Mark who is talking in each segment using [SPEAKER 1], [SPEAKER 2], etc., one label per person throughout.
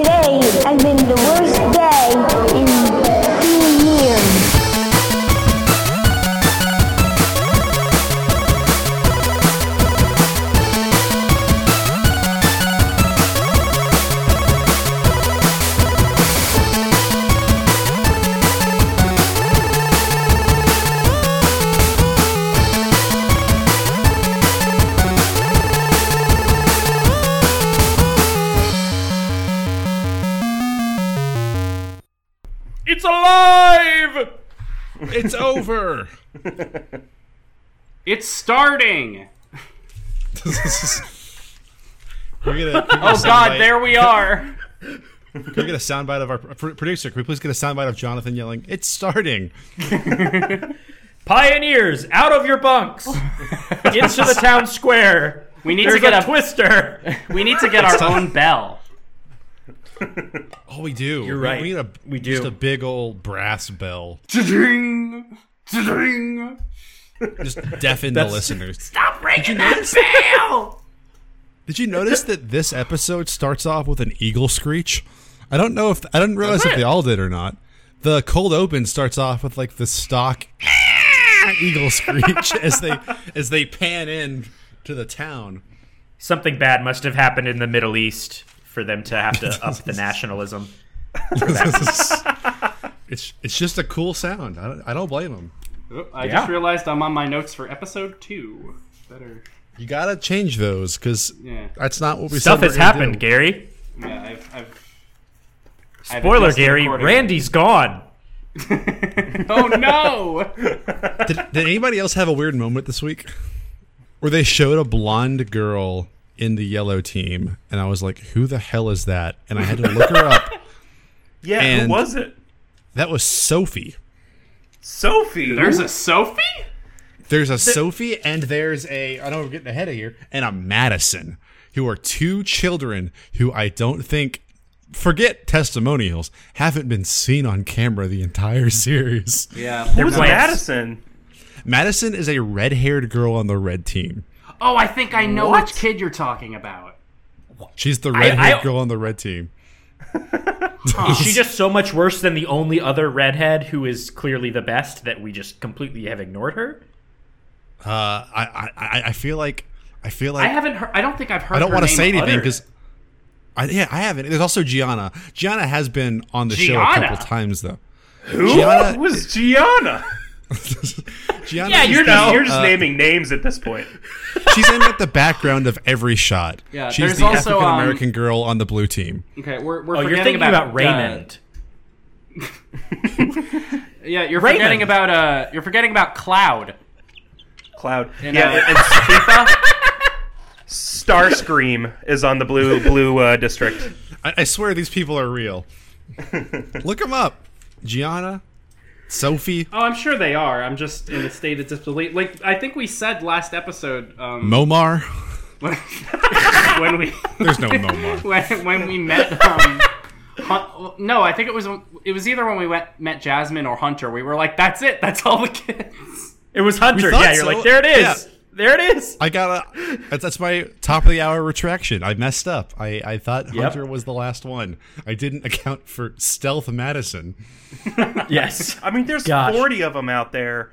[SPEAKER 1] It's been the worst day in two years.
[SPEAKER 2] It's alive!
[SPEAKER 3] It's over.
[SPEAKER 4] It's starting.
[SPEAKER 3] We're gonna, can we get a
[SPEAKER 4] Oh God,
[SPEAKER 3] soundbite-
[SPEAKER 4] there we are.
[SPEAKER 3] Can we get a soundbite of our pr- producer? Can we please get a soundbite of Jonathan yelling, "It's starting"?
[SPEAKER 5] Pioneers, out of your bunks, into the town square.
[SPEAKER 4] We need
[SPEAKER 5] There's
[SPEAKER 4] to get
[SPEAKER 5] a,
[SPEAKER 4] a
[SPEAKER 5] twister.
[SPEAKER 4] we need to get our own bell.
[SPEAKER 3] Oh, we do.
[SPEAKER 5] You're
[SPEAKER 3] We-
[SPEAKER 5] right.
[SPEAKER 3] We need a
[SPEAKER 5] We
[SPEAKER 3] just
[SPEAKER 5] do.
[SPEAKER 3] a big old brass bell,
[SPEAKER 4] Ding, ding.
[SPEAKER 3] just deafen the listeners.
[SPEAKER 4] Stop ringing that bell.
[SPEAKER 3] Did you notice that this episode starts off with an eagle screech? I don't know if I didn't realize if they all did or not. The cold open starts off with like the stock eagle screech as they as they pan in to the town.
[SPEAKER 5] Something bad must have happened in the Middle East for them to have to up the nationalism.
[SPEAKER 3] it's it's just a cool sound. I don't, I don't blame them.
[SPEAKER 4] Oh, I
[SPEAKER 5] Yeah.
[SPEAKER 4] just realized I'm on my notes for episode two. Better.
[SPEAKER 3] You gotta change those because
[SPEAKER 4] Yeah.
[SPEAKER 3] that's not what we
[SPEAKER 5] Stuff
[SPEAKER 3] said we're
[SPEAKER 5] has
[SPEAKER 3] gonna
[SPEAKER 5] happened,
[SPEAKER 3] do.
[SPEAKER 5] Gary.
[SPEAKER 4] Yeah. I've. I've I've
[SPEAKER 5] Spoiler,
[SPEAKER 4] adjusted
[SPEAKER 5] Gary.
[SPEAKER 4] accordingly.
[SPEAKER 5] Randy's gone.
[SPEAKER 4] oh no!
[SPEAKER 3] Did, did anybody else have a weird moment this week where they showed a blonde girl in the yellow team, and I was like, "Who the hell is that?" And I had to look her up.
[SPEAKER 6] Yeah,
[SPEAKER 3] And-
[SPEAKER 6] who was it?
[SPEAKER 3] That was Sophie.
[SPEAKER 6] Sophie.
[SPEAKER 4] There's a Sophie.
[SPEAKER 3] There's a Sophie and there's a I know we're getting ahead of here and a Madison, who are two children who I don't think forget testimonials haven't been seen on camera the entire series.
[SPEAKER 4] Yeah.
[SPEAKER 6] Who's
[SPEAKER 5] plants.
[SPEAKER 6] Madison?
[SPEAKER 3] Madison is a red-haired girl on the red team.
[SPEAKER 4] Oh, I think I know
[SPEAKER 6] What?
[SPEAKER 4] which kid you're talking about.
[SPEAKER 3] She's the red
[SPEAKER 5] I-
[SPEAKER 3] haired girl on the red team.
[SPEAKER 5] Is she just so much worse than the only other redhead who is clearly the best that we just completely have ignored her?
[SPEAKER 3] Uh, I, I- I I feel like I feel
[SPEAKER 4] I
[SPEAKER 3] like I,
[SPEAKER 4] haven't. Heard, I don't think I've heard.
[SPEAKER 3] don't
[SPEAKER 4] want to
[SPEAKER 3] say anything
[SPEAKER 4] uttered.
[SPEAKER 3] because I yeah I haven't. There's also Gianna. Gianna has been on the show a
[SPEAKER 4] Gianna?
[SPEAKER 3] couple times though.
[SPEAKER 6] Who
[SPEAKER 3] Gianna-
[SPEAKER 6] was Gianna?
[SPEAKER 3] Gianna
[SPEAKER 5] Yeah,
[SPEAKER 3] is
[SPEAKER 5] you're
[SPEAKER 3] the-
[SPEAKER 5] just-
[SPEAKER 6] You're just
[SPEAKER 3] uh,
[SPEAKER 6] naming names at this point.
[SPEAKER 3] she's in like the background of every shot.
[SPEAKER 4] Yeah,
[SPEAKER 3] she's
[SPEAKER 4] there's
[SPEAKER 3] the
[SPEAKER 4] also,
[SPEAKER 3] African American girl on the blue team.
[SPEAKER 4] Okay, we're, we're
[SPEAKER 5] Oh,
[SPEAKER 4] forgetting
[SPEAKER 5] you're thinking about,
[SPEAKER 4] about uh,
[SPEAKER 5] Raymond.
[SPEAKER 4] Yeah, you're
[SPEAKER 5] Raymond.
[SPEAKER 4] forgetting about uh, you're forgetting about Cloud.
[SPEAKER 6] Cloud.
[SPEAKER 4] And,
[SPEAKER 6] yeah,
[SPEAKER 4] uh,
[SPEAKER 6] and Sifa. Starscream is on the blue blue uh, district.
[SPEAKER 3] I, I swear these people are real. Look them up, Gianna, Sophie,
[SPEAKER 4] Oh, I'm sure they are. I'm just in a state of disbelief. Like I think we said last episode um,
[SPEAKER 3] Momar.
[SPEAKER 4] when, when we
[SPEAKER 3] There's no Momar.
[SPEAKER 4] when, when we met. Um, Hun- no, I think it was it was either when we went met Jasmine or Hunter. We were like, "That's it. That's all the kids."
[SPEAKER 5] It was Hunter.
[SPEAKER 3] thought
[SPEAKER 5] Yeah, you're
[SPEAKER 3] so.
[SPEAKER 5] like, there it is.
[SPEAKER 3] Yeah.
[SPEAKER 5] There it is.
[SPEAKER 3] I got to That's, that's my top of the hour retraction. I messed up. I, I thought Hunter was the last one. I didn't account for Stealth Madison.
[SPEAKER 5] Yes.
[SPEAKER 6] I mean, there's
[SPEAKER 5] Gosh.
[SPEAKER 6] 40 of them out there.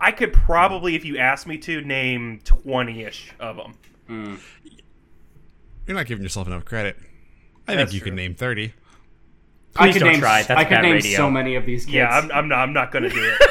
[SPEAKER 6] I could probably, if you asked me to, name 20-ish of them.
[SPEAKER 3] You're not giving yourself enough credit. I
[SPEAKER 6] That's
[SPEAKER 3] think you
[SPEAKER 6] true.
[SPEAKER 3] can name thirty.
[SPEAKER 4] I
[SPEAKER 5] Please
[SPEAKER 4] could
[SPEAKER 5] don't
[SPEAKER 4] name,
[SPEAKER 5] try it. That's
[SPEAKER 4] I could
[SPEAKER 5] bad
[SPEAKER 4] name
[SPEAKER 5] radio.
[SPEAKER 4] so many of these kids.
[SPEAKER 6] Yeah, I'm, I'm not. I'm not gonna do it.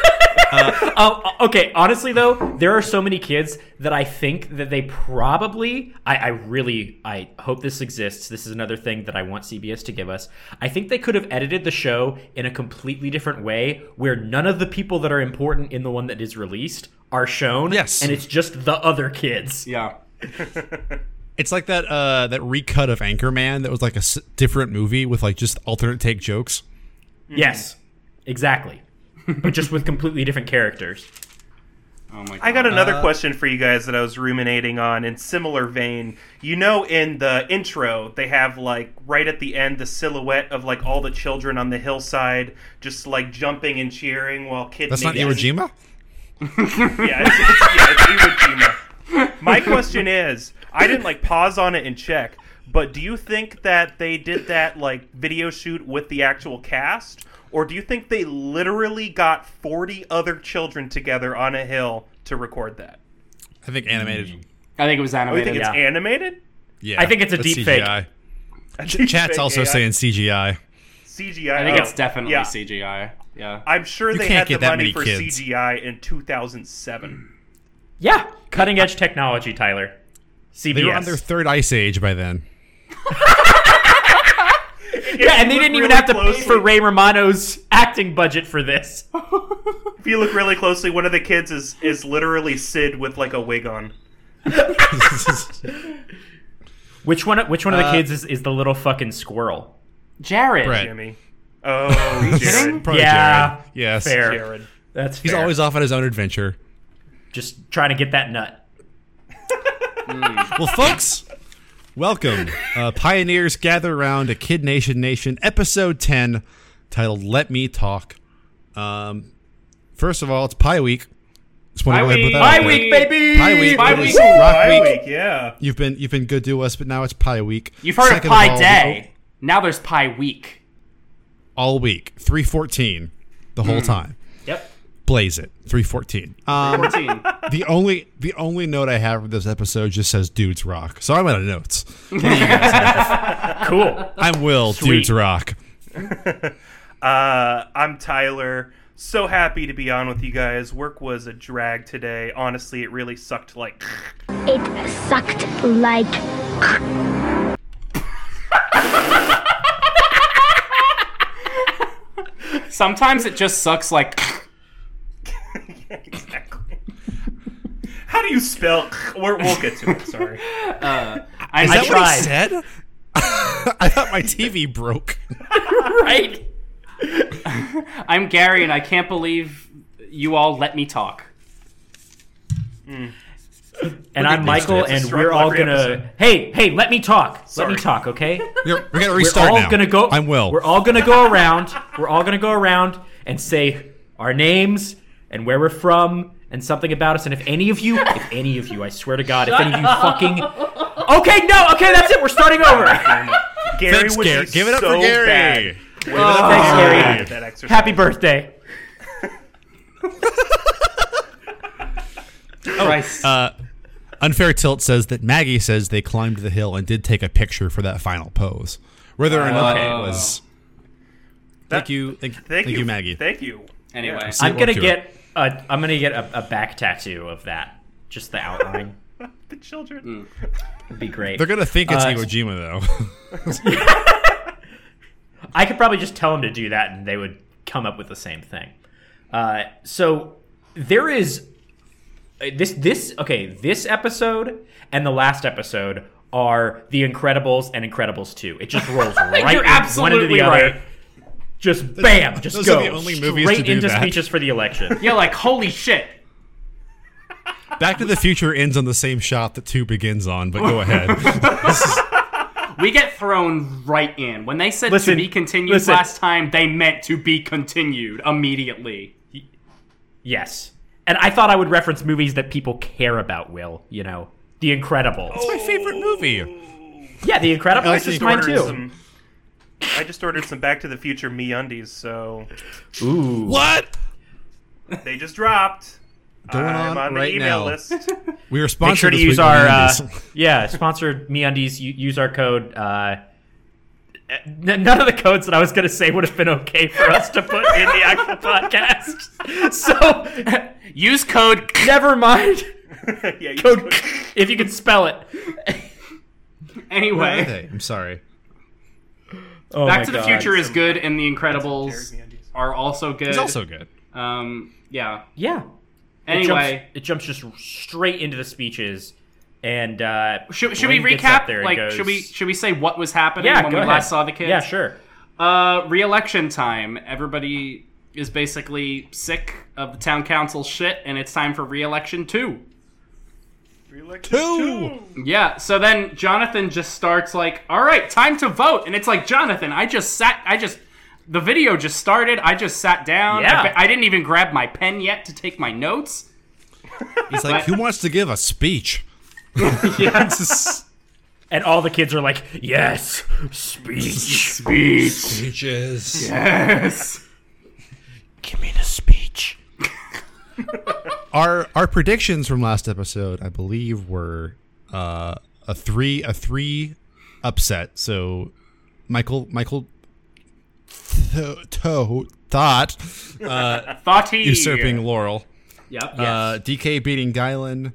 [SPEAKER 5] Oh, okay. Honestly, though, there are so many kids that I think that they probably. I, I really. I hope this exists. This is another thing that I want CBS to give us. I think they could have edited the show in a completely different way, where none of the people that are important in the one that is released are shown.
[SPEAKER 3] Yes.
[SPEAKER 5] and it's just the other kids.
[SPEAKER 4] yeah.
[SPEAKER 3] It's like that uh, that recut of Anchorman that was like a s- different movie with like just alternate take jokes.
[SPEAKER 5] Yes, exactly. but just with completely different characters.
[SPEAKER 4] Oh my god.
[SPEAKER 6] I got another question for you guys that I was ruminating on in similar vein. You know, in the intro, they have like right at the end the silhouette of like all the children on the hillside, just like jumping and cheering while kid.
[SPEAKER 3] That's not Iwo
[SPEAKER 6] Iwo
[SPEAKER 3] Jima.
[SPEAKER 6] Yeah, it's, it's, yeah, it's Iwo Jima. My question is, I didn't like pause on it and check, But do you think that they did that like video shoot with the actual cast, or do you think they literally got forty other children together on a hill to record that?
[SPEAKER 3] I think animated.
[SPEAKER 4] I think it was
[SPEAKER 6] Oh, you think
[SPEAKER 4] animated.
[SPEAKER 6] it's
[SPEAKER 5] Yeah.
[SPEAKER 6] animated?
[SPEAKER 3] Yeah,
[SPEAKER 5] Mm. I think it's a
[SPEAKER 3] that's
[SPEAKER 5] deep fake.
[SPEAKER 3] CGI.
[SPEAKER 6] Fake
[SPEAKER 3] Chat's also
[SPEAKER 6] AI.
[SPEAKER 3] saying CGI.
[SPEAKER 6] CGI.
[SPEAKER 4] I think it's
[SPEAKER 6] Oh,
[SPEAKER 4] definitely
[SPEAKER 6] yeah.
[SPEAKER 4] CGI. Yeah.
[SPEAKER 6] I'm sure they
[SPEAKER 3] can't
[SPEAKER 6] had
[SPEAKER 3] get
[SPEAKER 6] the
[SPEAKER 3] that
[SPEAKER 6] money
[SPEAKER 3] many
[SPEAKER 6] for
[SPEAKER 3] kids.
[SPEAKER 6] CGI in 2007.
[SPEAKER 5] Yeah, cutting edge technology, Tyler. CBS.
[SPEAKER 3] They were on their third ice age by then.
[SPEAKER 5] yeah, and they didn't even
[SPEAKER 6] really
[SPEAKER 5] have to
[SPEAKER 6] closely-
[SPEAKER 5] pay for Ray Romano's acting budget for this.
[SPEAKER 6] If you look really closely, one of the kids is is literally Sid with like a wig on.
[SPEAKER 5] Which one? Which one of the
[SPEAKER 3] Uh,
[SPEAKER 5] kids is, is the little fucking squirrel?
[SPEAKER 4] Jared.
[SPEAKER 3] Brett.
[SPEAKER 6] Jimmy. Oh, Jared.
[SPEAKER 3] Probably
[SPEAKER 5] Yeah,
[SPEAKER 3] Jared. Yes.
[SPEAKER 5] fair.
[SPEAKER 6] Jared.
[SPEAKER 5] That's
[SPEAKER 3] He's
[SPEAKER 5] fair.
[SPEAKER 3] always off on his own adventure.
[SPEAKER 5] just trying to get that nut.
[SPEAKER 3] Well, folks, welcome. Uh, Pioneers gather around a Kid Nation Nation episode 10 titled Let Me Talk. Um, first of all, it's Pie Week. Just want to
[SPEAKER 4] Bye
[SPEAKER 3] go ahead and
[SPEAKER 4] week.
[SPEAKER 3] put
[SPEAKER 4] Bye
[SPEAKER 3] that out
[SPEAKER 4] week,
[SPEAKER 3] there.
[SPEAKER 4] baby.
[SPEAKER 3] Pie Week.
[SPEAKER 4] Bye
[SPEAKER 3] it
[SPEAKER 4] week.
[SPEAKER 3] is Rock
[SPEAKER 6] Pie
[SPEAKER 3] Week.
[SPEAKER 6] week, yeah.
[SPEAKER 3] You've been you've been good to us, but now it's Pie Week.
[SPEAKER 4] You've heard
[SPEAKER 3] Second
[SPEAKER 4] of Pie
[SPEAKER 3] all,
[SPEAKER 4] Day. Now there's Pie Week.
[SPEAKER 3] All week. 314 the
[SPEAKER 4] Mm.
[SPEAKER 3] whole time.
[SPEAKER 5] Yep.
[SPEAKER 3] Blaze it. 314. Um,
[SPEAKER 4] 14.
[SPEAKER 3] the only the only note I have for this episode just says dudes rock. So I'm out of notes.
[SPEAKER 5] Cool.
[SPEAKER 3] I'm Will,
[SPEAKER 5] Sweet.
[SPEAKER 3] dudes rock.
[SPEAKER 6] Uh, I'm Tyler. So happy to be on with you guys. Work was a drag today. Honestly, it really sucked. Like,
[SPEAKER 1] It sucked like
[SPEAKER 4] Sometimes it just sucks like.
[SPEAKER 6] yeah, exactly. How do you spell? We're, we'll get to it. Sorry.
[SPEAKER 4] I, I
[SPEAKER 3] Is that
[SPEAKER 4] tried.
[SPEAKER 3] what he said? I thought my TV broke.
[SPEAKER 5] right.
[SPEAKER 4] I'm Gary, and I can't believe you all let me talk.
[SPEAKER 5] And I'm Michael, and
[SPEAKER 6] struggle
[SPEAKER 5] we're all
[SPEAKER 6] every
[SPEAKER 5] gonna.
[SPEAKER 6] episode.
[SPEAKER 5] Hey, hey, let me talk. Let
[SPEAKER 6] Sorry.
[SPEAKER 5] me talk, okay?
[SPEAKER 3] We're, we're gonna
[SPEAKER 5] We're
[SPEAKER 3] restart
[SPEAKER 5] all
[SPEAKER 3] now.
[SPEAKER 5] gonna go.
[SPEAKER 3] I'm Will.
[SPEAKER 5] We're all gonna go around. We're all gonna go around and say our names and where we're from and something about us. And if any of you, if any of you, I swear to God, if any of you fucking. Okay, no, okay, that's it. We're starting over.
[SPEAKER 6] Gary
[SPEAKER 3] Thanks,
[SPEAKER 6] would
[SPEAKER 3] Gary.
[SPEAKER 6] be
[SPEAKER 3] Give it up
[SPEAKER 6] so
[SPEAKER 3] for Gary.
[SPEAKER 6] bad
[SPEAKER 3] Give it up
[SPEAKER 5] Thanks,
[SPEAKER 3] for
[SPEAKER 5] Gary.
[SPEAKER 6] at that exercise.
[SPEAKER 5] Happy birthday.
[SPEAKER 4] Christ.
[SPEAKER 3] Uh, Unfair Tilt says that Maggie says they climbed the hill and did take a picture for that final pose. Whether or not it was. Thank you, thank,
[SPEAKER 6] Thank, you,
[SPEAKER 3] Maggie.
[SPEAKER 6] Thank you.
[SPEAKER 4] anyway.
[SPEAKER 3] Yeah.
[SPEAKER 5] I'm gonna
[SPEAKER 3] Walk to
[SPEAKER 5] get a. I'm gonna get a, a back tattoo of that. Just the outline.
[SPEAKER 6] The children.
[SPEAKER 5] It'd be great.
[SPEAKER 3] They're gonna think it's
[SPEAKER 5] Uh,
[SPEAKER 3] Iwo Jima though.
[SPEAKER 5] I could probably just tell them to do that, and they would come up with the same thing. Uh, so there is uh, this this okay. This episode and the last episode are The Incredibles and Incredibles Two. It just rolls right
[SPEAKER 4] You're
[SPEAKER 5] in- one into
[SPEAKER 4] absolutely
[SPEAKER 5] the
[SPEAKER 4] right.
[SPEAKER 5] other. Just bam, just
[SPEAKER 3] those
[SPEAKER 5] go
[SPEAKER 3] are the only movies to
[SPEAKER 5] straight
[SPEAKER 3] do
[SPEAKER 5] into
[SPEAKER 3] that.
[SPEAKER 5] speeches for the election.
[SPEAKER 4] yeah, like, holy shit.
[SPEAKER 3] Back to the Future ends on the same shot that two begins on, but go ahead.
[SPEAKER 4] We get thrown right in. When they said
[SPEAKER 5] Listen,
[SPEAKER 4] to be continued
[SPEAKER 5] listen.
[SPEAKER 4] last time, they meant to be continued immediately.
[SPEAKER 5] Yes. And I thought I would reference movies that people care about, Will. You know, The Incredibles.
[SPEAKER 4] Oh.
[SPEAKER 3] my favorite movie.
[SPEAKER 5] Yeah, The Incredibles
[SPEAKER 3] I
[SPEAKER 5] is
[SPEAKER 3] just
[SPEAKER 5] mine
[SPEAKER 6] Ordered
[SPEAKER 5] too.
[SPEAKER 6] some- I just ordered some Back to the Future me undies, so
[SPEAKER 5] Ooh.
[SPEAKER 3] What?
[SPEAKER 6] they just dropped.
[SPEAKER 3] Going
[SPEAKER 6] I'm
[SPEAKER 3] on,
[SPEAKER 6] on the
[SPEAKER 3] right now.
[SPEAKER 6] email list.
[SPEAKER 3] We were sponsored
[SPEAKER 5] Make sure to
[SPEAKER 3] this
[SPEAKER 5] use
[SPEAKER 3] week by
[SPEAKER 5] our uh,
[SPEAKER 3] Andes.
[SPEAKER 5] yeah sponsored MeUndies. u- Use our code. Uh, n- none of the codes that I was going to say would have been okay for us to put in the actual podcast. So
[SPEAKER 4] Use code.
[SPEAKER 5] never mind.
[SPEAKER 6] yeah, you
[SPEAKER 5] Code
[SPEAKER 6] just-
[SPEAKER 5] if you can spell it.
[SPEAKER 4] Anyway.
[SPEAKER 3] Okay, I'm sorry.
[SPEAKER 5] Oh
[SPEAKER 4] Back
[SPEAKER 5] my
[SPEAKER 4] to the
[SPEAKER 5] God.
[SPEAKER 4] Future is good, and The
[SPEAKER 6] Jared
[SPEAKER 4] Incredibles
[SPEAKER 6] Meandes.
[SPEAKER 4] are also good.
[SPEAKER 3] It's also good.
[SPEAKER 4] Um, yeah.
[SPEAKER 5] Yeah. It jumps-
[SPEAKER 4] Anyway,
[SPEAKER 5] it jumps, just straight into the speeches, and uh,
[SPEAKER 4] should, should we
[SPEAKER 5] Blaine gets up
[SPEAKER 4] recap?
[SPEAKER 5] there and
[SPEAKER 4] like,
[SPEAKER 5] goes-
[SPEAKER 4] should we should we say what was happening
[SPEAKER 5] Yeah,
[SPEAKER 4] when
[SPEAKER 5] go
[SPEAKER 4] we
[SPEAKER 5] ahead.
[SPEAKER 4] last saw the kids?
[SPEAKER 5] Yeah, sure.
[SPEAKER 4] Uh, re-election time. Everybody is basically sick of the town council shit, and it's time for re-election too.
[SPEAKER 6] Re-election
[SPEAKER 3] Two.
[SPEAKER 4] Yeah. So then Jonathan just starts like, "All right, time to vote," and it's like, Jonathan, I just sat, I just. The video just started. I just sat down.
[SPEAKER 5] Yeah.
[SPEAKER 4] I, I didn't even grab my pen yet to take my notes.
[SPEAKER 3] He's like, who wants to give a speech?
[SPEAKER 5] and all the kids are like, "Yes, speech,
[SPEAKER 4] Speech.
[SPEAKER 3] Peaches.
[SPEAKER 4] Yes.
[SPEAKER 5] give me the speech."
[SPEAKER 3] Our our predictions from last episode, I believe, were uh, a three a three upset. So Michael Michael th- Toe thought
[SPEAKER 4] Thought he
[SPEAKER 3] usurping Laurel.
[SPEAKER 4] Yep. Yes.
[SPEAKER 3] Uh, DK beating Guylin,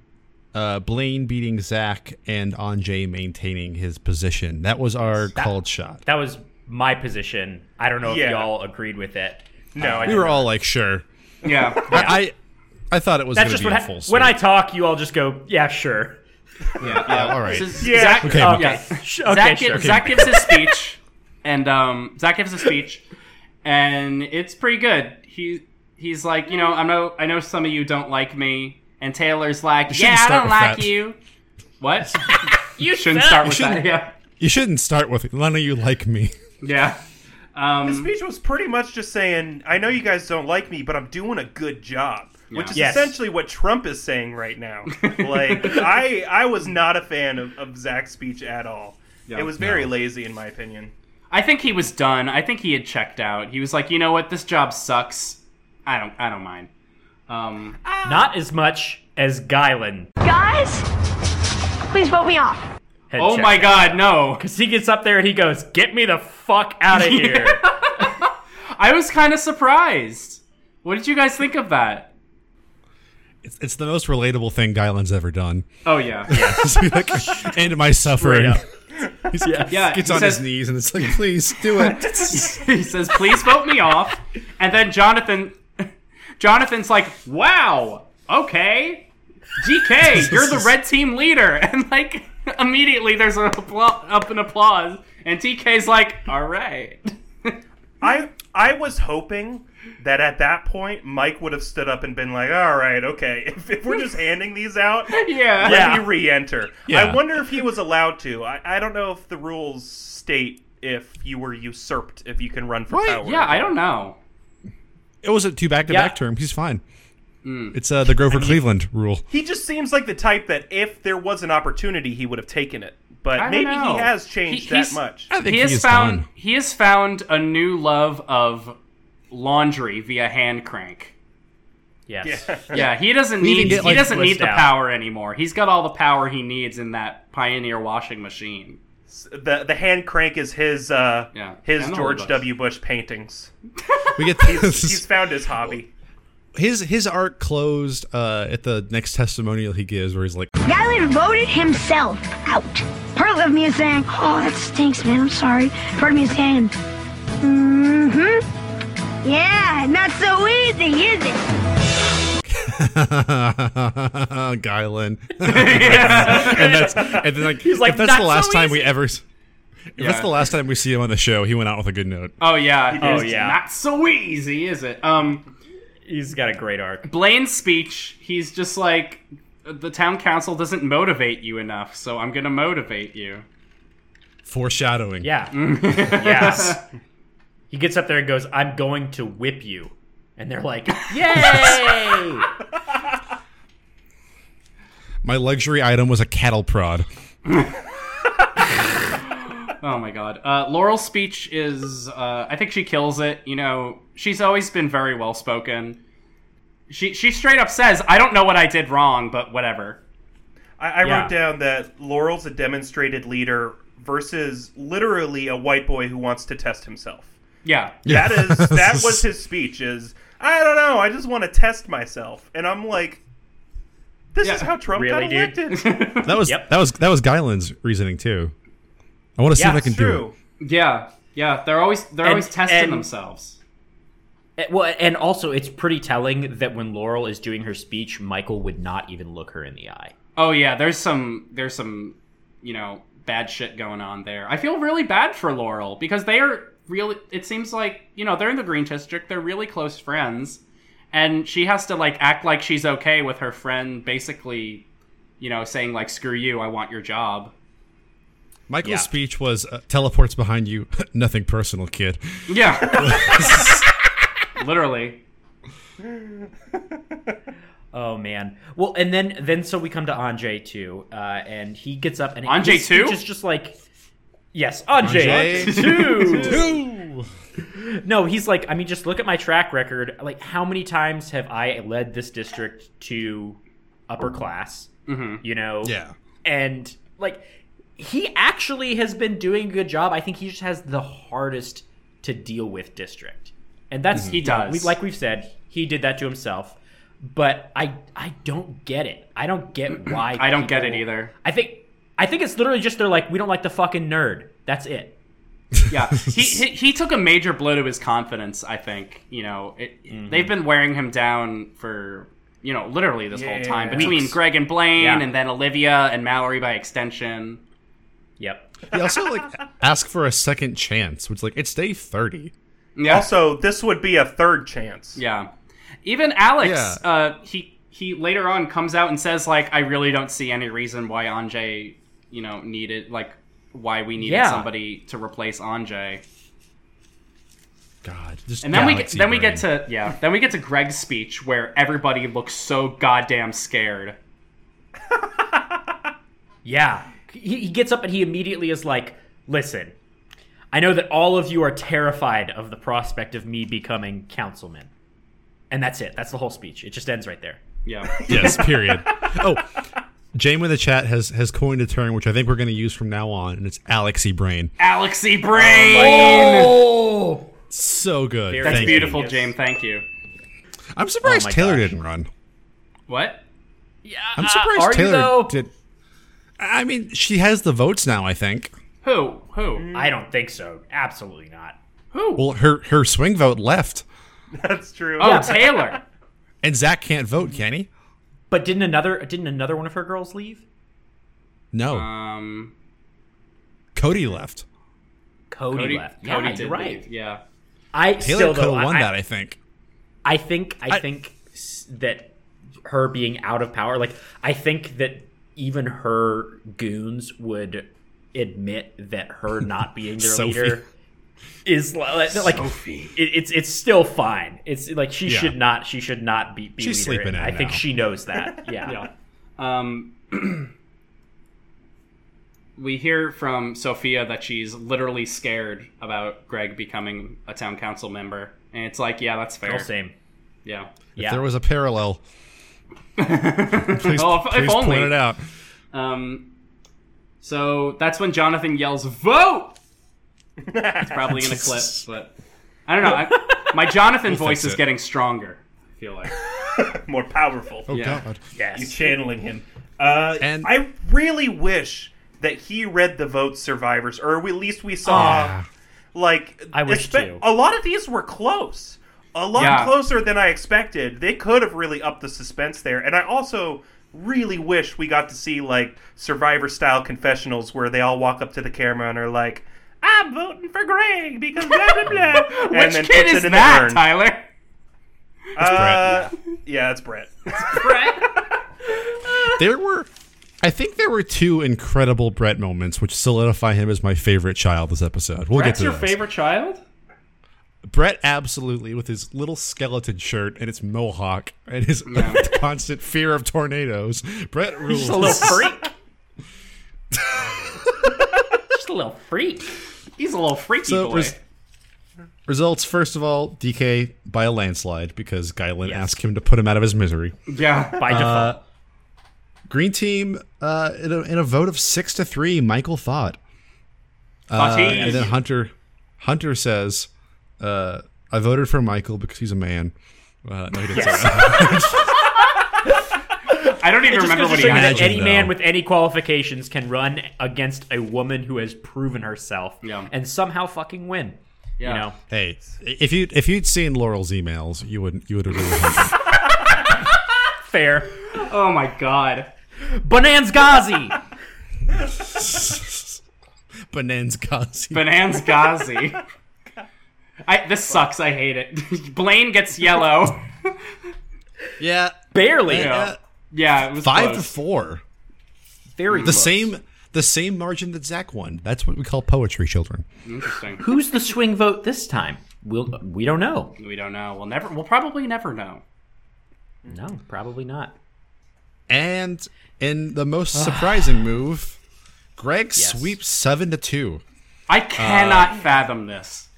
[SPEAKER 3] uh, Blaine beating Zach, and Anjay maintaining his position. That was our called shot.
[SPEAKER 5] That was my position. I don't know if
[SPEAKER 6] Yeah.
[SPEAKER 5] y'all agreed with it.
[SPEAKER 6] No, I
[SPEAKER 3] We were all like, sure.
[SPEAKER 4] yeah.
[SPEAKER 3] I I thought it was
[SPEAKER 5] That's
[SPEAKER 3] going to
[SPEAKER 5] just
[SPEAKER 3] be
[SPEAKER 5] what
[SPEAKER 3] a
[SPEAKER 5] ha-
[SPEAKER 3] full
[SPEAKER 5] when
[SPEAKER 3] sweep.
[SPEAKER 5] I talk, you all just go, "Yeah, sure."
[SPEAKER 4] Yeah. Yeah.
[SPEAKER 3] all right.
[SPEAKER 4] This is-
[SPEAKER 6] Yeah.
[SPEAKER 4] Zach,
[SPEAKER 3] Okay,
[SPEAKER 5] Okay,
[SPEAKER 4] yeah.
[SPEAKER 5] sh- okay,
[SPEAKER 4] Zach,
[SPEAKER 5] sure.
[SPEAKER 4] gi- Zach gives his speech, and um, Zach gives a speech, and it's pretty good. He he's like, you know, I know I know some of you don't like me, and Taylor's like,
[SPEAKER 3] shouldn't
[SPEAKER 4] yeah, I
[SPEAKER 3] start
[SPEAKER 4] don't
[SPEAKER 3] with
[SPEAKER 4] like
[SPEAKER 3] that.
[SPEAKER 4] you. What? you shouldn't start with that.
[SPEAKER 3] shouldn't.
[SPEAKER 4] Yeah,
[SPEAKER 3] you shouldn't start with none of you like me.
[SPEAKER 4] yeah. Um,
[SPEAKER 6] speech was pretty much just saying, "I know you guys don't like me, but I'm doing a good job," which is
[SPEAKER 5] Yes.
[SPEAKER 6] essentially what Trump is saying right now. like, I I was not a fan of, of Zach's speech at all. it was very lazy, in my opinion.
[SPEAKER 4] I think he was done. I think he had checked out. He was like, you know what, this job sucks. I don't I don't mind. Um,
[SPEAKER 5] Not as much as Guylin.
[SPEAKER 1] Guys, please vote me off.
[SPEAKER 5] had
[SPEAKER 4] oh
[SPEAKER 5] checked.
[SPEAKER 4] my god, no.
[SPEAKER 5] Because he gets up there and he goes, "Get me the fuck out of here."
[SPEAKER 4] I was kind of surprised. What did you guys think of that?
[SPEAKER 3] It's, it's the most relatable thing Guylin's ever done.
[SPEAKER 4] Oh yeah.
[SPEAKER 3] Just be like, End my suffering.
[SPEAKER 5] Straight
[SPEAKER 3] He's,
[SPEAKER 4] Yeah,
[SPEAKER 3] gets
[SPEAKER 4] he
[SPEAKER 3] on
[SPEAKER 4] says-
[SPEAKER 3] his knees and it's like, please do it.
[SPEAKER 4] he says, "Please vote me off." And then Jonathan, Jonathan's like, "Wow, okay, DK, you're the red team leader," and like immediately there's an appla- up an applause, and DK's like, "All right."
[SPEAKER 6] I I was hoping that at that point Mike would have stood up and been like, "All right, okay, if, if we're just handing these out,
[SPEAKER 4] Yeah.
[SPEAKER 6] let
[SPEAKER 5] Yeah.
[SPEAKER 6] me re-enter."
[SPEAKER 3] Yeah.
[SPEAKER 6] I wonder if he was allowed to. I, I don't know if the rules state if you were usurped if you can run for
[SPEAKER 3] What?
[SPEAKER 6] power.
[SPEAKER 4] Yeah, I don't know.
[SPEAKER 3] It wasn't two back to back
[SPEAKER 5] Yeah.
[SPEAKER 3] terms. He's fine. It's uh, the Grover Cleveland rule.
[SPEAKER 6] He just seems like the type that if there was an opportunity, he would have taken it.
[SPEAKER 4] I
[SPEAKER 6] But
[SPEAKER 4] don't
[SPEAKER 6] maybe
[SPEAKER 4] know.
[SPEAKER 6] he has changed
[SPEAKER 4] He-
[SPEAKER 6] that
[SPEAKER 4] he's-
[SPEAKER 6] much.
[SPEAKER 3] I think
[SPEAKER 4] He has
[SPEAKER 3] is
[SPEAKER 4] found
[SPEAKER 3] fine.
[SPEAKER 4] he has found a new love of laundry via hand crank.
[SPEAKER 5] yes.
[SPEAKER 4] Yeah, he doesn't
[SPEAKER 3] We even
[SPEAKER 4] need
[SPEAKER 3] get,
[SPEAKER 4] he
[SPEAKER 3] like,
[SPEAKER 4] doesn't need
[SPEAKER 5] list
[SPEAKER 4] the
[SPEAKER 5] out.
[SPEAKER 4] power anymore. He's got all the power he needs in that Pioneer washing machine.
[SPEAKER 6] The the hand crank is his uh
[SPEAKER 4] Yeah.
[SPEAKER 6] his
[SPEAKER 4] And the
[SPEAKER 6] George
[SPEAKER 4] Holy Ghost.
[SPEAKER 6] W. Bush paintings.
[SPEAKER 3] We get
[SPEAKER 6] He's found his hobby.
[SPEAKER 3] his his art closed uh, at the next testimonial he gives, where he's like,
[SPEAKER 1] Guylin voted himself out. Part of me is saying, oh, that stinks, man. I'm sorry. Part of me is saying, mm-hmm. Yeah, not so easy, is it?
[SPEAKER 3] Guylin, and that's and then
[SPEAKER 5] like,
[SPEAKER 3] like if that's
[SPEAKER 5] "Not
[SPEAKER 3] the last
[SPEAKER 5] so
[SPEAKER 3] time we
[SPEAKER 5] easy."
[SPEAKER 3] ever, s- if that's
[SPEAKER 4] Yeah.
[SPEAKER 3] the last time we see him on the show, he went out with a good note.
[SPEAKER 4] Oh yeah.
[SPEAKER 5] Oh,
[SPEAKER 4] It's
[SPEAKER 5] yeah.
[SPEAKER 4] Not so easy, is it? Um
[SPEAKER 5] He's got a great arc.
[SPEAKER 4] Blaine's speech, he's just like the town council doesn't motivate you enough, so I'm gonna motivate you.
[SPEAKER 3] Foreshadowing.
[SPEAKER 5] Yeah. yes. He gets up there and goes, "I'm going to whip you," and they're like, "Yay!"
[SPEAKER 3] My luxury item was a cattle prod.
[SPEAKER 4] Oh my god. Uh, Laurel's speech is uh, I think she kills it. You know, she's always been very well spoken. She she straight up says, I don't know what I did wrong, but whatever.
[SPEAKER 6] I, I
[SPEAKER 5] Yeah.
[SPEAKER 6] wrote down that Laurel's a demonstrated leader versus literally a white boy who wants to test himself.
[SPEAKER 4] Yeah.
[SPEAKER 6] That is that was his speech is I don't know, I just want to test myself. And I'm like this is
[SPEAKER 4] Yeah.
[SPEAKER 6] how Trump
[SPEAKER 5] Really,
[SPEAKER 6] got
[SPEAKER 5] dude?
[SPEAKER 6] elected.
[SPEAKER 3] That was
[SPEAKER 5] Yep.
[SPEAKER 3] that was that was Guylin's reasoning too. I want to see
[SPEAKER 5] Yeah,
[SPEAKER 3] if I can
[SPEAKER 6] It's true.
[SPEAKER 3] do it.
[SPEAKER 4] Yeah. Yeah. They're always they're
[SPEAKER 5] And-
[SPEAKER 4] always testing
[SPEAKER 5] and-
[SPEAKER 4] themselves.
[SPEAKER 5] Eh, Well, and also it's pretty telling that when Laurel is doing her speech, Michael would not even look her in the eye.
[SPEAKER 4] Oh yeah, there's some there's some you know bad shit going on there. I feel really bad for Laurel because they are really. It seems like you know they're in the Green District. They're really close friends, and she has to like act like she's okay with her friend basically, you know, saying like "screw you, I want your job."
[SPEAKER 3] Michael's
[SPEAKER 5] Yeah.
[SPEAKER 3] speech was uh, teleports behind you. Nothing personal, kid.
[SPEAKER 4] Yeah, literally.
[SPEAKER 5] Oh man. Well, and then then so we come to Anjay too, uh, and he gets up and
[SPEAKER 4] Anjay
[SPEAKER 5] his speech
[SPEAKER 4] too?
[SPEAKER 5] is just like, yes, Anjay,
[SPEAKER 3] Anjay
[SPEAKER 5] too.
[SPEAKER 3] Two.
[SPEAKER 5] No, he's like, I mean, just look at my track record. Like, how many times have I led this district to upper class?
[SPEAKER 4] Mhm.
[SPEAKER 5] You know,
[SPEAKER 3] Yeah.
[SPEAKER 5] and like he actually has been doing a good job. I think he just has the hardest to deal with district, and that's
[SPEAKER 4] He
[SPEAKER 5] you know,
[SPEAKER 4] does.
[SPEAKER 5] we- like we've said, he did that to himself. But I I don't get it. I don't get why.
[SPEAKER 4] I don't get it
[SPEAKER 5] people-
[SPEAKER 4] either.
[SPEAKER 5] I think I think it's literally just they're like we don't like the fucking nerd. That's it.
[SPEAKER 4] Yeah, he, he he took a major blow to his confidence. I think you know it, they've been wearing him down for you know literally this whole time
[SPEAKER 6] Yeah.
[SPEAKER 4] between
[SPEAKER 5] Weeks.
[SPEAKER 4] Greg and Blaine
[SPEAKER 5] Yeah.
[SPEAKER 4] and then Olivia and Mallory by extension.
[SPEAKER 5] Yep.
[SPEAKER 3] He also like ask for a second chance, which like it's day thirty.
[SPEAKER 4] Yeah,
[SPEAKER 6] Also, this would be a third chance.
[SPEAKER 4] yeah. Even Alex,
[SPEAKER 3] Yeah.
[SPEAKER 4] uh, he he later on comes out and says like, I really don't see any reason why Anjay, you know, needed like why we needed
[SPEAKER 5] Yeah.
[SPEAKER 4] somebody to replace Anjay.
[SPEAKER 3] God, just
[SPEAKER 4] And then we get,
[SPEAKER 3] galaxy
[SPEAKER 4] then we get
[SPEAKER 3] brain.
[SPEAKER 4] to yeah, then we get to Greg's speech where everybody looks so goddamn scared.
[SPEAKER 5] Yeah. He, he gets up and he immediately is like, listen, I know that all of you are terrified of the prospect of me becoming councilman. And that's it. That's the whole speech. It just ends right there.
[SPEAKER 4] Yeah.
[SPEAKER 3] yes. Period. Oh, Jamie in the chat has has coined a term which I think we're going to use from now on, and it's Alexy brain.
[SPEAKER 4] Alexy Brain.
[SPEAKER 5] Oh!
[SPEAKER 3] So good.
[SPEAKER 5] Very
[SPEAKER 4] That's
[SPEAKER 3] Thank you.
[SPEAKER 4] beautiful,
[SPEAKER 5] Yes.
[SPEAKER 4] James. Thank you.
[SPEAKER 3] I'm surprised
[SPEAKER 5] Oh my
[SPEAKER 3] Taylor
[SPEAKER 5] gosh.
[SPEAKER 3] didn't run.
[SPEAKER 4] What? Uh,
[SPEAKER 3] I'm surprised
[SPEAKER 5] are you,
[SPEAKER 3] Taylor
[SPEAKER 5] though?
[SPEAKER 3] did. I mean, she has the votes now. I think.
[SPEAKER 4] Who? Who?
[SPEAKER 5] I don't think so. Absolutely not.
[SPEAKER 4] Who?
[SPEAKER 3] Well, her her swing vote left,
[SPEAKER 6] That's true.
[SPEAKER 4] oh, Taylor.
[SPEAKER 3] and Zach can't vote, can he?
[SPEAKER 5] But didn't another didn't another one of her girls leave?
[SPEAKER 3] No,
[SPEAKER 4] Um,
[SPEAKER 3] Cody left.
[SPEAKER 5] Cody,
[SPEAKER 4] Cody.
[SPEAKER 5] left.
[SPEAKER 4] Cody
[SPEAKER 5] yeah,
[SPEAKER 4] did
[SPEAKER 5] you're right.
[SPEAKER 4] leave, Yeah.
[SPEAKER 5] I
[SPEAKER 3] Taylor
[SPEAKER 5] still
[SPEAKER 3] could
[SPEAKER 5] though,
[SPEAKER 3] have won
[SPEAKER 5] I,
[SPEAKER 3] that. I think.
[SPEAKER 5] I think I,
[SPEAKER 3] I-
[SPEAKER 5] think s- that her being out of power, like I think that even her goons would admit that her not being their
[SPEAKER 3] Sophie.
[SPEAKER 5] leader is li- like, like
[SPEAKER 4] Sophie.
[SPEAKER 5] it, it's it's still fine. It's like she
[SPEAKER 3] Yeah.
[SPEAKER 5] should not she should not be, be
[SPEAKER 3] She's
[SPEAKER 5] leader.
[SPEAKER 3] sleeping in
[SPEAKER 5] I think
[SPEAKER 3] now.
[SPEAKER 5] she knows that. Yeah.
[SPEAKER 4] Yeah. Um, we hear from Sophia that she's literally scared about Greg becoming a town council member, and it's like, yeah, that's fair.
[SPEAKER 5] All same.
[SPEAKER 4] Yeah.
[SPEAKER 5] Yeah.
[SPEAKER 3] There was a parallel. please
[SPEAKER 4] Oh, if- if
[SPEAKER 3] please
[SPEAKER 4] only.
[SPEAKER 3] point it out.
[SPEAKER 4] Um, so that's when Jonathan yells, "Vote!" It's probably in a clip, but I don't know. I, my Jonathan voice
[SPEAKER 3] fix
[SPEAKER 4] is
[SPEAKER 3] it.
[SPEAKER 4] getting stronger. I feel like.
[SPEAKER 6] More powerful.
[SPEAKER 3] Oh
[SPEAKER 4] Yeah.
[SPEAKER 3] God.
[SPEAKER 5] yes.
[SPEAKER 6] You channeling him. Uh,
[SPEAKER 3] And-
[SPEAKER 6] I really wish that he read the vote survivors, or at least we saw.
[SPEAKER 4] Ah.
[SPEAKER 6] Like
[SPEAKER 5] I wish
[SPEAKER 6] espe-
[SPEAKER 5] too.
[SPEAKER 6] A lot of these were close. A lot
[SPEAKER 4] Yeah.
[SPEAKER 6] closer than I expected. They could have really upped the suspense there. And I also really wish we got to see like survivor style confessionals where they all walk up to the camera and are like, I'm voting for Greg because blah blah blah and
[SPEAKER 4] Which kid
[SPEAKER 6] puts
[SPEAKER 4] is
[SPEAKER 6] it in
[SPEAKER 4] that,
[SPEAKER 6] the urn.
[SPEAKER 4] Tyler?
[SPEAKER 6] Uh, yeah, it's Brett.
[SPEAKER 3] There were, I think there were two incredible Brett moments, which solidify him as my favorite child this episode. We'll
[SPEAKER 4] Brett's
[SPEAKER 3] get to
[SPEAKER 4] your
[SPEAKER 3] those.
[SPEAKER 4] favorite child?
[SPEAKER 3] Brett absolutely with his little skeleton shirt and its mohawk and his constant fear of tornadoes. Brett rules.
[SPEAKER 5] Just a little freak. just a little freak.
[SPEAKER 4] He's a little freaky
[SPEAKER 3] So,
[SPEAKER 4] boy.
[SPEAKER 3] res- results first of all, DK by a landslide because Guylin asked him to put him out of his misery.
[SPEAKER 4] yeah.
[SPEAKER 3] uh,
[SPEAKER 5] By default.
[SPEAKER 3] Green team uh, in, a, in a vote of six to three. Michael thought. Uh, and then Hunter, Hunter says, uh, "I voted for Michael because he's a man." Uh, no, he didn't say that.
[SPEAKER 4] I don't even remember
[SPEAKER 5] Just
[SPEAKER 4] what
[SPEAKER 5] goes to
[SPEAKER 4] he
[SPEAKER 5] show you
[SPEAKER 4] had.
[SPEAKER 5] that
[SPEAKER 3] Imagine,
[SPEAKER 5] any man
[SPEAKER 3] though.
[SPEAKER 5] with any qualifications can run against a woman who has proven herself
[SPEAKER 4] Yeah.
[SPEAKER 5] and somehow fucking win.
[SPEAKER 4] Yeah.
[SPEAKER 5] You know,
[SPEAKER 3] Hey, if you if you'd seen Laurel's emails, you wouldn't you would have really.
[SPEAKER 5] fair.
[SPEAKER 4] Oh my god.
[SPEAKER 5] Bonanzgazi.
[SPEAKER 3] Bonanza Gazi.
[SPEAKER 4] Bonanza Ghazi. I, this sucks. I hate it. Blaine gets yellow.
[SPEAKER 3] yeah,
[SPEAKER 5] Barely.
[SPEAKER 4] Yeah. Yeah, it was
[SPEAKER 3] Uh, five to
[SPEAKER 4] close.
[SPEAKER 3] four.
[SPEAKER 5] Very
[SPEAKER 3] The same the same margin that Zach won. That's what we call poetry, children.
[SPEAKER 4] Interesting.
[SPEAKER 5] Who's the swing vote this time? We'll, we don't know.
[SPEAKER 4] We don't know. We'll never. We'll probably never know.
[SPEAKER 5] No, probably not.
[SPEAKER 3] And in the most surprising move, Greg sweeps seven to two.
[SPEAKER 4] I cannot fathom this.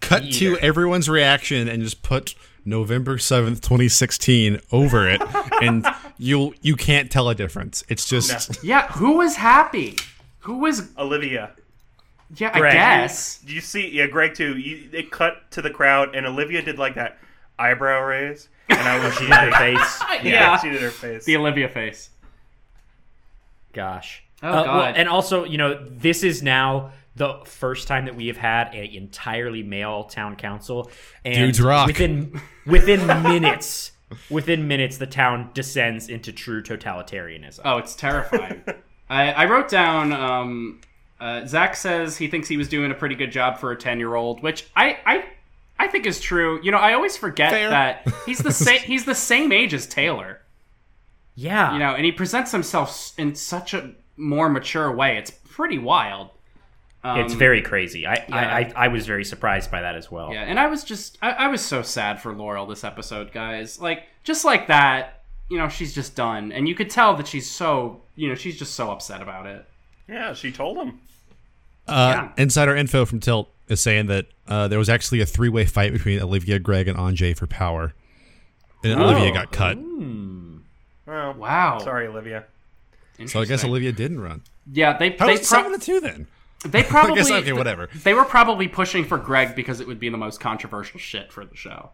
[SPEAKER 3] Cut to everyone's reaction and just put November seventh, twenty sixteen, over it, and you you can't tell a difference. It's just
[SPEAKER 4] Yeah, who was happy? Who was?
[SPEAKER 6] Olivia.
[SPEAKER 4] Yeah, I
[SPEAKER 6] Greg, you-
[SPEAKER 4] guess.
[SPEAKER 6] You, see, yeah, Greg too. You, it cut to the crowd, and Olivia did like that eyebrow raise, and I was
[SPEAKER 5] Her
[SPEAKER 6] like,
[SPEAKER 5] face.
[SPEAKER 6] yeah, she did her face.
[SPEAKER 4] The Olivia face.
[SPEAKER 5] Gosh. Uh,
[SPEAKER 4] Oh,
[SPEAKER 5] well,
[SPEAKER 4] God.
[SPEAKER 5] and also, you know, this is now the first time that we have had an entirely male town council. And
[SPEAKER 3] Dudes rock.
[SPEAKER 5] Within within minutes, within minutes, the town descends into true totalitarianism.
[SPEAKER 4] Oh, it's terrifying. I, I wrote down. Um, uh, Zach says he thinks he was doing a pretty good job for a ten-year-old, which I, I I think is true. You know, I always forget
[SPEAKER 3] Fair.
[SPEAKER 4] that he's the same. He's the same age as Taylor.
[SPEAKER 5] yeah.
[SPEAKER 4] You know, and he presents himself s- in such a more mature way. It's pretty wild. Um,
[SPEAKER 5] it's very crazy. I,
[SPEAKER 4] yeah.
[SPEAKER 5] I, I I was very surprised by that as well.
[SPEAKER 4] Yeah, and I was just I, I was so sad for Laurel this episode, guys. Like just like that, you know, she's just done, and you could tell that she's so you know she's just so upset about it.
[SPEAKER 6] yeah, she told him.
[SPEAKER 3] uh, insider info from Tilt is saying that uh, there was actually a three way fight between Olivia, Greg, and Anjay for power, and
[SPEAKER 5] Oh.
[SPEAKER 3] Olivia got cut.
[SPEAKER 6] Well,
[SPEAKER 4] Wow.
[SPEAKER 6] Sorry, Olivia.
[SPEAKER 3] So I guess
[SPEAKER 4] Interesting.
[SPEAKER 3] Olivia didn't run.
[SPEAKER 4] Yeah, they
[SPEAKER 3] How
[SPEAKER 4] they,
[SPEAKER 3] was it
[SPEAKER 4] pro-
[SPEAKER 3] seven to two then?
[SPEAKER 4] they probably
[SPEAKER 3] I guess okay, whatever.
[SPEAKER 4] They were probably pushing for Greg because it would be the most controversial shit for the show.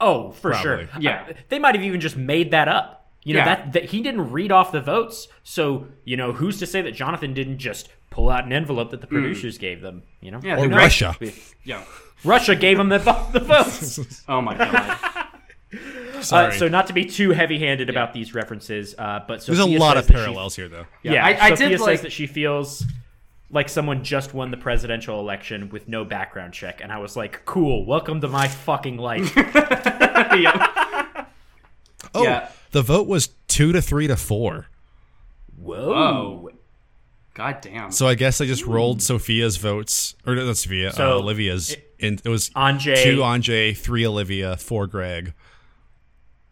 [SPEAKER 5] Oh, for
[SPEAKER 3] Probably.
[SPEAKER 5] sure.
[SPEAKER 4] Yeah.
[SPEAKER 5] I- they might have even just made that up. You know,
[SPEAKER 4] Yeah.
[SPEAKER 5] that, that he didn't read off the votes. So, you know, who's to say that Jonathan didn't just pull out an envelope that the producers gave them, you know?
[SPEAKER 4] Hmm. Yeah,
[SPEAKER 3] Or
[SPEAKER 4] the Greg-
[SPEAKER 3] Russia.
[SPEAKER 4] Yeah.
[SPEAKER 5] Russia gave him the, vo- the votes.
[SPEAKER 4] Oh my god.
[SPEAKER 5] Uh,
[SPEAKER 3] Sorry,
[SPEAKER 5] so not to be too heavy-handed about these references, uh, but
[SPEAKER 3] there's a
[SPEAKER 5] Sophia
[SPEAKER 3] lot
[SPEAKER 5] says
[SPEAKER 3] of
[SPEAKER 5] that she-
[SPEAKER 3] parallels here though.
[SPEAKER 5] yeah,
[SPEAKER 4] I- I did
[SPEAKER 5] Sophia
[SPEAKER 4] like-
[SPEAKER 5] says that she feels like someone just won the presidential election with no background check, and I was like, "Cool, welcome to my fucking life."
[SPEAKER 4] yeah.
[SPEAKER 3] Oh,
[SPEAKER 4] Yeah.
[SPEAKER 3] the vote was two to three to four.
[SPEAKER 5] Whoa.
[SPEAKER 4] Whoa. God damn.
[SPEAKER 3] So I guess they just rolled Sophia's votes, or no, not Sophia, uh,
[SPEAKER 5] So,
[SPEAKER 3] Olivia's. It, and it was
[SPEAKER 5] Anjay-
[SPEAKER 3] two Anjay, three Olivia, four Greg.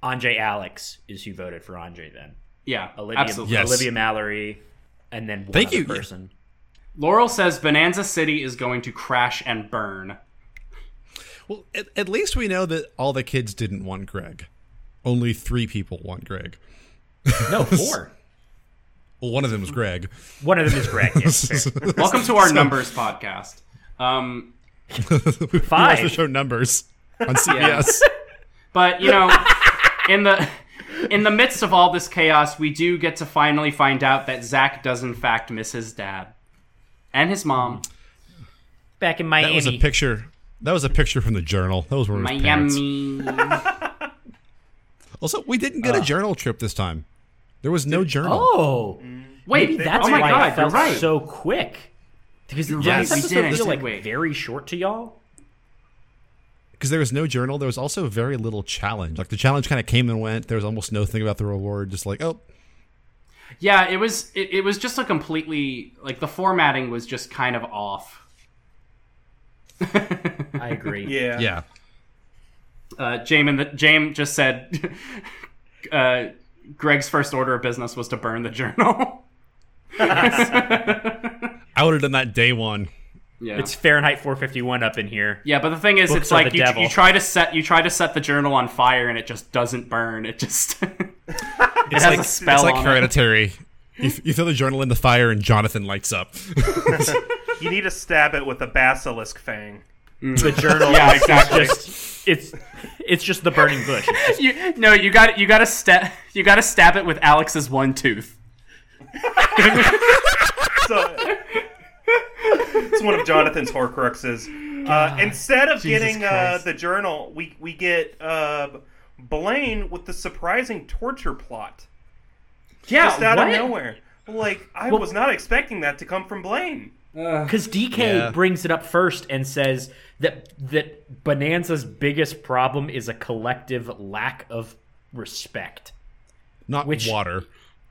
[SPEAKER 5] Anjay Alex is who voted for Anjay then.
[SPEAKER 4] yeah.
[SPEAKER 5] Olivia,
[SPEAKER 4] absolutely.
[SPEAKER 3] Yes.
[SPEAKER 5] Olivia Mallory, and then one
[SPEAKER 3] Thank
[SPEAKER 5] other
[SPEAKER 3] you.
[SPEAKER 5] person.
[SPEAKER 4] Laurel says Bonanza City is going to crash and burn.
[SPEAKER 3] Well, at, at least we know that all the kids didn't want Greg. Only three people want Greg.
[SPEAKER 5] No, four.
[SPEAKER 3] Well, one of them was Greg.
[SPEAKER 5] One of them is Greg. Yes, fair.
[SPEAKER 4] Welcome to our numbers podcast. Um,
[SPEAKER 3] Watch the
[SPEAKER 5] Five.
[SPEAKER 3] show numbers on CBS.
[SPEAKER 4] but you know, in the in the midst of all this chaos, we do get to finally find out that Zach does in fact miss his dad and his mom.
[SPEAKER 5] Back in Miami.
[SPEAKER 3] That was a picture. That was a picture from the journal. That was one of his parents.
[SPEAKER 4] Miami.
[SPEAKER 3] Also, we didn't get a journal trip this time. There was no journal.
[SPEAKER 5] Oh,
[SPEAKER 4] Wait,
[SPEAKER 5] maybe that's
[SPEAKER 4] oh my
[SPEAKER 5] why
[SPEAKER 4] god,
[SPEAKER 5] it
[SPEAKER 4] you're
[SPEAKER 5] felt
[SPEAKER 4] right.
[SPEAKER 5] so quick. Because
[SPEAKER 4] You're
[SPEAKER 5] did
[SPEAKER 4] right,
[SPEAKER 5] this
[SPEAKER 4] we
[SPEAKER 5] episode
[SPEAKER 4] didn't.
[SPEAKER 5] feel like
[SPEAKER 4] Wait.
[SPEAKER 5] very short to y'all?
[SPEAKER 3] because there was no journal. There was also very little challenge. Like the challenge kind of came and went. There was almost no thing about the reward. Just like, oh,
[SPEAKER 4] yeah, it was it, it was just a completely like the formatting was just kind of off.
[SPEAKER 5] I agree.
[SPEAKER 6] Yeah.
[SPEAKER 3] yeah,
[SPEAKER 4] Uh, Jamin, the, Jame just said uh, Greg's first order of business was to burn the journal.
[SPEAKER 3] I would have done that day one.
[SPEAKER 4] yeah.
[SPEAKER 5] It's Fahrenheit 451 up in here.
[SPEAKER 4] Yeah, but the thing is,
[SPEAKER 5] Books
[SPEAKER 4] it's
[SPEAKER 5] are
[SPEAKER 4] like
[SPEAKER 5] the
[SPEAKER 4] you,
[SPEAKER 5] devil.
[SPEAKER 4] you try to set you try to set the journal on fire and it just doesn't burn. It just it has a spell
[SPEAKER 3] it's like
[SPEAKER 4] on it.
[SPEAKER 3] hereditary. you, f- you throw the journal in the fire and Jonathan lights up.
[SPEAKER 6] You need to stab it with a basilisk fang.
[SPEAKER 5] The journal
[SPEAKER 4] Yeah,
[SPEAKER 5] is
[SPEAKER 4] exactly.
[SPEAKER 5] just it's it's just the burning bush. It's just-
[SPEAKER 4] You, no, you got you got to stab you got to stab it with Alex's one tooth.
[SPEAKER 6] So it's one of Jonathan's Horcruxes. Uh, instead of getting uh,
[SPEAKER 4] Christ.
[SPEAKER 6] the journal, we we get uh, Blaine with the surprising torture plot
[SPEAKER 4] Yeah,
[SPEAKER 6] just out
[SPEAKER 4] what?
[SPEAKER 6] of nowhere. Like I was not expecting that to come from Blaine.
[SPEAKER 5] Because DK
[SPEAKER 3] Yeah.
[SPEAKER 5] brings it up first and says that that Bonanza's biggest problem is a collective lack of respect.
[SPEAKER 3] Not
[SPEAKER 5] Which-
[SPEAKER 3] water.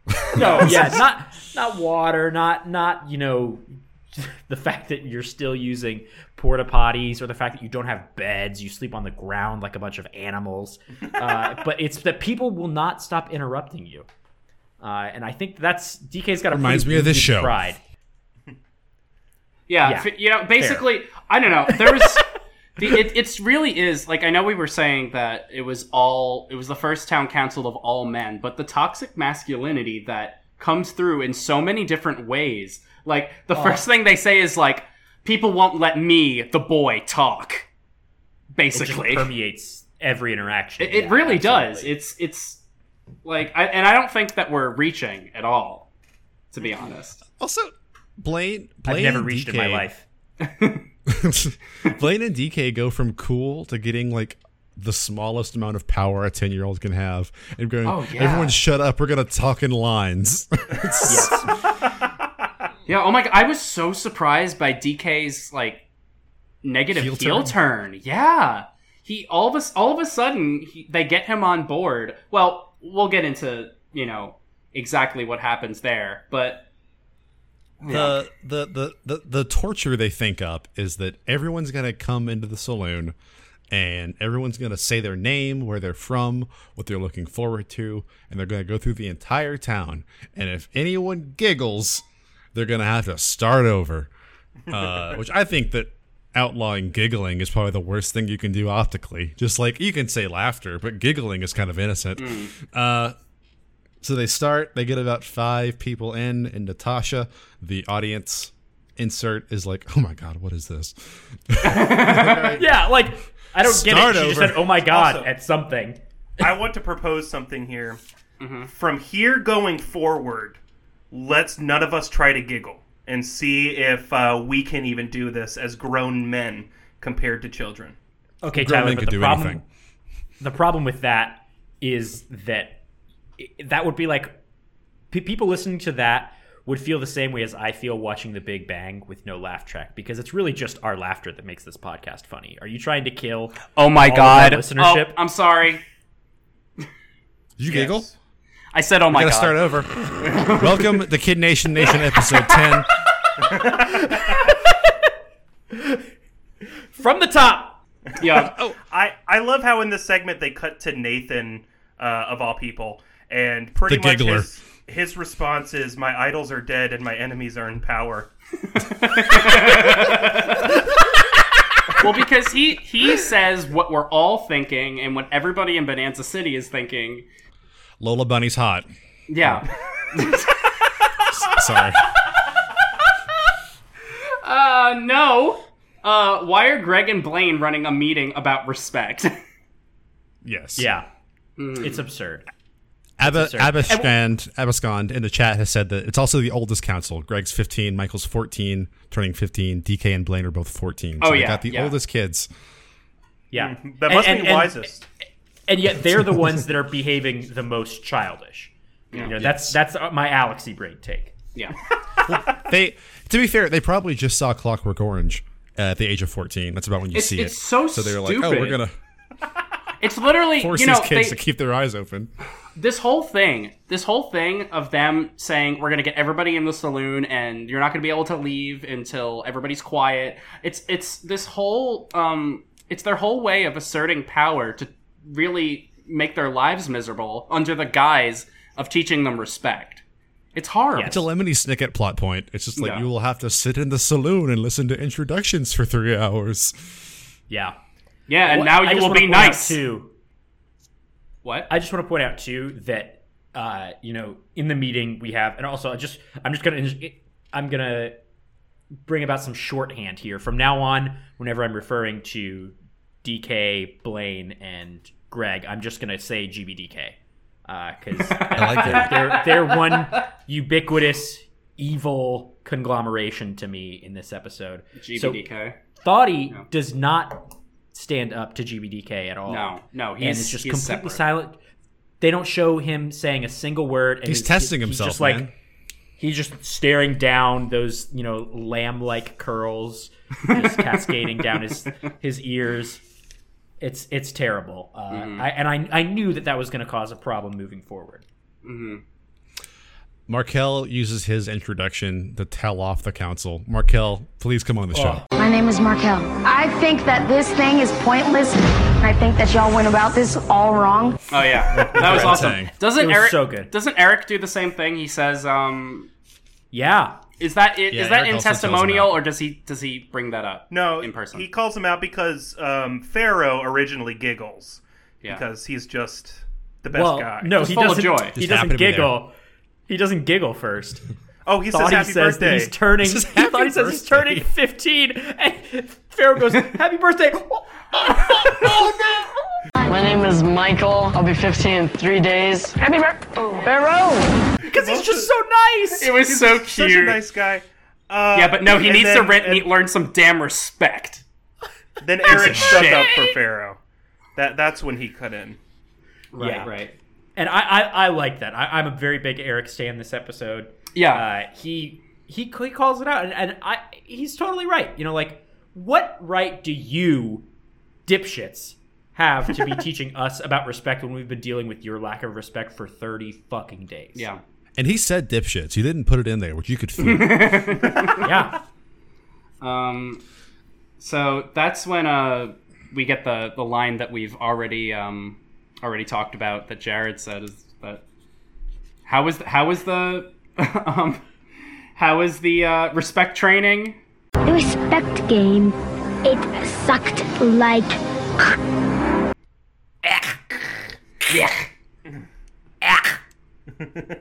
[SPEAKER 5] No, yeah, not not water, not not you know the fact that you're still using porta potties or the fact that you don't have beds, you sleep on the ground like a bunch of animals. Uh, but it's that people will not stop interrupting you. Uh, and I think that's DK's got a
[SPEAKER 3] Reminds
[SPEAKER 5] pretty
[SPEAKER 3] me of this
[SPEAKER 5] bougie
[SPEAKER 3] show.
[SPEAKER 5] Pride.
[SPEAKER 4] Yeah,
[SPEAKER 5] Yeah.
[SPEAKER 4] f- you know, basically, I don't know. There was the, it. It's really is like I know we were saying that it was all it was the first town council of all men, but the toxic masculinity that comes through in so many different ways. Like the
[SPEAKER 5] Oh.
[SPEAKER 4] first thing they say is like, "People won't let me, the boy,
[SPEAKER 5] It
[SPEAKER 4] talk."
[SPEAKER 5] just
[SPEAKER 4] Basically,
[SPEAKER 5] permeates every interaction.
[SPEAKER 4] It, it
[SPEAKER 5] Yeah,
[SPEAKER 4] really does.
[SPEAKER 5] absolutely.
[SPEAKER 4] It's it's like, I, and I don't think that we're reaching at all, to be honest.
[SPEAKER 3] Also, Blaine, Blaine
[SPEAKER 5] I've never
[SPEAKER 3] and
[SPEAKER 5] reached
[SPEAKER 3] DK,
[SPEAKER 5] in my life.
[SPEAKER 3] Blaine and DK go from cool to getting like the smallest amount of power a 10 year old can have and going,
[SPEAKER 4] Oh, yeah.
[SPEAKER 3] everyone shut up. We're going to talk in lines.
[SPEAKER 4] Yeah. Oh my! God, I was so surprised by DK's like negative heel,
[SPEAKER 3] Heel
[SPEAKER 4] turn. Yeah. He all of a all of a sudden he, they get him on board. Well, we'll get into you know exactly what happens there, but
[SPEAKER 3] the, the, the, the, the torture they think up is that everyone's going to come into the saloon and everyone's going to say their name, where they're from, what they're looking forward to, and they're going to go through the entire town. And if anyone giggles, they're going to have to start over. Uh, which I think that outlawing giggling is probably the worst thing you can do optically. Just like you can say laughter, but giggling is kind of innocent. Uh, so they start, they get about five people in, and Natasha, the audience insert, is like, oh my God, what is this?
[SPEAKER 5] Yeah, like I don't
[SPEAKER 3] Start
[SPEAKER 5] get it. She just
[SPEAKER 3] over.
[SPEAKER 5] said, "Oh my god,"
[SPEAKER 6] Also-
[SPEAKER 5] at something.
[SPEAKER 6] I want to propose something here. From here going forward, let's none of us try to giggle and see if uh, we can even do this as grown men compared to children.
[SPEAKER 5] Okay,
[SPEAKER 3] Grown
[SPEAKER 5] Tyler,
[SPEAKER 3] men
[SPEAKER 5] but
[SPEAKER 3] could
[SPEAKER 5] the
[SPEAKER 3] do
[SPEAKER 5] problem
[SPEAKER 3] anything.
[SPEAKER 5] the problem with that is that it, that would be like pe people listening to that would feel the same way as I feel watching The Big Bang with no laugh track because it's really just our laughter that makes this podcast funny. Are you trying to kill?
[SPEAKER 4] oh my
[SPEAKER 5] God. listenership.
[SPEAKER 4] I'm sorry.
[SPEAKER 3] Did you giggle?
[SPEAKER 6] Yes.
[SPEAKER 4] I said, oh my
[SPEAKER 3] I
[SPEAKER 4] god.
[SPEAKER 3] gotta start over. Welcome to Kid Nation Nation episode 10.
[SPEAKER 5] From the top,
[SPEAKER 4] Yeah.
[SPEAKER 6] I, I love how in this segment they cut to Nathan, uh, of all people, and pretty
[SPEAKER 3] The
[SPEAKER 6] much
[SPEAKER 3] giggler.
[SPEAKER 6] his, his response is, My idols are dead and my enemies are in power.
[SPEAKER 4] well, because he he says what we're all thinking and what everybody in Bonanza City is thinking.
[SPEAKER 3] Lola Bunny's hot.
[SPEAKER 4] Yeah.
[SPEAKER 3] Sorry.
[SPEAKER 4] Uh, no. Uh, why are Greg and Blaine running a meeting about respect?
[SPEAKER 3] Yes.
[SPEAKER 5] yeah,
[SPEAKER 4] Mm.
[SPEAKER 5] it's absurd.
[SPEAKER 3] Abba,
[SPEAKER 5] absurd.
[SPEAKER 3] Abashkand, Abascond in the chat has said that it's also the oldest council. Greg's 15, Michael's 14, turning 15. DK and Blaine are both 14. So
[SPEAKER 4] Oh,
[SPEAKER 3] they
[SPEAKER 4] yeah,
[SPEAKER 3] got the
[SPEAKER 4] yeah.
[SPEAKER 3] oldest kids.
[SPEAKER 5] Yeah,
[SPEAKER 4] Mm.
[SPEAKER 6] That must
[SPEAKER 5] And- and-
[SPEAKER 6] be
[SPEAKER 5] and-
[SPEAKER 6] wisest.
[SPEAKER 5] and yet they're the ones that are behaving the most childish. You know, that's that's uh, my Alexi brain take.
[SPEAKER 4] yeah.
[SPEAKER 3] They, to be fair, they probably just saw Clockwork Orange at the age of 14. That's about when you
[SPEAKER 4] It's-
[SPEAKER 3] see
[SPEAKER 4] it's
[SPEAKER 3] it.
[SPEAKER 4] so
[SPEAKER 3] so they're like, oh,
[SPEAKER 4] stupid.
[SPEAKER 3] we're going to
[SPEAKER 4] It's literally
[SPEAKER 3] force
[SPEAKER 4] you know
[SPEAKER 3] these kids
[SPEAKER 4] they-
[SPEAKER 3] to keep their eyes open.
[SPEAKER 4] this whole thing, this whole thing of them saying we're gonna get everybody in the saloon and you're not gonna be able to leave until everybody's quiet. It's it's this whole um it's their whole way of asserting power to really make their lives miserable under the guise of teaching them respect. It's hard.
[SPEAKER 5] Yes.
[SPEAKER 3] It's a Lemony Snicket plot point. It's just like
[SPEAKER 4] Yeah.
[SPEAKER 3] you will have to sit in the saloon and listen to introductions for three hours.
[SPEAKER 5] Yeah,
[SPEAKER 4] Yeah, and
[SPEAKER 5] Well,
[SPEAKER 4] now
[SPEAKER 5] I
[SPEAKER 4] you
[SPEAKER 5] just
[SPEAKER 4] will
[SPEAKER 5] wanna
[SPEAKER 4] be
[SPEAKER 5] point out,
[SPEAKER 4] nice.
[SPEAKER 5] too.
[SPEAKER 4] What?
[SPEAKER 5] I just want to point out too that uh, you know in the meeting we have, and also I just I'm just gonna I'm gonna bring about some shorthand here from now on. Whenever I'm referring to DK, Blaine, and Greg, I'm just gonna say GBDK because
[SPEAKER 3] I like it.
[SPEAKER 5] uh, they're they're one ubiquitous evil conglomeration to me in this episode. So
[SPEAKER 4] GBDK.
[SPEAKER 5] Thoughty does not stand up to GBDK at all.
[SPEAKER 4] no, no, he's
[SPEAKER 5] Oh. and it's just
[SPEAKER 4] he's
[SPEAKER 5] completely
[SPEAKER 4] separate.
[SPEAKER 5] silent. They don't show him saying a single word. And
[SPEAKER 3] He's
[SPEAKER 5] he-
[SPEAKER 3] testing himself,
[SPEAKER 5] He's just like
[SPEAKER 3] man.
[SPEAKER 5] he's just staring down those you know lamb-like curls, just cascading down his his ears. It's it's terrible, uh,
[SPEAKER 3] Mm-hmm.
[SPEAKER 5] I, and I I knew that that was going to cause a problem moving forward.
[SPEAKER 3] Markel uses his introduction to tell off the council. Markel, please come on the show.
[SPEAKER 1] My name is Markel. I think that this thing is pointless. I think that y'all went about this all wrong.
[SPEAKER 4] Oh yeah, that was awesome.
[SPEAKER 3] Tang.
[SPEAKER 4] Doesn't
[SPEAKER 5] It was
[SPEAKER 4] Eric?
[SPEAKER 5] so good.
[SPEAKER 4] Doesn't Eric do the same thing? He says, um,
[SPEAKER 5] Yeah.
[SPEAKER 4] "Is that i- is
[SPEAKER 3] Yeah,
[SPEAKER 4] that
[SPEAKER 3] Eric
[SPEAKER 4] in
[SPEAKER 3] also tells him
[SPEAKER 4] testimonial,
[SPEAKER 3] that.
[SPEAKER 4] or does he does he bring that up?
[SPEAKER 6] No,
[SPEAKER 4] in person.
[SPEAKER 6] He calls him out because um, Pharaoh originally giggles
[SPEAKER 4] Yeah.
[SPEAKER 6] because he's just the best
[SPEAKER 5] Well,
[SPEAKER 6] guy.
[SPEAKER 5] no,
[SPEAKER 4] Just
[SPEAKER 5] he
[SPEAKER 4] full of
[SPEAKER 5] doesn't.
[SPEAKER 4] joy.
[SPEAKER 5] He
[SPEAKER 3] Just
[SPEAKER 5] doesn't
[SPEAKER 3] happy to be there.
[SPEAKER 5] giggle. He doesn't giggle first.
[SPEAKER 6] Oh, he says
[SPEAKER 5] Thought he
[SPEAKER 6] happy
[SPEAKER 5] says that
[SPEAKER 6] birthday.
[SPEAKER 5] he's turning. He
[SPEAKER 3] This is
[SPEAKER 5] thought
[SPEAKER 3] happy
[SPEAKER 5] he says he's
[SPEAKER 3] birthday.
[SPEAKER 5] turning fifteen, and Pharaoh goes, "Happy birthday!"
[SPEAKER 6] Oh,
[SPEAKER 7] My name is Michael. I'll be 15 in three days. Happy birthday!
[SPEAKER 5] Because he's just so nice.
[SPEAKER 4] it was so cute.
[SPEAKER 6] Oh, Such a nice guy. Uh,
[SPEAKER 4] yeah, but no, he
[SPEAKER 6] and
[SPEAKER 4] needs
[SPEAKER 6] then-
[SPEAKER 4] to rent,
[SPEAKER 6] and
[SPEAKER 4] and learn some damn respect.
[SPEAKER 6] Then Eric stuck
[SPEAKER 4] shit.
[SPEAKER 6] up for Pharaoh. That that's when he cut in.
[SPEAKER 4] Right,
[SPEAKER 5] Yeah.
[SPEAKER 4] right.
[SPEAKER 5] And I, I, I like that. I, I'm a very big Eric Stan this episode.
[SPEAKER 4] Yeah,
[SPEAKER 5] Uh, he, he, he calls it out, and, and I, he's totally right. You know, like, what right do you, dipshits, have to be teaching us about respect when we've been dealing with your lack of respect for 30 fucking days?
[SPEAKER 4] yeah.
[SPEAKER 3] And he said dipshits. He didn't put it in there, which you could feel.
[SPEAKER 5] Yeah.
[SPEAKER 4] Um, so that's when uh we get the the line that we've already um already talked about that Jared said is that how is the, how is the um how is the uh, respect training?
[SPEAKER 1] The respect game, it sucked like.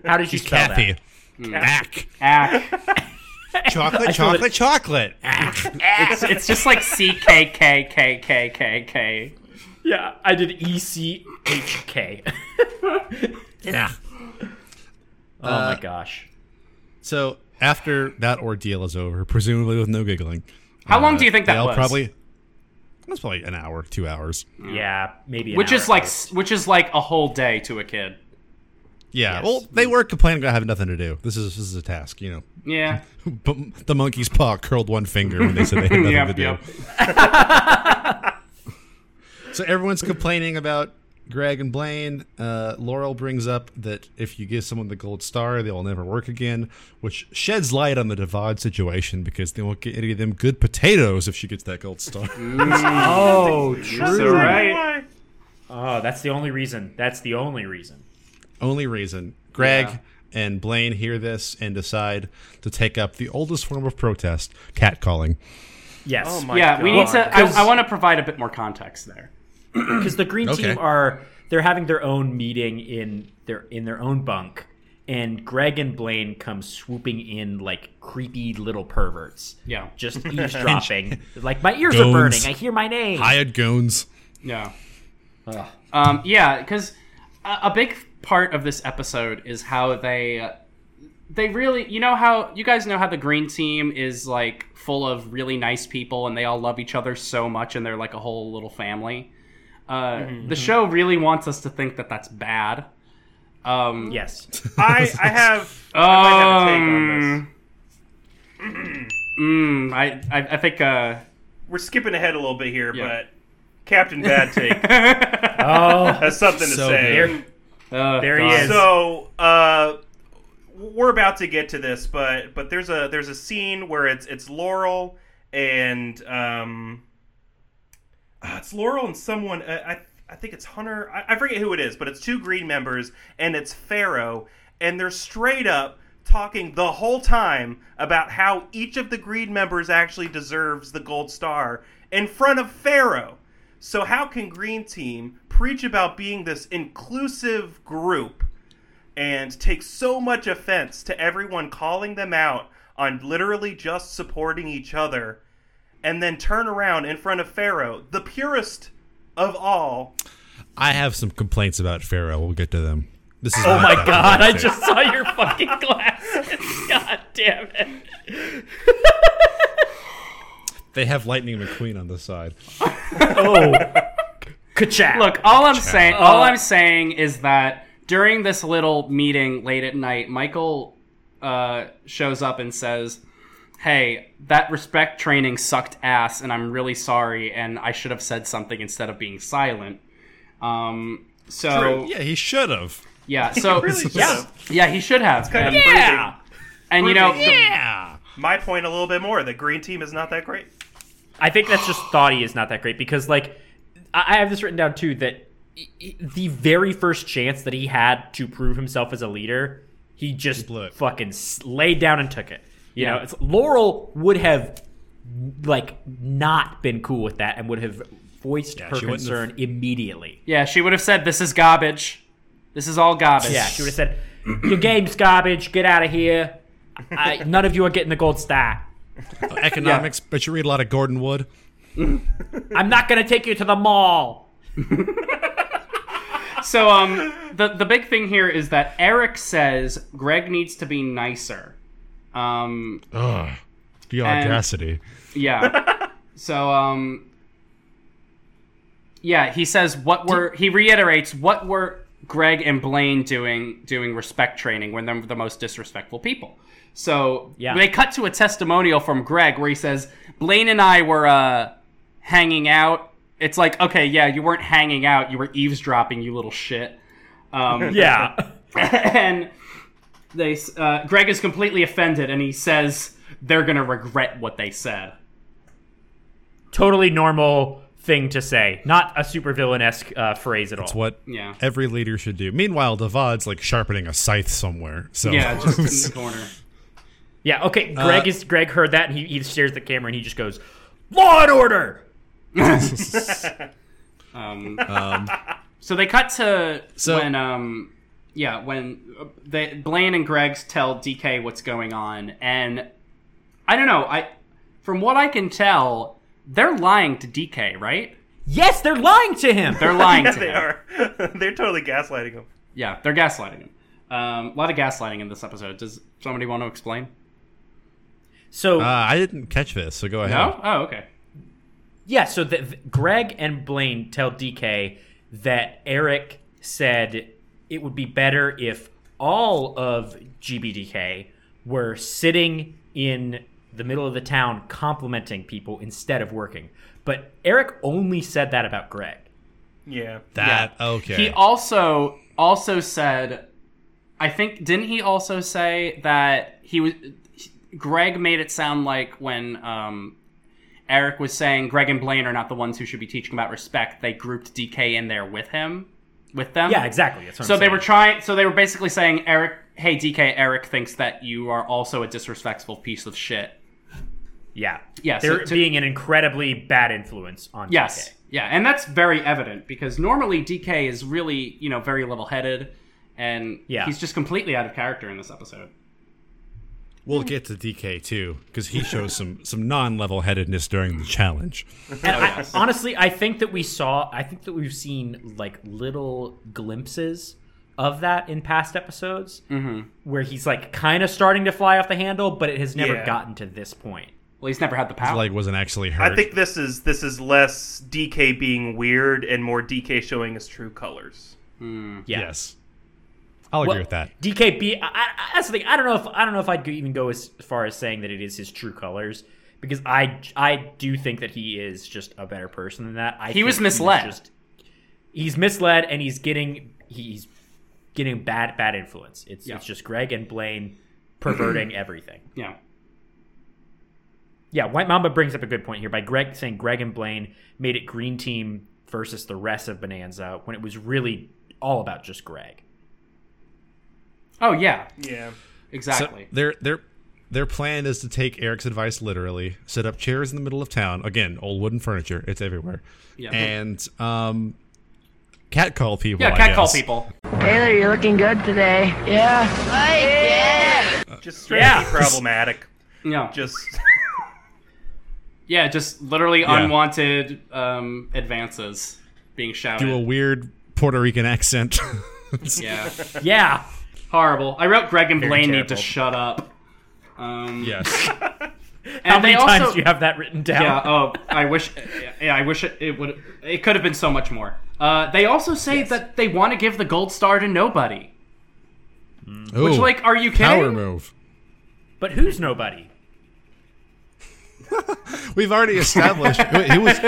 [SPEAKER 5] How did you spell
[SPEAKER 3] Kathy.
[SPEAKER 5] that?
[SPEAKER 3] Ack.
[SPEAKER 4] Ack.
[SPEAKER 3] Chocolate,
[SPEAKER 5] feel
[SPEAKER 3] chocolate,
[SPEAKER 5] it.
[SPEAKER 3] chocolate.
[SPEAKER 4] It's, it's just like C K K K K K K.
[SPEAKER 5] Yeah, I did E C H K.
[SPEAKER 3] Yeah.
[SPEAKER 5] Oh
[SPEAKER 4] Uh,
[SPEAKER 5] my gosh.
[SPEAKER 3] So after that ordeal is over, presumably with no giggling,
[SPEAKER 4] How long
[SPEAKER 3] uh,
[SPEAKER 4] do you think
[SPEAKER 3] they
[SPEAKER 4] that
[SPEAKER 3] all
[SPEAKER 4] was?
[SPEAKER 3] Probably. That's probably an hour, two hours.
[SPEAKER 5] Yeah, maybe. an
[SPEAKER 4] which
[SPEAKER 5] hour.
[SPEAKER 4] is like s- which is like a whole day to a kid.
[SPEAKER 3] Yeah.
[SPEAKER 5] Yes.
[SPEAKER 3] Well, they were complaining about having nothing to do. This is this is a task, you know.
[SPEAKER 4] Yeah.
[SPEAKER 3] But the monkey's paw curled one finger when they said they had nothing
[SPEAKER 4] Yep,
[SPEAKER 3] to do.
[SPEAKER 4] yep.
[SPEAKER 3] So everyone's complaining about Greg and Blaine. Uh, Laurel brings up that if you give someone the gold star, they will never work again, which sheds light on the Devad situation because they won't get any of them good potatoes if she gets that gold star.
[SPEAKER 5] Oh, true.
[SPEAKER 4] So right.
[SPEAKER 6] Why?
[SPEAKER 5] Oh, that's the only reason. That's the only reason.
[SPEAKER 3] Only reason Greg
[SPEAKER 4] Yeah.
[SPEAKER 3] and Blaine hear this and decide to take up the oldest form of protest, catcalling.
[SPEAKER 5] Yes.
[SPEAKER 6] Oh my
[SPEAKER 4] Yeah,
[SPEAKER 6] god.
[SPEAKER 4] we need to. I,
[SPEAKER 5] 'Cause-
[SPEAKER 4] I want to provide a bit more context there.
[SPEAKER 5] because the green
[SPEAKER 3] Okay.
[SPEAKER 5] team are they're having their own meeting in their in their own bunk and greg and blaine come swooping in like creepy little perverts
[SPEAKER 4] Yeah.
[SPEAKER 5] just eavesdropping like my ears are
[SPEAKER 3] Goons.
[SPEAKER 5] burning i hear my name
[SPEAKER 3] Hired goons.
[SPEAKER 4] Yeah. Um, yeah, because a, a big part of this episode is how they uh, they really you know how you guys know how the green team is like full of really nice people and they all love each other so much and they're like a whole little family. Uh,
[SPEAKER 6] Mm-hmm,
[SPEAKER 4] The show really wants us to think that that's bad. Um,
[SPEAKER 5] yes
[SPEAKER 6] I, I have. I might have a take on this.
[SPEAKER 4] um, mm, I, I I think uh,
[SPEAKER 6] We're skipping ahead a little bit here,
[SPEAKER 4] Yeah.
[SPEAKER 6] but Captain Bad Take
[SPEAKER 5] oh
[SPEAKER 6] has something to
[SPEAKER 3] So
[SPEAKER 6] say.
[SPEAKER 3] good.
[SPEAKER 4] uh,
[SPEAKER 5] There he
[SPEAKER 4] God.
[SPEAKER 5] is.
[SPEAKER 6] So, uh, we're about to get to this, but but there's a there's a scene where it's it's Laurel and um, ah, it's Laurel and someone uh, I I think it's Hunter. I, I forget who it is, but it's two Green members and it's Pharaoh, and they're straight up talking the whole time about how each of the Green members actually deserves the gold star in front of Pharaoh. So how can Green Team preach about being this inclusive group and take so much offense to everyone calling them out on literally just supporting each other and then turn around in front of Pharaoh, the purest of all.
[SPEAKER 3] I have some complaints about Pharaoh. We'll get to them. This is
[SPEAKER 5] oh my
[SPEAKER 3] Captain
[SPEAKER 5] god
[SPEAKER 3] Bad
[SPEAKER 5] i
[SPEAKER 3] Take.
[SPEAKER 5] just saw your fucking glasses god damn it
[SPEAKER 3] They have Lightning McQueen on the side.
[SPEAKER 5] oh ka
[SPEAKER 4] Look, all I'm saying,
[SPEAKER 5] Uh,
[SPEAKER 4] all I'm saying is that during this little meeting late at night, Michael uh, shows up and says, "Hey, that respect training sucked ass, and I'm really sorry, and I should have said something instead of being silent." Um, so
[SPEAKER 3] Yeah, he should have.
[SPEAKER 4] Yeah. So
[SPEAKER 6] Really?
[SPEAKER 4] yeah, yeah, he should have.
[SPEAKER 6] kind of
[SPEAKER 4] and,
[SPEAKER 6] yeah.
[SPEAKER 4] and, you know,
[SPEAKER 6] My point a little bit more. The green team is not that great.
[SPEAKER 5] I think that's just thought he is not that great because like I I have this written down too that i- i- the very first chance that he had to prove himself as a leader, he just
[SPEAKER 3] blew it.
[SPEAKER 5] fucking s- laid down and took it. You know,
[SPEAKER 4] Yeah.
[SPEAKER 5] it's, Laurel would have like not been cool with that and would have voiced her
[SPEAKER 3] she wouldn't have-
[SPEAKER 5] concern immediately.
[SPEAKER 4] yeah, she would have said, "This is garbage. This is all garbage."
[SPEAKER 5] Yeah, she would have said, "Your game's garbage. Get out of here. I, none of you are getting the gold star.
[SPEAKER 3] Uh, Economics, but you read a lot of Gordon Wood.
[SPEAKER 5] I'm not gonna take you to the mall."
[SPEAKER 4] So um the the big thing here is that Eric says Greg needs to be nicer. Um
[SPEAKER 3] Ugh. The
[SPEAKER 4] And-
[SPEAKER 3] audacity.
[SPEAKER 4] yeah. so um yeah, he says what were he reiterates what were Greg and Blaine doing doing respect training when they're the most disrespectful people. So
[SPEAKER 5] Yeah.
[SPEAKER 4] they cut to a testimonial from Greg where he says Blaine and I were uh hanging out. It's like, okay, yeah, you weren't hanging out, you were eavesdropping, you little shit. Um
[SPEAKER 5] Yeah.
[SPEAKER 4] and they uh, Greg is completely offended, and he says they're gonna regret what they said.
[SPEAKER 5] totally normal thing to say. Not a super villain-esque uh, phrase at all.
[SPEAKER 3] It's what
[SPEAKER 4] Yeah.
[SPEAKER 3] every leader should do. Meanwhile, Devad's like sharpening a scythe somewhere. So
[SPEAKER 4] Yeah, just in the corner.
[SPEAKER 5] yeah, okay.
[SPEAKER 3] Uh,
[SPEAKER 5] Greg is Greg heard that and he, he stares at the camera and he just goes, "Law and order."
[SPEAKER 4] Um, so they cut to
[SPEAKER 3] So-
[SPEAKER 4] when, um, yeah, when uh, they, Blaine and Greg's tell DK what's going on, and I don't know. I from what I can tell, they're lying to DK, right?
[SPEAKER 5] Yes, they're lying to him.
[SPEAKER 4] They're lying
[SPEAKER 6] Yeah,
[SPEAKER 4] to
[SPEAKER 6] they
[SPEAKER 4] him.
[SPEAKER 6] are. They're totally gaslighting him.
[SPEAKER 4] Yeah, they're gaslighting him. Um, a lot of gaslighting in this episode. Does somebody want to explain?
[SPEAKER 5] so
[SPEAKER 3] Uh, I didn't catch this, so go ahead.
[SPEAKER 4] No. Oh, okay.
[SPEAKER 5] yeah, so the, the- Greg and Blaine tell DK that Eric said it would be better if all of GBDK were sitting in the middle of the town complimenting people instead of working. But Eric only said that about Greg.
[SPEAKER 6] Yeah.
[SPEAKER 3] That
[SPEAKER 4] Yeah.
[SPEAKER 3] okay.
[SPEAKER 4] He also also said, I think didn't he also say that he was Greg made it sound like when um, Eric was saying Greg and Blaine are not the ones who should be teaching about respect. They grouped DK in there with him, with them.
[SPEAKER 5] Yeah, exactly. That's what
[SPEAKER 4] So
[SPEAKER 5] I'm
[SPEAKER 4] they
[SPEAKER 5] saying.
[SPEAKER 4] were trying. So they were basically saying Eric, hey DK, Eric thinks that you are also a disrespectful piece of shit.
[SPEAKER 5] Yeah.
[SPEAKER 4] Yeah, so
[SPEAKER 5] They're
[SPEAKER 4] to-
[SPEAKER 5] being an incredibly bad influence on
[SPEAKER 4] Yes.
[SPEAKER 5] DK.
[SPEAKER 4] Yeah, and that's very evident because normally DK is really, you know, very level-headed and
[SPEAKER 5] Yeah.
[SPEAKER 4] he's just completely out of character in this episode.
[SPEAKER 3] we'll get to DK too because he shows some some non level headedness during the challenge.
[SPEAKER 5] And I- honestly, I think that we saw, I think that we've seen like little glimpses of that in past episodes where he's like kind of starting to fly off the handle, but it has never
[SPEAKER 6] Yeah.
[SPEAKER 5] gotten to this point.
[SPEAKER 4] Well, he's never had the power.
[SPEAKER 3] Like wasn't actually hurt.
[SPEAKER 6] I think this is this is less DK being weird and more DK showing his true colors.
[SPEAKER 5] Yeah.
[SPEAKER 3] yes. I'll
[SPEAKER 5] Well,
[SPEAKER 3] agree with that.
[SPEAKER 5] DKB. I, I, that's the thing. I don't know if I don't know if I'd go- even go as far as saying that it is his true colors because I I do think that he is just a better person than that. I think
[SPEAKER 4] was
[SPEAKER 5] he's
[SPEAKER 4] misled.
[SPEAKER 5] just- he's misled, and he's getting he's getting bad bad influence. It's
[SPEAKER 4] Yeah.
[SPEAKER 5] it's just Greg and Blaine perverting everything.
[SPEAKER 4] yeah.
[SPEAKER 5] Yeah, White Mamba brings up a good point here by Greg saying Greg and Blaine made it Green Team versus the rest of Bonanza when it was really all about just Greg.
[SPEAKER 4] Oh, yeah.
[SPEAKER 6] Yeah.
[SPEAKER 3] So
[SPEAKER 4] Exactly.
[SPEAKER 3] their their their plan is to take Eric's advice literally, set up chairs in the middle of town. Again, old wooden furniture. It's everywhere.
[SPEAKER 4] Yeah.
[SPEAKER 3] And um catcall people.
[SPEAKER 4] yeah,
[SPEAKER 3] eh, I
[SPEAKER 4] cat call
[SPEAKER 3] guess.
[SPEAKER 4] people.
[SPEAKER 7] Taylor, you're looking good today. Yeah.
[SPEAKER 6] Just straight
[SPEAKER 5] Yeah.
[SPEAKER 6] up be problematic.
[SPEAKER 4] Yeah.
[SPEAKER 6] Just
[SPEAKER 4] yeah, just literally
[SPEAKER 3] Yeah.
[SPEAKER 4] unwanted um, advances being shouted.
[SPEAKER 3] Do a weird Puerto Rican accent. It's-
[SPEAKER 4] yeah.
[SPEAKER 5] Yeah.
[SPEAKER 4] Horrible. I wrote Greg and Blaine need to
[SPEAKER 5] terrible.
[SPEAKER 4] shut up. Um,
[SPEAKER 3] Yes.
[SPEAKER 4] and
[SPEAKER 5] How many
[SPEAKER 4] they
[SPEAKER 5] times
[SPEAKER 4] also-
[SPEAKER 5] do you have that written down?
[SPEAKER 4] Yeah. Oh, I wish. Yeah, I wish it, it would. It could have been so much more. Uh, they also say that they want to give the gold star to nobody. Which,
[SPEAKER 3] Ooh,
[SPEAKER 4] like, are you kidding?
[SPEAKER 3] power move.
[SPEAKER 5] But who's nobody?
[SPEAKER 3] We've already established who, who was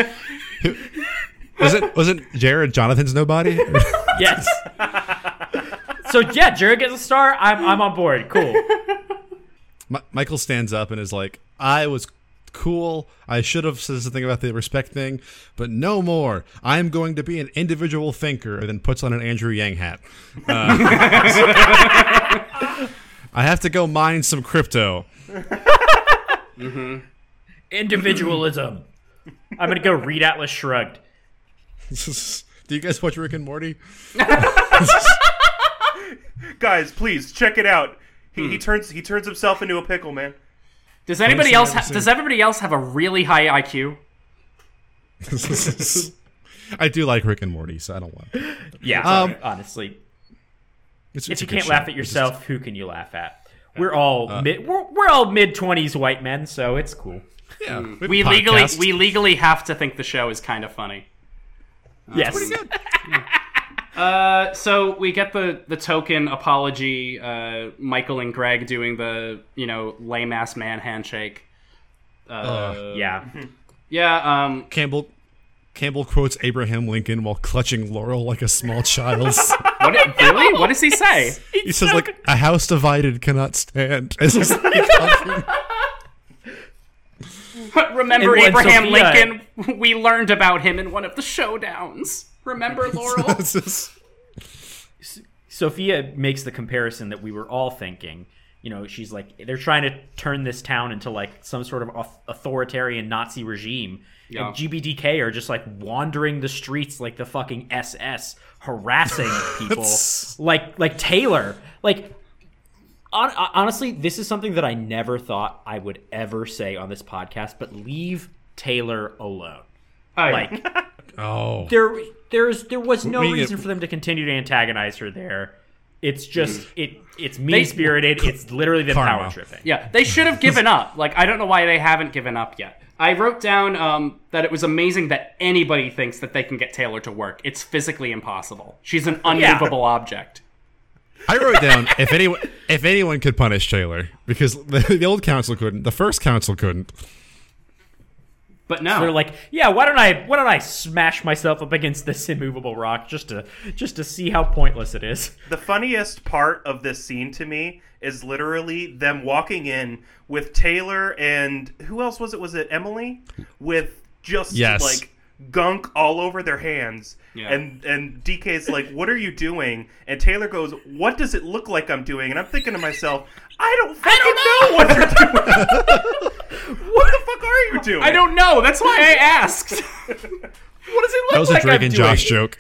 [SPEAKER 3] who, was it wasn't Jared Jonathan's nobody?
[SPEAKER 5] Yes. So yeah, Jared gets a star. I'm I'm on board. Cool.
[SPEAKER 3] Mi- Michael stands up and is like, I was cool. I should have said something about the respect thing, but no more. I'm going to be an individual thinker. And then puts on an Andrew Yang hat. Uh, I have to go mine some crypto.
[SPEAKER 5] Individualism. I'm gonna go read Atlas Shrugged.
[SPEAKER 3] Do you guys watch Rick and Morty?
[SPEAKER 6] Guys, please check it out. He, he turns he turns himself into a pickle, man.
[SPEAKER 4] Does anybody
[SPEAKER 3] seen,
[SPEAKER 4] else?
[SPEAKER 3] never
[SPEAKER 4] Ha-
[SPEAKER 3] seen.
[SPEAKER 4] does everybody else have a really high IQ?
[SPEAKER 3] I do like Rick and Morty, so I don't want. It's,
[SPEAKER 5] Yeah.
[SPEAKER 3] Um,
[SPEAKER 5] honestly,
[SPEAKER 3] it's
[SPEAKER 5] if
[SPEAKER 3] a
[SPEAKER 5] you
[SPEAKER 3] good
[SPEAKER 5] can't
[SPEAKER 3] show.
[SPEAKER 5] laugh at
[SPEAKER 3] It's just- Uh,
[SPEAKER 5] yourself, who can you laugh at? We're all mid we're, we're all mid twenties white men, so it's cool.
[SPEAKER 3] yeah, have
[SPEAKER 4] We
[SPEAKER 3] a
[SPEAKER 4] legally
[SPEAKER 3] podcast.
[SPEAKER 4] we legally have to think the show is kind of funny.
[SPEAKER 5] yes.
[SPEAKER 4] Uh, so we get the the token apology. Uh, Michael and Greg doing the you know lame ass man handshake. Uh,
[SPEAKER 5] Yeah.
[SPEAKER 4] yeah. Um,
[SPEAKER 3] Campbell. Campbell quotes Abraham Lincoln while clutching Laurel like a small child.
[SPEAKER 4] what did- really? What does he say?
[SPEAKER 3] he says, "Like a house divided cannot stand." As he's talking.
[SPEAKER 4] Remember
[SPEAKER 5] And when
[SPEAKER 4] Abraham
[SPEAKER 5] Sophia-
[SPEAKER 4] Lincoln? We learned about him in one of the showdowns. Remember Laurel?
[SPEAKER 3] It's just-
[SPEAKER 5] Sophia makes the comparison that we were all thinking. You know, she's like, they're trying to turn this town into like some sort of auth- authoritarian Nazi regime.
[SPEAKER 4] Yeah.
[SPEAKER 5] And GBDK are just like wandering the streets like the fucking SS, harassing people like like Taylor. Like, on, uh, honestly, this is something that I never thought I would ever say on this podcast. But leave Taylor alone. Like,
[SPEAKER 3] Oh,
[SPEAKER 5] there there's there was no
[SPEAKER 3] We get-
[SPEAKER 5] reason for them to continue to antagonize her there. It's just it it's mean spirited. It's literally them
[SPEAKER 3] Karma.
[SPEAKER 5] power tripping.
[SPEAKER 4] Yeah, they should have given up. Like, I don't know why they haven't given up yet. I wrote down um, that it was amazing that anybody thinks that they can get Taylor to work. It's physically impossible. She's an unmovable object.
[SPEAKER 3] I wrote down if anyone if anyone could punish Taylor because the, the old council couldn't, the first council couldn't.
[SPEAKER 4] But no,
[SPEAKER 5] They're like, yeah, why don't I why don't I smash myself up against this immovable rock just to just to see how pointless it is.
[SPEAKER 6] The funniest part of this scene to me is literally them walking in with Taylor and who else was it? Was it Emily? With just
[SPEAKER 3] Yes.
[SPEAKER 6] like gunk all over their hands.
[SPEAKER 4] Yeah.
[SPEAKER 6] And and DK's like, "What are you doing?" And Taylor goes, "What does it look like I'm doing?" And I'm thinking to myself, "I don't fucking know. what you're doing. what the fuck are you doing?"
[SPEAKER 4] I don't know. That's why I asked.
[SPEAKER 5] What does it look
[SPEAKER 3] That was a
[SPEAKER 5] like?
[SPEAKER 3] Drake
[SPEAKER 5] I'm
[SPEAKER 3] and
[SPEAKER 5] doing?
[SPEAKER 3] Josh joke.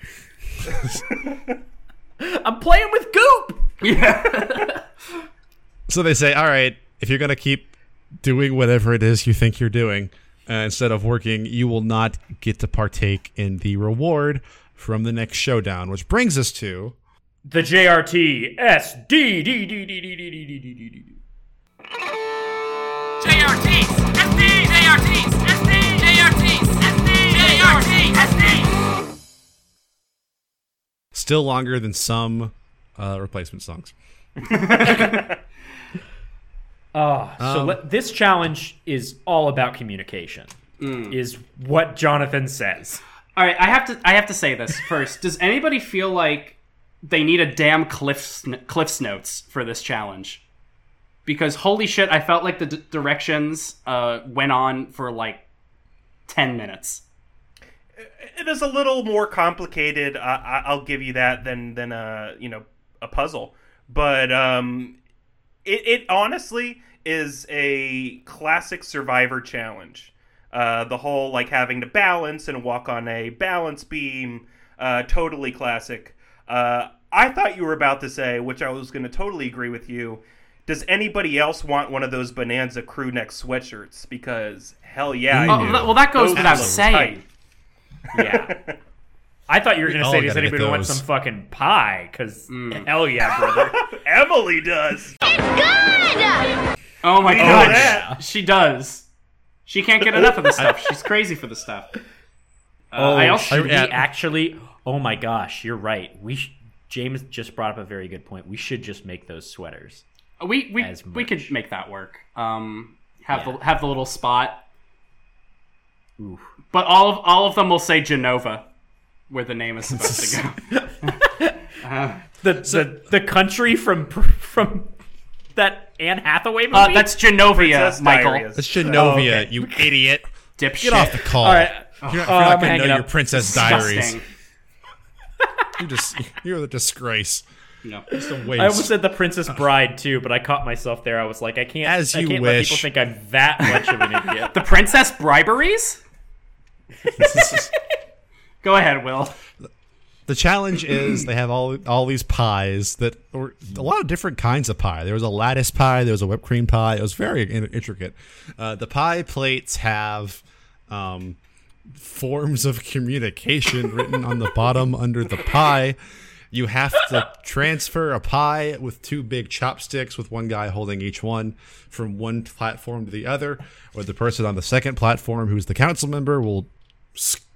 [SPEAKER 5] I'm playing with goop.
[SPEAKER 3] So they say, "All right, if you're gonna keep doing whatever it is you think you're doing, uh, instead of working, you will not get to partake in the reward from the next showdown." Which brings us to
[SPEAKER 5] The JRT S D D D D D D D D D D D.
[SPEAKER 8] JRTs, SD, JRTs, SD, JRTs, SD, JRTs, SD.
[SPEAKER 3] still longer than some uh, replacement songs.
[SPEAKER 5] Ah, so
[SPEAKER 3] Um,
[SPEAKER 5] let, this challenge is all about communication.
[SPEAKER 3] Mm.
[SPEAKER 5] Is what Jonathan says.
[SPEAKER 4] All right, I have to. I have to say this first. Does anybody feel like they need a damn Cliff's Cliff's notes for this challenge? Because holy shit, I felt like the d- directions uh, went on for like ten minutes.
[SPEAKER 6] It is a little more complicated. I, I- I'll give you that than than a you know a puzzle, but um, it it honestly is a classic Survivor challenge. Uh, the whole like having to balance and walk on a balance beam, uh, totally classic. Uh, I thought you were about to say, which I was going to totally agree with you. Does anybody else want one of those Bonanza crew neck sweatshirts? Because hell yeah, I
[SPEAKER 4] Oh,
[SPEAKER 6] do.
[SPEAKER 4] th- well, that goes
[SPEAKER 6] Those
[SPEAKER 4] without
[SPEAKER 6] look
[SPEAKER 4] saying.
[SPEAKER 6] tight.
[SPEAKER 5] Yeah. I thought you were going to
[SPEAKER 3] all
[SPEAKER 5] say, does
[SPEAKER 3] Oh, gotta get
[SPEAKER 5] anybody want
[SPEAKER 3] those. Mm.
[SPEAKER 5] some fucking pie? Because hell yeah, brother.
[SPEAKER 6] Emily does.
[SPEAKER 4] Oh my
[SPEAKER 6] know
[SPEAKER 4] god,
[SPEAKER 6] that.
[SPEAKER 4] she does. She can't get enough of this stuff. She's crazy for this stuff. Uh,
[SPEAKER 5] Oh,
[SPEAKER 4] I also
[SPEAKER 5] should Uh, we
[SPEAKER 3] Oh, yeah.
[SPEAKER 5] actually? Oh my gosh, you're right. We sh- James just brought up a very good point. We should just make those sweaters.
[SPEAKER 4] we we,
[SPEAKER 5] As
[SPEAKER 4] we could
[SPEAKER 5] merch.
[SPEAKER 4] make that work. Um, have
[SPEAKER 5] Yeah.
[SPEAKER 4] the have the little spot,
[SPEAKER 5] Ooh.
[SPEAKER 4] but all of all of them will say Genova, where the name is supposed to go.
[SPEAKER 5] The the, the country from from that Anne Hathaway movie.
[SPEAKER 9] Uh, that's Genovia,
[SPEAKER 6] Princess
[SPEAKER 9] Michael.
[SPEAKER 6] Diaries.
[SPEAKER 3] That's Genovia, you idiot.
[SPEAKER 4] Dipshit.
[SPEAKER 3] Get off the call.
[SPEAKER 5] Oh, all right.
[SPEAKER 3] You're not,
[SPEAKER 5] Oh,
[SPEAKER 3] you're not
[SPEAKER 5] I'm
[SPEAKER 3] gonna
[SPEAKER 5] hanging
[SPEAKER 3] know
[SPEAKER 5] up.
[SPEAKER 3] your Princess Diaries.
[SPEAKER 4] Disgusting.
[SPEAKER 3] You just you're the disgrace.
[SPEAKER 4] No. Uh,
[SPEAKER 3] Just a waste.
[SPEAKER 5] I almost said the Princess Bride too, but I caught myself there. I was like, I can't.
[SPEAKER 3] As
[SPEAKER 5] I
[SPEAKER 3] you
[SPEAKER 5] can't
[SPEAKER 3] wish.
[SPEAKER 5] let people think I'm that much of an idiot.
[SPEAKER 4] The princess briberies? Go ahead, Will.
[SPEAKER 3] the challenge is they have all all these pies that or a lot of different kinds of pie. There was a lattice pie, there was a whipped cream pie. It was very in- intricate. Uh, the pie plates have um, forms of communication written on the bottom under the pie. You have to transfer a pie with two big chopsticks, with one guy holding each one from one platform to the other, or the person on the second platform, who's the council member, will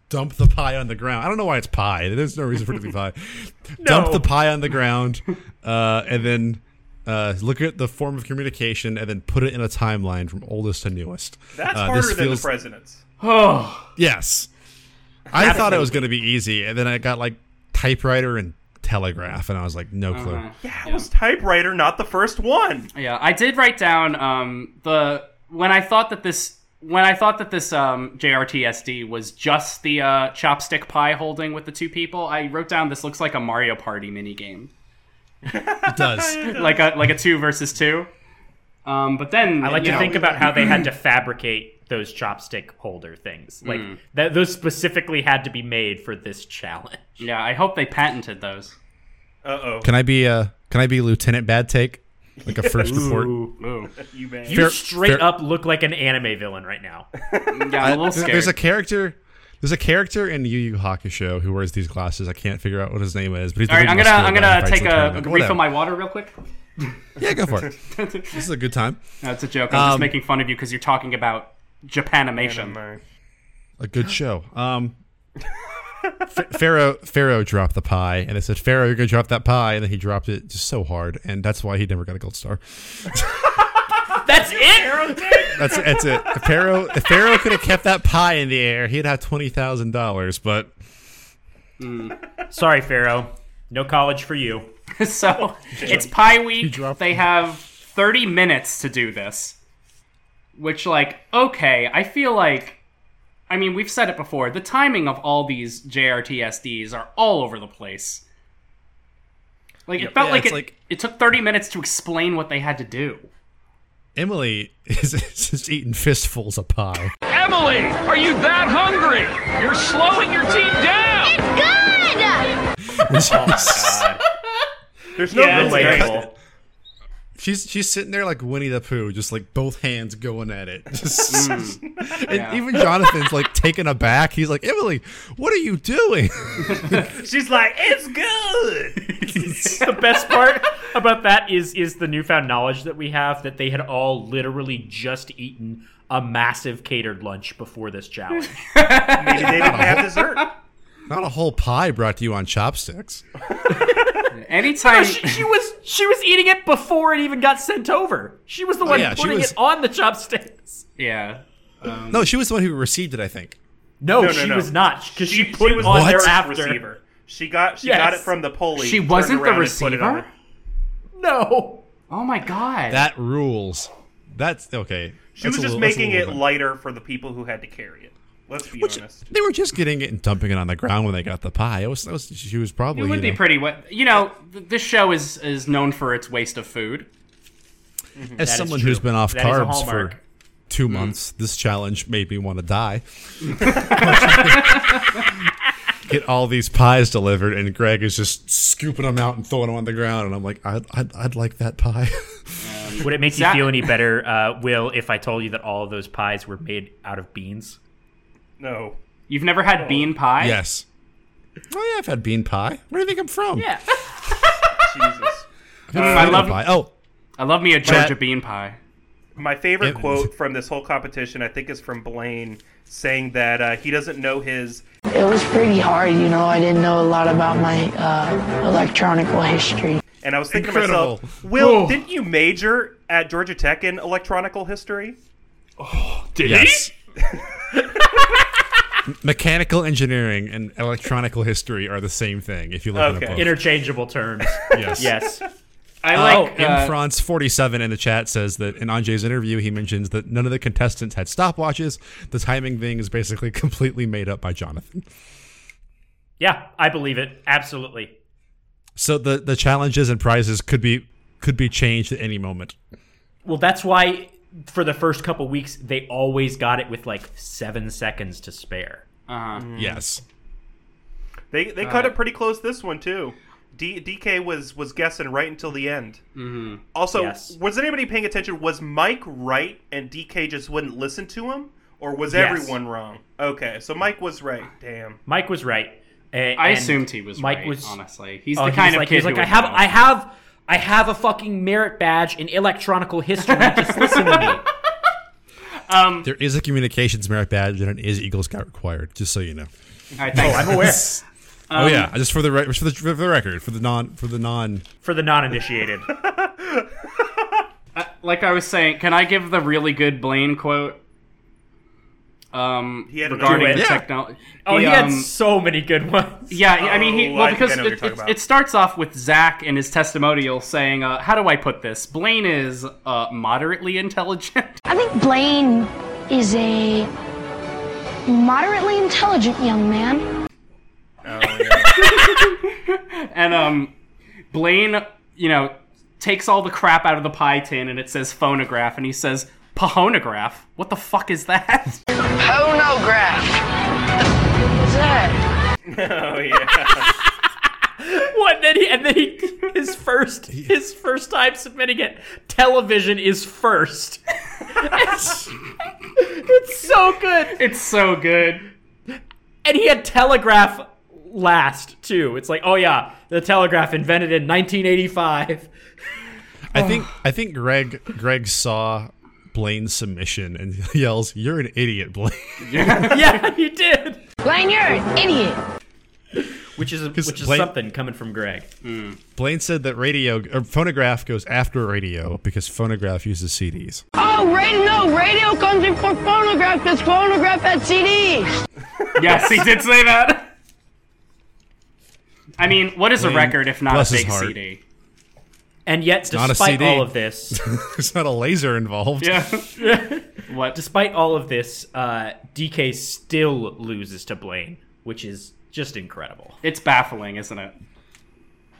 [SPEAKER 3] dump the pie on the ground. I don't know why it's pie. There's no reason for it to be pie. Dump the pie on the ground, uh, and then uh, look at the form of communication, and then put it in a timeline from oldest to newest.
[SPEAKER 6] That's
[SPEAKER 3] Uh,
[SPEAKER 6] harder
[SPEAKER 3] this
[SPEAKER 6] than the
[SPEAKER 3] feels-
[SPEAKER 6] president's.
[SPEAKER 3] Yes, I thought it was going to be easy, and then I got like typewriter and telegraph, and I was like, no
[SPEAKER 4] Uh-huh.
[SPEAKER 3] clue.
[SPEAKER 6] That was typewriter, not the first one.
[SPEAKER 4] Yeah, I did write down um, the when I thought that this when I thought that this um, JRTSD was just the uh, chopstick pie holding with the two people. I wrote down this looks like a Mario Party minigame,
[SPEAKER 3] It does.
[SPEAKER 4] like a like a two versus two. Um, but then
[SPEAKER 5] I like
[SPEAKER 4] you
[SPEAKER 5] to
[SPEAKER 4] know,
[SPEAKER 5] think about how they had to fabricate those chopstick holder things. Like that, those specifically had to be made for this challenge.
[SPEAKER 4] Yeah, I hope they patented those.
[SPEAKER 6] Uh oh.
[SPEAKER 3] Can I be uh Can I be Lieutenant Bad Take? Like a first report.
[SPEAKER 4] Ooh.
[SPEAKER 6] You man.
[SPEAKER 5] You
[SPEAKER 3] Fair-
[SPEAKER 5] straight
[SPEAKER 3] fair-
[SPEAKER 5] up look like an anime villain right now.
[SPEAKER 4] Yeah, I'm a little
[SPEAKER 3] There-
[SPEAKER 4] scared.
[SPEAKER 3] There's a character. There's a character in Yu Yu Hakusho who wears these glasses. I can't figure out what his name is, but he's the
[SPEAKER 4] All right,
[SPEAKER 3] big
[SPEAKER 4] I'm gonna
[SPEAKER 3] muscular
[SPEAKER 4] I'm
[SPEAKER 3] guy who
[SPEAKER 4] gonna
[SPEAKER 3] fights
[SPEAKER 4] take
[SPEAKER 3] in
[SPEAKER 4] a
[SPEAKER 3] tournament.
[SPEAKER 4] refill
[SPEAKER 3] Whatever.
[SPEAKER 4] my water real quick.
[SPEAKER 3] Yeah, go for it. this is a good time.
[SPEAKER 4] That's a joke. I'm just
[SPEAKER 3] Um,
[SPEAKER 4] making fun of you because you're talking about Japanimation.
[SPEAKER 3] A good show. Um, F- Pharaoh Pharaoh dropped the pie, and they said, "Pharaoh, you're gonna drop that pie," and then he dropped it just so hard, and that's why he never got a gold star.
[SPEAKER 5] That's it.
[SPEAKER 3] That's that's it. If Pharaoh if Pharaoh could have kept that pie in the air, he'd have twenty thousand dollars. But
[SPEAKER 5] Sorry, Pharaoh. No college for you.
[SPEAKER 4] so it's Pie Week.
[SPEAKER 3] dropped
[SPEAKER 4] They have 30 minutes to do this. Which, like, okay, I feel like. I mean, we've said it before. The timing of all these JRTSDs are all over the place. Like, it felt
[SPEAKER 3] Yeah,
[SPEAKER 4] like,
[SPEAKER 3] it's
[SPEAKER 4] it,
[SPEAKER 3] like-
[SPEAKER 4] it took 30 minutes to explain what they had to do.
[SPEAKER 3] Emily is, is just eating fistfuls of pie.
[SPEAKER 6] Oh,
[SPEAKER 8] Emily, are you that hungry? You're slowing your team down.
[SPEAKER 6] There's no
[SPEAKER 5] Yeah,
[SPEAKER 6] real
[SPEAKER 5] wait.
[SPEAKER 6] way.
[SPEAKER 5] Relatable.
[SPEAKER 3] She's she's sitting there like Winnie the Pooh, just like both hands going at it. Just-
[SPEAKER 6] Mm.
[SPEAKER 3] and even Jonathan's like taken aback. He's like, Emily, what are you doing?
[SPEAKER 6] She's like, it's good.
[SPEAKER 5] the best part about that is is the newfound knowledge that we have that they had all literally just eaten a massive catered lunch before this challenge.
[SPEAKER 6] Maybe they didn't have dessert.
[SPEAKER 3] Not a whole pie brought to you on chopsticks.
[SPEAKER 4] Anytime.
[SPEAKER 5] she, she was she was eating it before it even got sent over. Oh, She was the one
[SPEAKER 3] yeah, she
[SPEAKER 5] putting
[SPEAKER 3] was-
[SPEAKER 5] it on the chopsticks.
[SPEAKER 4] yeah.
[SPEAKER 6] Mm.
[SPEAKER 3] No, she was the one who received it, I think.
[SPEAKER 5] No,
[SPEAKER 6] no,
[SPEAKER 5] she
[SPEAKER 6] no.
[SPEAKER 5] was not because she,
[SPEAKER 6] She-
[SPEAKER 5] put
[SPEAKER 6] she
[SPEAKER 5] it
[SPEAKER 6] was
[SPEAKER 5] on
[SPEAKER 3] the
[SPEAKER 5] there
[SPEAKER 3] first
[SPEAKER 5] after.
[SPEAKER 6] Receiver. She got she
[SPEAKER 5] Yes.
[SPEAKER 6] got it from the pulley.
[SPEAKER 4] She
[SPEAKER 6] turned
[SPEAKER 4] wasn't the
[SPEAKER 6] around and put it on
[SPEAKER 4] receiver?
[SPEAKER 6] her.
[SPEAKER 5] No,
[SPEAKER 4] Oh my god.
[SPEAKER 3] That rules. That's okay.
[SPEAKER 6] She was just making it lighter for the people who had to carry it. Let's be honest.
[SPEAKER 3] They were just getting it and dumping it on the ground when they got the pie. It was, it was she was probably
[SPEAKER 4] it would
[SPEAKER 3] you
[SPEAKER 4] be
[SPEAKER 3] know,
[SPEAKER 4] pretty. wa- You know, th- this show is, is known for its waste of food.
[SPEAKER 3] as
[SPEAKER 5] is
[SPEAKER 3] someone
[SPEAKER 5] true.
[SPEAKER 3] who's been off
[SPEAKER 5] That is a
[SPEAKER 3] carbs for
[SPEAKER 5] hallmark. Mm-hmm.
[SPEAKER 3] two months, this challenge made me want to die. Get all these pies delivered, and Greg is just scooping them out and throwing them on the ground, and I'm like, I'd, I'd, I'd like that pie.
[SPEAKER 5] would it make you
[SPEAKER 4] Zach-
[SPEAKER 5] feel any better, uh, Will, if I told you that all of those pies were made out of beans?
[SPEAKER 6] No.
[SPEAKER 4] You've never had bean pie?
[SPEAKER 3] yes. Oh yeah, I've had bean pie. Where do you think I'm from? Yeah,
[SPEAKER 6] Jesus.
[SPEAKER 4] I love
[SPEAKER 3] pie. Oh,
[SPEAKER 4] I love me a
[SPEAKER 3] Chat-
[SPEAKER 4] Georgia bean pie.
[SPEAKER 6] My favorite
[SPEAKER 3] It-
[SPEAKER 6] quote from this whole competition, I think, is from Blaine saying that uh, he doesn't know his
[SPEAKER 7] It was pretty hard, you know. I didn't know a lot about my uh, electronical history.
[SPEAKER 6] And I was thinking to myself,
[SPEAKER 3] Incredible.
[SPEAKER 6] Will,
[SPEAKER 3] Oh.
[SPEAKER 6] didn't you major at Georgia Tech in electronical history?
[SPEAKER 3] yes. mechanical engineering and electronical history are the same thing. If you look
[SPEAKER 6] Okay.
[SPEAKER 3] it up, both.
[SPEAKER 5] Interchangeable terms.
[SPEAKER 3] yes.
[SPEAKER 5] yes.
[SPEAKER 4] I
[SPEAKER 3] Oh,
[SPEAKER 4] like uh,
[SPEAKER 3] M. France 47 in the chat says that in Anjay's interview, he mentions that none of the contestants had stopwatches. The timing thing is basically completely made up by Jonathan.
[SPEAKER 5] Yeah, I believe it. Absolutely.
[SPEAKER 3] So the, the challenges and prizes could be could be changed at any moment.
[SPEAKER 5] Well, that's why for the first couple weeks they always got it with like seven seconds to spare.
[SPEAKER 4] uh-huh.
[SPEAKER 3] Yes.
[SPEAKER 6] They they cut it pretty close this one too. D, DK was was guessing right until the end. Mm-hmm. Also,
[SPEAKER 5] Yes.
[SPEAKER 6] was anybody paying attention? Was Mike right and DK just wouldn't listen to him, or was
[SPEAKER 5] Yes.
[SPEAKER 6] everyone wrong? Okay, so Mike was right. Damn.
[SPEAKER 5] Mike was right. A-
[SPEAKER 4] I
[SPEAKER 5] and
[SPEAKER 4] assumed he was
[SPEAKER 5] Mike
[SPEAKER 4] right.
[SPEAKER 5] was-
[SPEAKER 4] honestly, he's
[SPEAKER 5] Oh,
[SPEAKER 4] the
[SPEAKER 5] he
[SPEAKER 4] kind
[SPEAKER 5] was
[SPEAKER 4] of
[SPEAKER 5] like, he
[SPEAKER 4] kid
[SPEAKER 5] was like
[SPEAKER 4] who
[SPEAKER 5] I
[SPEAKER 4] would
[SPEAKER 5] have
[SPEAKER 4] know.
[SPEAKER 5] I have I have a fucking merit badge in electronical history. Just listen to me.
[SPEAKER 3] There is a communications merit badge and it is Eagle Scout required, just so you know.
[SPEAKER 4] All right, thanks.
[SPEAKER 5] I'm aware.
[SPEAKER 3] oh yeah,
[SPEAKER 4] Um,
[SPEAKER 3] just for the re- for the for the record, for the non for the non
[SPEAKER 5] For the non-initiated.
[SPEAKER 4] like I was saying, can I give the really good Blaine quote? Um,
[SPEAKER 6] He had an
[SPEAKER 4] regarding
[SPEAKER 5] idea.
[SPEAKER 4] the
[SPEAKER 3] Yeah.
[SPEAKER 4] technology.
[SPEAKER 5] Oh, he,
[SPEAKER 4] Um,
[SPEAKER 5] had so many good ones.
[SPEAKER 4] Yeah, I mean, he
[SPEAKER 6] Oh,
[SPEAKER 4] well
[SPEAKER 6] I think I
[SPEAKER 4] because
[SPEAKER 6] know what
[SPEAKER 4] it,
[SPEAKER 6] you're talking
[SPEAKER 4] it,
[SPEAKER 6] about.
[SPEAKER 4] it starts off with Zach in his testimonial saying, uh, "How do I put this? Blaine is uh, moderately intelligent."
[SPEAKER 1] I think Blaine is a moderately intelligent young man.
[SPEAKER 5] Oh,
[SPEAKER 4] and um, Blaine, you know, takes all the crap out of the pie tin, and it says phonograph, and he says pahonograph. What the fuck is that?
[SPEAKER 7] Oh, Ponograph. What's that?
[SPEAKER 6] Oh yeah.
[SPEAKER 5] What? Then he, and then he, his first, his first time submitting it. Television is first. it's, it's so good.
[SPEAKER 4] it's so good.
[SPEAKER 5] And he had Telegraph last too. It's like, oh yeah, the Telegraph invented in 1985.
[SPEAKER 3] I think I think Greg Greg saw Blaine's submission and yells, "You're an idiot, Blaine."
[SPEAKER 5] Yeah, he did.
[SPEAKER 7] Blaine, you're an idiot.
[SPEAKER 5] Which is which
[SPEAKER 3] 'Cause
[SPEAKER 5] is
[SPEAKER 3] Blaine-
[SPEAKER 5] something coming from Greg.
[SPEAKER 3] Blaine said that radio or phonograph goes after radio because phonograph uses CDs.
[SPEAKER 7] Oh, radio, no, radio comes before phonograph because phonograph had CDs.
[SPEAKER 4] Yes, he did say that. I mean, what is
[SPEAKER 3] Blaine,
[SPEAKER 4] a record if not
[SPEAKER 3] bless
[SPEAKER 4] a
[SPEAKER 3] his
[SPEAKER 4] big
[SPEAKER 3] heart.
[SPEAKER 4] CD?
[SPEAKER 5] And yet,
[SPEAKER 3] not a
[SPEAKER 5] despite
[SPEAKER 3] CD.
[SPEAKER 5] all of this,
[SPEAKER 3] There's not a laser involved.
[SPEAKER 4] Yeah. what?
[SPEAKER 5] despite all of this, uh, DK still loses to Blaine, which is just incredible.
[SPEAKER 4] It's baffling, isn't it?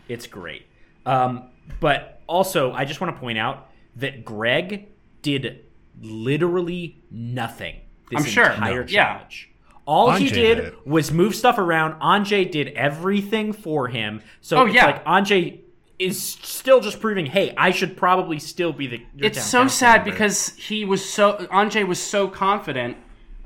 [SPEAKER 5] It's great. Um, but also, I just want to point out that Greg did literally nothing this
[SPEAKER 4] I'm sure.
[SPEAKER 5] entire
[SPEAKER 4] No. Yeah.
[SPEAKER 5] challenge. All he
[SPEAKER 3] Anjay
[SPEAKER 5] did
[SPEAKER 3] did it.
[SPEAKER 5] was move stuff around. Anjay did everything for him. So
[SPEAKER 4] Oh,
[SPEAKER 5] it's
[SPEAKER 4] yeah.
[SPEAKER 5] like Anjay is still just proving, hey, I should probably still be the. your
[SPEAKER 4] It's
[SPEAKER 5] town
[SPEAKER 4] so
[SPEAKER 5] council
[SPEAKER 4] sad
[SPEAKER 5] member."
[SPEAKER 4] because he was so Anjay was so confident.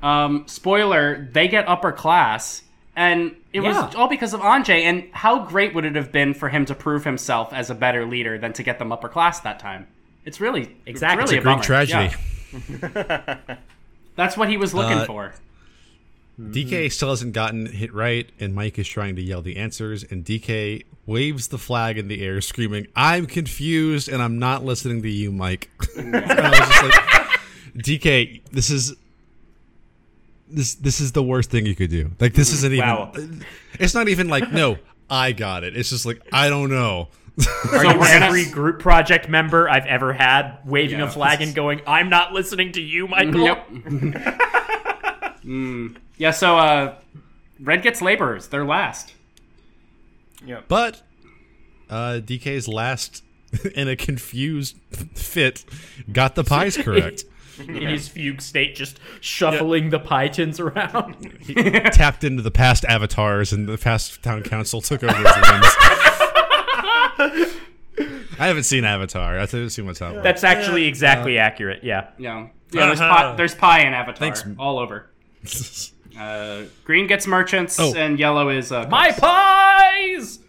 [SPEAKER 4] Um, spoiler: they get upper class, and it was
[SPEAKER 5] Yeah.
[SPEAKER 4] all because of Anjay. And how great would it have been for him to prove himself as a better leader than to get them upper class that time? It's really
[SPEAKER 5] Exactly.
[SPEAKER 4] It's
[SPEAKER 5] It's a
[SPEAKER 4] really
[SPEAKER 5] Greek
[SPEAKER 4] bummer.
[SPEAKER 3] Greek tragedy.
[SPEAKER 4] Yeah. That's what he was looking
[SPEAKER 3] Uh,
[SPEAKER 4] for.
[SPEAKER 3] DK still hasn't gotten hit right, and Mike is trying to yell the answers, and DK waves the flag in the air, screaming, I'm confused and I'm not listening to you, Mike. and I was just like, DK, this is this this is the worst thing you could do. Like this isn't even
[SPEAKER 5] Wow.
[SPEAKER 3] it's not even like, no, I got it. It's just like, I don't know.
[SPEAKER 5] Are
[SPEAKER 4] So
[SPEAKER 5] you
[SPEAKER 4] we're gonna-
[SPEAKER 5] every group project member I've ever had waving
[SPEAKER 4] Yeah. Mm-hmm.
[SPEAKER 5] a flag and going, I'm not listening to you, Michael?
[SPEAKER 4] Yep. Mm. Yeah. So, uh, Red gets laborers. They're last.
[SPEAKER 3] But uh, DK's last in a confused fit got the pies correct.
[SPEAKER 5] In his fugue state, just shuffling the pie tins around.
[SPEAKER 3] tapped into the past avatars and the past town council took over his limbs. I haven't seen Avatar. I haven't seen what's out.
[SPEAKER 5] That's actually exactly accurate, yeah.
[SPEAKER 4] Yeah. Yeah. There's
[SPEAKER 5] Uh-huh.
[SPEAKER 4] pie, there's pie in Avatar.
[SPEAKER 3] Thanks.
[SPEAKER 4] All over. Uh, green gets merchants,
[SPEAKER 3] Oh.
[SPEAKER 4] and yellow is uh,
[SPEAKER 5] My pies!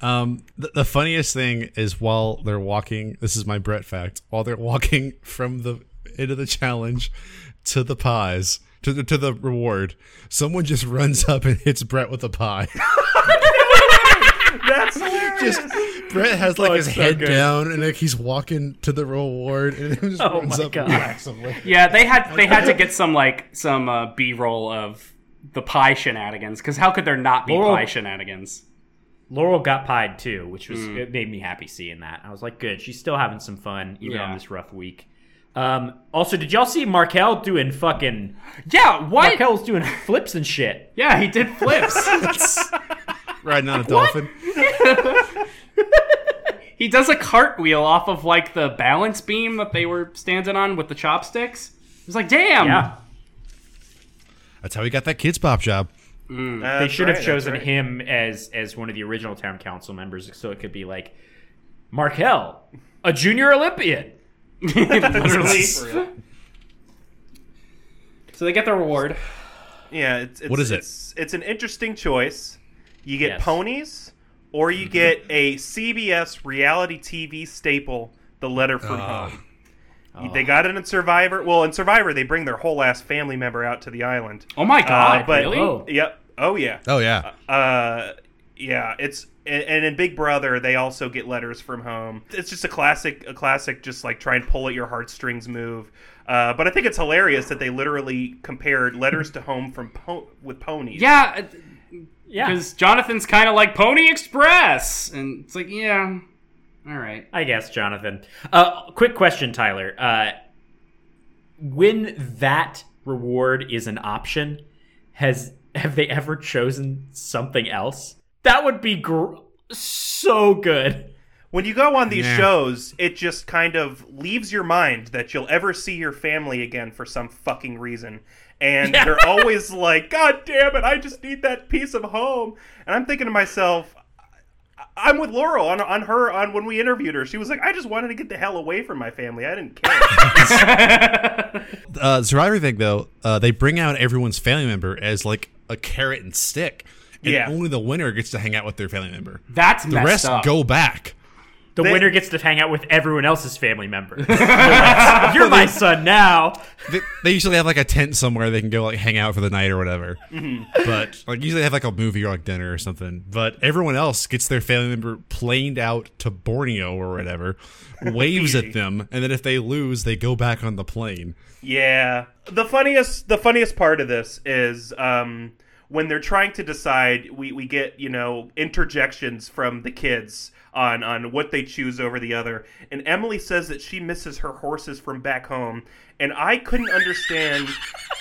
[SPEAKER 3] um, the, the funniest thing is while they're walking. This is my Brett fact. While they're walking from the end of the challenge to the pies to the to the reward, someone just runs up and hits Brett with a pie.
[SPEAKER 6] That's hilarious.
[SPEAKER 3] Just Brett has like
[SPEAKER 5] Oh,
[SPEAKER 3] his
[SPEAKER 5] it's so
[SPEAKER 3] head
[SPEAKER 5] good.
[SPEAKER 3] down, and like he's walking to the reward, and it just
[SPEAKER 5] Oh
[SPEAKER 3] runs
[SPEAKER 5] my
[SPEAKER 3] up
[SPEAKER 5] God.
[SPEAKER 3] and whacks him. Like,
[SPEAKER 4] Yeah, they had they had to get some like some uh, B roll of the pie shenanigans because how could there not be
[SPEAKER 5] Laurel-
[SPEAKER 4] pie shenanigans?
[SPEAKER 5] Laurel got pied too, which was
[SPEAKER 4] Mm.
[SPEAKER 5] it made me happy seeing that. I was like, good, she's still having some fun even
[SPEAKER 4] Yeah.
[SPEAKER 5] on this rough week. Um, also, did y'all see Markel doing fucking?
[SPEAKER 4] Yeah, what?
[SPEAKER 5] Markel was doing flips and shit.
[SPEAKER 4] Yeah, he did flips.
[SPEAKER 3] riding on a dolphin.
[SPEAKER 4] he does a cartwheel off of like the balance beam that they were standing on with the chopsticks. It was like, damn.
[SPEAKER 5] Yeah,
[SPEAKER 3] That's how he got that kids pop job.
[SPEAKER 5] they should have chosen him as as one of the original town council members, so it could be like Markel, a junior Olympian.
[SPEAKER 4] literally. so they get their reward.
[SPEAKER 6] Yeah, it's, it's
[SPEAKER 3] What is it?
[SPEAKER 6] It's, it's an interesting choice. You get
[SPEAKER 5] Yes.
[SPEAKER 6] ponies, or
[SPEAKER 3] Mm-hmm.
[SPEAKER 6] you get a CBS reality TV staple, The Letter from
[SPEAKER 3] Ah.
[SPEAKER 6] Home. They got it in Survivor. Well, in Survivor, they bring their whole ass family member out to the island.
[SPEAKER 4] Oh my god!
[SPEAKER 6] but-
[SPEAKER 4] really?
[SPEAKER 5] Uh, Oh.
[SPEAKER 6] Yep. Oh yeah.
[SPEAKER 3] Oh yeah,
[SPEAKER 6] Uh, yeah. It's and, and in Big Brother, they also get letters from home. It's just a classic, a classic, just like try and pull at your heartstrings move. Uh, but I think it's hilarious that they literally compared letters to home from po- with ponies.
[SPEAKER 4] Yeah,
[SPEAKER 5] Yeah,
[SPEAKER 4] because Jonathan's kind of like Pony Express, and it's like, yeah, all right.
[SPEAKER 5] I guess Jonathan. Uh, quick question, Tyler. Uh, when that reward is an option, has have they ever chosen something else? That would be gr- so good.
[SPEAKER 6] When you go on these
[SPEAKER 3] Nah.
[SPEAKER 6] shows, it just kind of leaves your mind that you'll ever see your family again for some fucking reason. And they're always like, God damn it, I just need that piece of home. And I'm thinking to myself, I- I'm with Laurel on, on her on when we interviewed her. She was like, I just wanted to get the hell away from my family. I didn't care.
[SPEAKER 3] uh, Survivor thing though, uh, they bring out everyone's family member as like a carrot and stick, and
[SPEAKER 6] Yeah.
[SPEAKER 3] only the winner gets to hang out with their family member.
[SPEAKER 4] That's
[SPEAKER 3] the
[SPEAKER 4] messed
[SPEAKER 3] rest
[SPEAKER 4] up.
[SPEAKER 3] go back.
[SPEAKER 5] The
[SPEAKER 6] They-
[SPEAKER 5] winner gets to hang out with everyone else's family member. You're my son now.
[SPEAKER 3] They, they usually have like a tent somewhere they can go like hang out for the night or whatever.
[SPEAKER 4] Mm-hmm.
[SPEAKER 3] But like usually they have like a movie or like dinner or something. But everyone else gets their family member planed out to Borneo or whatever, waves at them, and then if they lose, they go back on the plane.
[SPEAKER 6] Yeah. The funniest the funniest part of this is um when they're trying to decide we, we get, you know, interjections from the kids on on what they choose over the other. And Emily says that she misses her horses from back home, and I couldn't understand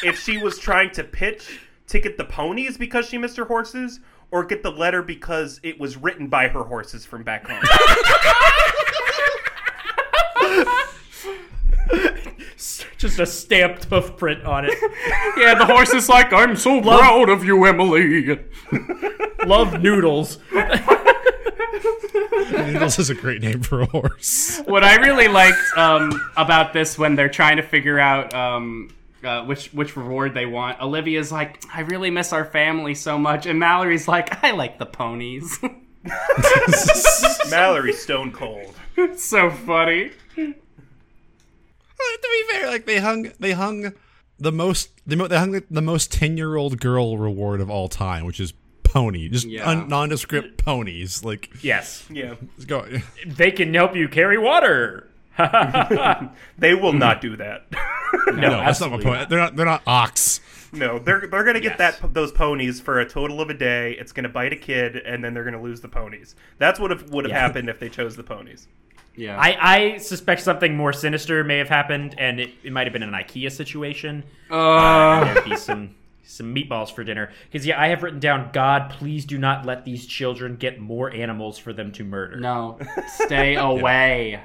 [SPEAKER 6] if she was trying to pitch to get the ponies because she missed her horses or get the letter because it was written by her horses from back home.
[SPEAKER 5] Just a stamped hoof print on it.
[SPEAKER 4] Yeah, the horse is like, I'm so proud of you, Emily.
[SPEAKER 5] Love noodles.
[SPEAKER 3] Noodles is a great name for a horse.
[SPEAKER 4] What I really liked um, about this when they're trying to figure out um, uh, which which reward they want, Olivia's like, I really miss our family so much, and Mallory's like, I like the ponies.
[SPEAKER 6] Mallory Stone Cold.
[SPEAKER 4] it's so funny.
[SPEAKER 3] Well, to be fair, like they hung, they hung the most, the mo- they hung the, the most ten-year-old girl reward of all time, which is pony, just
[SPEAKER 4] Yeah.
[SPEAKER 3] un- nondescript ponies. Like,
[SPEAKER 5] Yes.
[SPEAKER 6] Yeah.
[SPEAKER 3] it's go.
[SPEAKER 5] They can help you carry water.
[SPEAKER 6] They will not do that.
[SPEAKER 3] No, that's not my
[SPEAKER 5] absolutely
[SPEAKER 3] point. They're not, they're not ox.
[SPEAKER 6] No, they're they're gonna get that those ponies for a total of a day. It's gonna bite a kid, and then they're gonna lose the ponies. That's what would have
[SPEAKER 5] Yeah.
[SPEAKER 6] happened if they chose the ponies.
[SPEAKER 4] Yeah.
[SPEAKER 5] I, I suspect something more sinister may have happened, and it, it might have been an IKEA situation.
[SPEAKER 4] uh,
[SPEAKER 5] There'd be some some meatballs for dinner. Because yeah, I have written down, God, please do not let these children get more animals for them to murder.
[SPEAKER 4] no, stay away.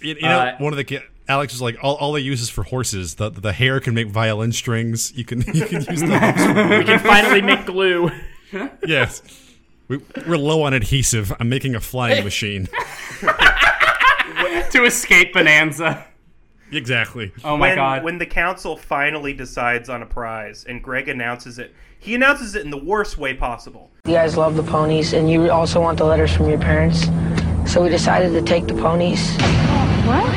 [SPEAKER 3] You, you know,
[SPEAKER 5] Uh,
[SPEAKER 3] one of the ki- Alex was like, all, all they use is for horses. The the hair can make violin strings. You can you can use the hooves.
[SPEAKER 5] We can finally make glue.
[SPEAKER 3] yes. We, we're low on adhesive. I'm making a flying machine.
[SPEAKER 4] to escape Bonanza.
[SPEAKER 3] exactly.
[SPEAKER 4] Oh my
[SPEAKER 6] when,
[SPEAKER 4] god.
[SPEAKER 6] when the council finally decides on a prize, and Greg announces it, he announces it in the worst way possible.
[SPEAKER 7] You guys love the ponies, and you also want the letters from your parents. So we decided to take the ponies. What?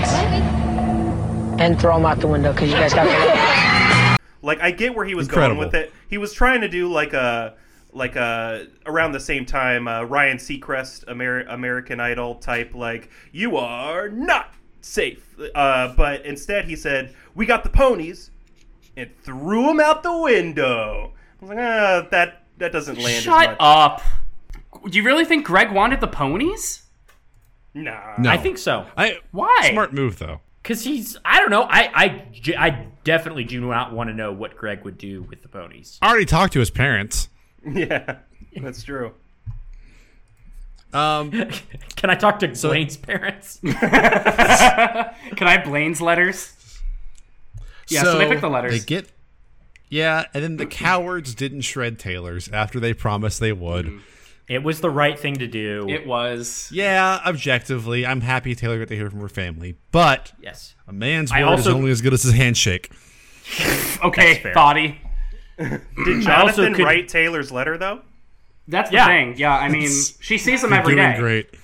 [SPEAKER 7] And throw them out the window because you guys got the
[SPEAKER 6] Like I get where he was
[SPEAKER 3] Incredible.
[SPEAKER 6] going with it. He was trying to do like a like uh, around the same time uh, Ryan Seacrest Amer- American Idol type like you are not safe uh, but instead he said we got the ponies and threw them out the window I was like ah, that that doesn't land as
[SPEAKER 4] Shut
[SPEAKER 6] much
[SPEAKER 4] up. Do you really think Greg wanted the ponies?
[SPEAKER 6] nah
[SPEAKER 3] No.
[SPEAKER 5] I think so.
[SPEAKER 3] I
[SPEAKER 4] Why?
[SPEAKER 3] smart move though.
[SPEAKER 5] Because he's, I don't know. I, I, j- I definitely do not want to know what Greg would do with the ponies.
[SPEAKER 3] I already talked to his parents.
[SPEAKER 6] yeah that's true
[SPEAKER 3] Um,
[SPEAKER 5] Can I talk to Blaine's parents?
[SPEAKER 4] Can I have Blaine's letters? Yeah, so they picked the letters.
[SPEAKER 3] They get, yeah, and then the cowards didn't shred Taylor's after they promised they would.
[SPEAKER 4] Mm-hmm.
[SPEAKER 5] it was the right thing to do.
[SPEAKER 4] It was.
[SPEAKER 3] Yeah, objectively, I'm happy Taylor got to hear from her family, but
[SPEAKER 5] yes.
[SPEAKER 3] a man's
[SPEAKER 5] I
[SPEAKER 3] word is
[SPEAKER 5] also-
[SPEAKER 3] only as good as his handshake.
[SPEAKER 5] That's
[SPEAKER 4] Okay,
[SPEAKER 5] fair.
[SPEAKER 4] body.
[SPEAKER 6] did
[SPEAKER 5] I also
[SPEAKER 6] Jonathan
[SPEAKER 5] could-
[SPEAKER 6] write Taylor's letter though
[SPEAKER 4] That's the
[SPEAKER 5] Yeah.
[SPEAKER 4] thing. Yeah, I mean, she sees him every
[SPEAKER 3] Doing
[SPEAKER 4] day.
[SPEAKER 3] great.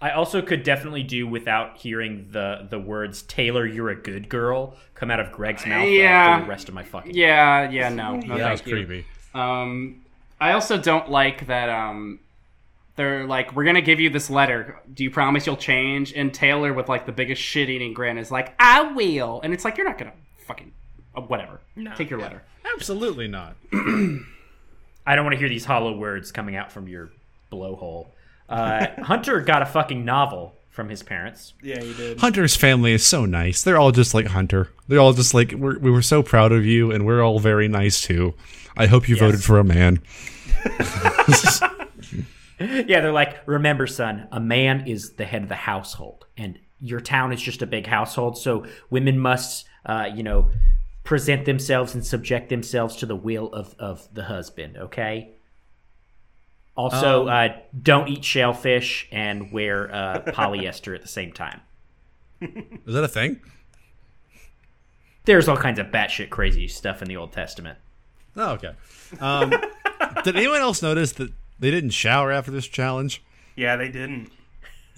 [SPEAKER 5] I also could definitely do without hearing the the words "Taylor, you're a good girl" come out of Greg's mouth. though,
[SPEAKER 4] Yeah.
[SPEAKER 5] For the rest of my fucking.
[SPEAKER 4] Yeah, yeah, no, no,
[SPEAKER 3] That was
[SPEAKER 4] Oh, thank you.
[SPEAKER 3] creepy.
[SPEAKER 4] Um, I also don't like that. Um, they're like, we're gonna give you this letter. Do you promise you'll change? And Taylor, with like the biggest shit-eating grin, is like, I will. And it's like, you're not gonna fucking uh, whatever. Take your letter.
[SPEAKER 3] Absolutely not.
[SPEAKER 5] I don't want to hear these hollow words coming out from your blowhole. Uh, Hunter got a fucking novel from his parents.
[SPEAKER 6] yeah you did
[SPEAKER 3] Hunter's family is so nice. They're all just like Hunter. They're all just like we're, we were so proud of you, and we're all very nice too. I hope you voted for a man.
[SPEAKER 5] Yeah, they're like, remember, son, a man is the head of the household, and your town is just a big household, so women must, uh, you know, present themselves and subject themselves to the will of, of the husband, okay? Also, uh, don't eat shellfish and wear uh, polyester at the same time.
[SPEAKER 3] Is that a thing?
[SPEAKER 5] There's all kinds of batshit crazy stuff in the Old Testament.
[SPEAKER 3] Oh, okay. Um, did anyone else notice that they didn't shower after this challenge?
[SPEAKER 6] yeah they didn't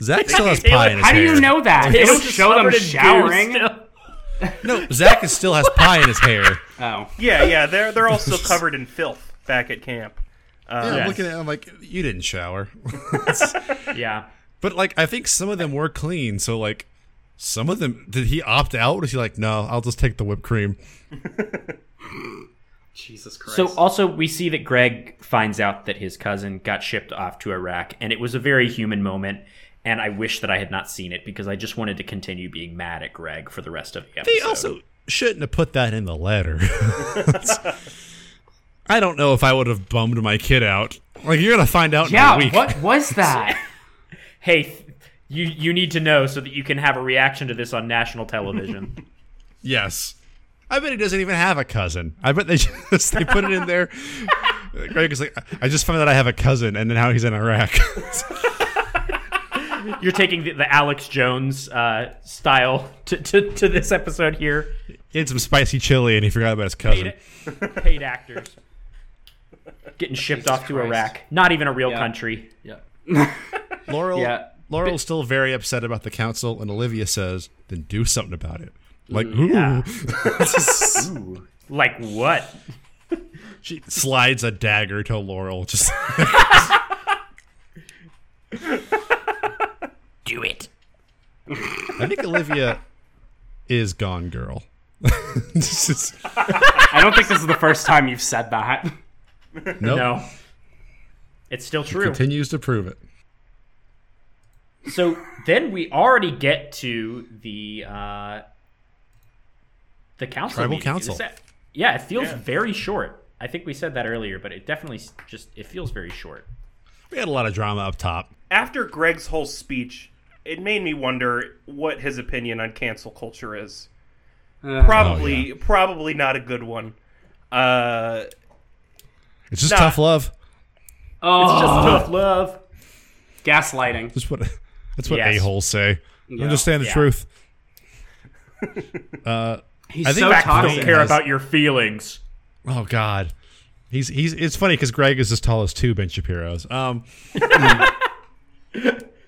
[SPEAKER 3] Zach still has pie in his
[SPEAKER 4] How do
[SPEAKER 3] hair.
[SPEAKER 4] you know that? They don't show them showering.
[SPEAKER 3] No, Zach is still has pie in his hair.
[SPEAKER 4] Oh,
[SPEAKER 6] yeah yeah they're they're all still covered in filth back at camp
[SPEAKER 3] Yeah,
[SPEAKER 5] Yes.
[SPEAKER 3] I'm looking at. It, I'm like, you didn't shower,
[SPEAKER 5] Yeah.
[SPEAKER 3] but like, I think some of them were clean. So like, some of them did he opt out? Was he like, no, I'll just take the whipped cream?
[SPEAKER 4] Jesus Christ.
[SPEAKER 5] So also we see that Greg finds out that his cousin got shipped off to Iraq and it was a very human moment and I wish that I had not seen it because I just wanted to continue being mad at Greg for the rest of the episode.
[SPEAKER 3] They also shouldn't have put that in the letter. I don't know if I would have bummed my kid out. Like you're gonna find out
[SPEAKER 4] yeah,
[SPEAKER 3] in a week.
[SPEAKER 4] what was that?
[SPEAKER 5] hey th- you you need to know so that you can have a reaction to this on national television.
[SPEAKER 3] Yes. I bet he doesn't even have a cousin. I bet they just they put it in there. Greg is like, I just found out I have a cousin, and then now he's in Iraq.
[SPEAKER 5] You're taking the, the Alex Jones uh, style to, to, to this episode here.
[SPEAKER 3] he had some spicy chili, and he forgot about his cousin.
[SPEAKER 5] paid, paid actors getting shipped off to
[SPEAKER 4] Christ.
[SPEAKER 5] Iraq. Not even a real
[SPEAKER 4] Yeah.
[SPEAKER 5] country.
[SPEAKER 3] Laurel,
[SPEAKER 4] Yeah.
[SPEAKER 3] Laurel's still very upset about the council, and Olivia says, "Then do something about it." Like, ooh,
[SPEAKER 5] Mm, Like what?
[SPEAKER 3] she slides a dagger to Laurel. Just
[SPEAKER 5] Do it.
[SPEAKER 3] I think Olivia is gone, girl. This is-
[SPEAKER 4] I don't think this is the first time you've said that.
[SPEAKER 3] nope.
[SPEAKER 5] No. It's still true.
[SPEAKER 3] Continues to prove it.
[SPEAKER 5] So then we already get to the uh the council.
[SPEAKER 3] Tribal
[SPEAKER 5] meeting.
[SPEAKER 3] council.
[SPEAKER 5] Is that- yeah, it feels very short. I think we said that earlier, but it definitely s- just it feels very short.
[SPEAKER 3] We had a lot of drama up top.
[SPEAKER 6] after Greg's whole speech, it made me wonder what his opinion on cancel culture is.
[SPEAKER 5] Uh, oh,
[SPEAKER 6] probably, probably not a good one. Uh,
[SPEAKER 3] It's just
[SPEAKER 6] Nah.
[SPEAKER 3] tough love.
[SPEAKER 5] It's
[SPEAKER 4] Oh,
[SPEAKER 5] just tough love.
[SPEAKER 4] gaslighting.
[SPEAKER 3] That's what that's what
[SPEAKER 5] Yes.
[SPEAKER 3] a holes say. Understand the
[SPEAKER 5] Yeah.
[SPEAKER 3] truth.
[SPEAKER 4] He's
[SPEAKER 3] I think
[SPEAKER 4] so
[SPEAKER 3] back
[SPEAKER 5] I
[SPEAKER 4] toxic.
[SPEAKER 5] don't care about your feelings.
[SPEAKER 3] Oh God, he's he's. It's funny because Greg is as tall as two Ben Shapiro's. Um,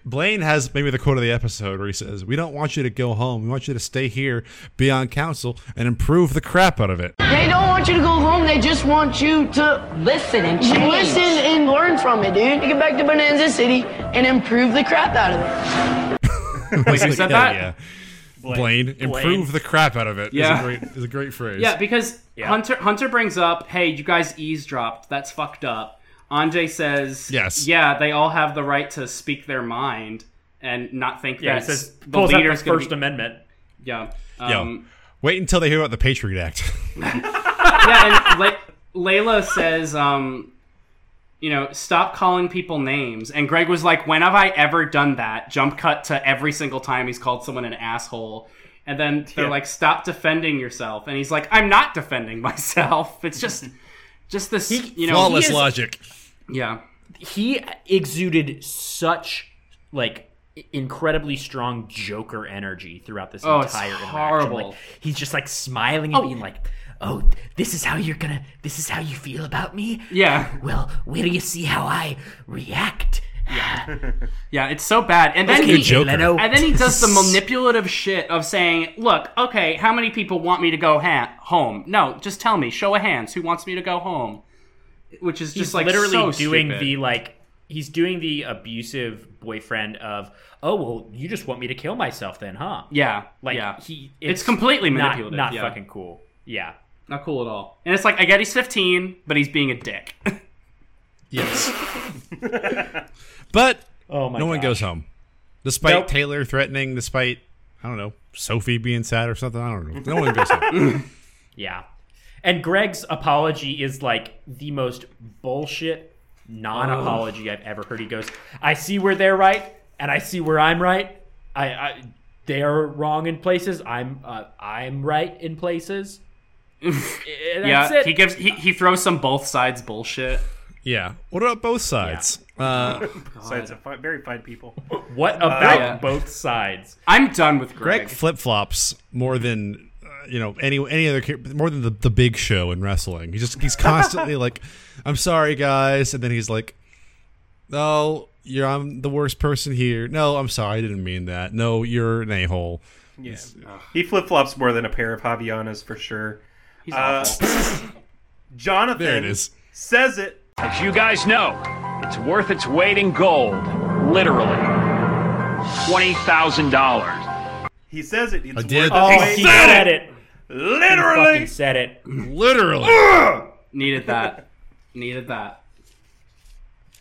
[SPEAKER 3] Blaine has maybe the quote of the episode where he says, "We don't want you to go home. We want you to stay here, be on council, and improve the crap out of it."
[SPEAKER 7] They don't want want you to go home. They just want you to
[SPEAKER 9] Listen and change.
[SPEAKER 7] listen and learn from it, dude. You get back to Bonanza City and improve the crap out of it.
[SPEAKER 3] Wait,
[SPEAKER 4] who said that?
[SPEAKER 3] Blaine, improve the crap out of it. Yeah, is
[SPEAKER 4] Yeah.
[SPEAKER 3] a great, is a great phrase.
[SPEAKER 4] Yeah, because Hunter Hunter brings up, "Hey, you guys eavesdropped. That's fucked up." Anjay says,
[SPEAKER 3] Yes.
[SPEAKER 4] yeah, they all have the right to speak their mind and not think
[SPEAKER 5] Yeah, it
[SPEAKER 4] that
[SPEAKER 5] says
[SPEAKER 4] the
[SPEAKER 5] pulls out the
[SPEAKER 4] leader's gonna
[SPEAKER 5] First
[SPEAKER 4] be-
[SPEAKER 5] Amendment.
[SPEAKER 4] Yeah,
[SPEAKER 3] Yo,
[SPEAKER 4] um,
[SPEAKER 3] wait until they hear about the Patriot Act.
[SPEAKER 4] yeah, and Le- Layla says, um, you know, stop calling people names. And Greg was like, when have I ever done that? Jump cut to every single time he's called someone an asshole. And then they're
[SPEAKER 6] Yeah.
[SPEAKER 4] like, stop defending yourself. And he's like, I'm not defending myself. It's just, just this, you know,
[SPEAKER 3] Flawless
[SPEAKER 5] he is-
[SPEAKER 3] logic.
[SPEAKER 4] yeah.
[SPEAKER 5] he exuded such like incredibly strong Joker energy throughout this
[SPEAKER 4] Oh, it's
[SPEAKER 5] entire interaction.
[SPEAKER 4] horrible.
[SPEAKER 5] Like, he's just like smiling and being like, "Oh, this is how you're gonna. This is how you feel about me.
[SPEAKER 4] Yeah.
[SPEAKER 5] Well, wait till you see how I react."
[SPEAKER 4] Yeah. It's so bad. And then
[SPEAKER 3] Good
[SPEAKER 4] he,
[SPEAKER 3] Joker.
[SPEAKER 5] Leno.
[SPEAKER 4] and then he does the manipulative shit of saying, look, okay, how many people want me to go ha- home? No, just tell me, show of hands, who wants me to go home? Which is just
[SPEAKER 5] He's
[SPEAKER 4] like
[SPEAKER 5] literally
[SPEAKER 4] so
[SPEAKER 5] doing
[SPEAKER 4] stupid.
[SPEAKER 5] the like. He's doing the abusive boyfriend of, "Oh, well, you just want me to kill myself, then, huh?"
[SPEAKER 4] Yeah,
[SPEAKER 5] Like
[SPEAKER 4] yeah.
[SPEAKER 5] he,
[SPEAKER 4] It's completely
[SPEAKER 5] not-
[SPEAKER 4] manipulative,
[SPEAKER 5] Not,
[SPEAKER 4] yeah.
[SPEAKER 5] fucking cool. Yeah.
[SPEAKER 4] not cool at all. And it's like I get he's 15, but he's being a dick.
[SPEAKER 3] Yes. but
[SPEAKER 5] Oh my.
[SPEAKER 3] no one goes home, despite Taylor threatening, despite I don't know Sophie being sad or something. I don't know. No one goes home.
[SPEAKER 5] Yeah. And Greg's apology is like the most bullshit non apology I've ever heard. He goes, I see where they're right, and I see where I'm right. I, I they're wrong in places. I'm uh, I'm right in places. And that's
[SPEAKER 4] yeah,
[SPEAKER 5] it.
[SPEAKER 4] he gives he, he throws some both sides bullshit.
[SPEAKER 3] Yeah. What about both sides? Uh,
[SPEAKER 5] Oh,
[SPEAKER 6] So it's a fi- very fine people.
[SPEAKER 5] what about
[SPEAKER 4] yeah.
[SPEAKER 5] both sides?
[SPEAKER 4] I'm done with Greg.
[SPEAKER 3] Greg flip flops more than uh, you know any any other char- more than the the big show in wrestling. He just he's constantly like, "I'm sorry, guys," and then he's like, "No, you're I'm the worst person here. No, I'm sorry, I didn't mean that. No, you're an a hole."
[SPEAKER 6] He flip flops more than a pair of Javianas for sure. Uh,
[SPEAKER 4] He's awful.
[SPEAKER 6] Jonathan
[SPEAKER 3] There it is.
[SPEAKER 6] says it.
[SPEAKER 8] As you guys know, it's worth its weight in gold. Literally. $20,000.
[SPEAKER 6] He says it. It's
[SPEAKER 3] I did.
[SPEAKER 6] worth its
[SPEAKER 5] Oh,
[SPEAKER 6] weight.
[SPEAKER 5] he said it. He
[SPEAKER 6] Literally.
[SPEAKER 5] fucking said it.
[SPEAKER 3] Literally.
[SPEAKER 4] Needed that. Needed that.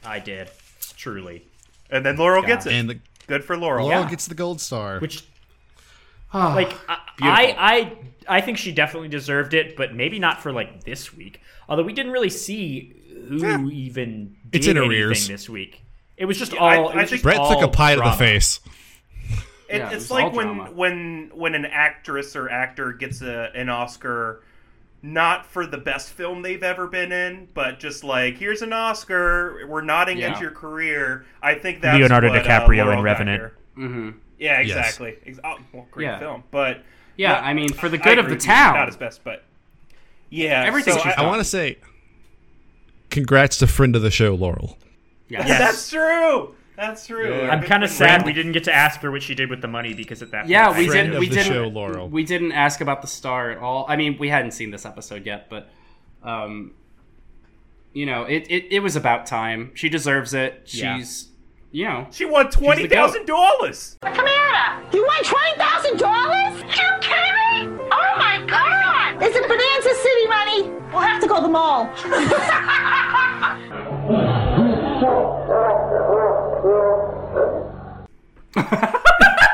[SPEAKER 5] I did. Truly.
[SPEAKER 6] And then Laurel gets it.
[SPEAKER 3] and the
[SPEAKER 6] Good for Laurel.
[SPEAKER 3] Laurel gets the gold star.
[SPEAKER 5] Which
[SPEAKER 4] Ah,
[SPEAKER 5] like I, I I I think she definitely deserved it, but maybe not for like this week. Although we didn't really see who even did
[SPEAKER 3] It's in
[SPEAKER 5] anything
[SPEAKER 3] arrears.
[SPEAKER 5] this week. It was just
[SPEAKER 6] I-
[SPEAKER 5] all.
[SPEAKER 6] I
[SPEAKER 5] it was
[SPEAKER 6] think-
[SPEAKER 5] just
[SPEAKER 3] Brett took
[SPEAKER 5] all
[SPEAKER 3] a pie to
[SPEAKER 5] drama.
[SPEAKER 3] the face.
[SPEAKER 6] It,
[SPEAKER 4] Yeah, it was
[SPEAKER 6] it's
[SPEAKER 4] all
[SPEAKER 6] like when
[SPEAKER 4] drama.
[SPEAKER 6] when when an actress or actor gets a, an Oscar, not for the best film they've ever been in, but just like here's an Oscar, we're nodding
[SPEAKER 4] Yeah.
[SPEAKER 6] at your career. I think that's
[SPEAKER 5] Leonardo
[SPEAKER 6] what, uh,
[SPEAKER 5] DiCaprio in
[SPEAKER 6] Laurel got
[SPEAKER 5] Revenant.
[SPEAKER 6] here.
[SPEAKER 4] hmm
[SPEAKER 6] Yeah, exactly. Ex- oh, well, great
[SPEAKER 4] Yeah.
[SPEAKER 6] film, but
[SPEAKER 4] Yeah,
[SPEAKER 6] No,
[SPEAKER 4] I mean for the
[SPEAKER 6] I
[SPEAKER 4] good of
[SPEAKER 6] agree
[SPEAKER 4] the
[SPEAKER 6] with you, not
[SPEAKER 4] town.
[SPEAKER 6] his best, but yeah,
[SPEAKER 4] Everything
[SPEAKER 6] so
[SPEAKER 4] she's
[SPEAKER 3] I
[SPEAKER 6] I,
[SPEAKER 4] done.
[SPEAKER 3] want to say, congrats to friend of the show Laurel.
[SPEAKER 4] Yes.
[SPEAKER 6] That's true. That's true.
[SPEAKER 5] I'm kind of sad we didn't get to ask her what she did with the money because at that
[SPEAKER 4] Yeah,
[SPEAKER 5] point,
[SPEAKER 4] we
[SPEAKER 5] I-
[SPEAKER 3] Friend
[SPEAKER 4] didn't.
[SPEAKER 3] of
[SPEAKER 4] We
[SPEAKER 3] the
[SPEAKER 4] didn't.
[SPEAKER 3] show, Laurel.
[SPEAKER 4] We didn't ask about the star at all. I mean, we hadn't seen this episode yet, but, um, you know, it it, it was about time. She deserves it.
[SPEAKER 5] Yeah.
[SPEAKER 4] She's, you know,
[SPEAKER 6] She won twenty thousand dollars.
[SPEAKER 9] Come here! You want twenty thousand dollars? You kidding me? Oh my god! It's in Bonanza City money. We'll have to go to the mall.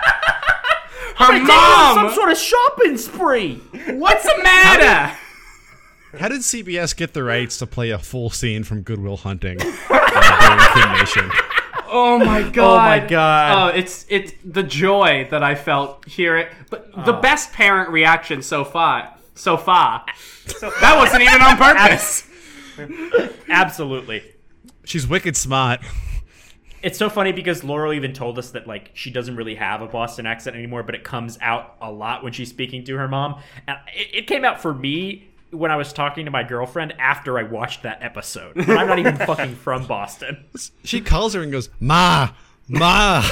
[SPEAKER 4] her
[SPEAKER 5] some
[SPEAKER 4] mom.
[SPEAKER 5] sort of shopping spree.
[SPEAKER 4] What's the matter?
[SPEAKER 3] How did CBS get the rights to play a full scene from Goodwill Hunting uh, during Kid Nation?
[SPEAKER 4] Oh my god!
[SPEAKER 5] my God.
[SPEAKER 4] Oh, it's it's the joy that I felt here. It, but the best parent reaction so far. So far, that wasn't even on purpose.
[SPEAKER 5] Absolutely.
[SPEAKER 3] She's wicked smart.
[SPEAKER 5] It's so funny because Laurel even told us that like she doesn't really have a Boston accent anymore, but it comes out a lot when she's speaking to her mom. And it, it came out for me when I was talking to my girlfriend after I watched that episode. And I'm not even fucking from Boston.
[SPEAKER 3] She calls her and goes, "Ma, ma."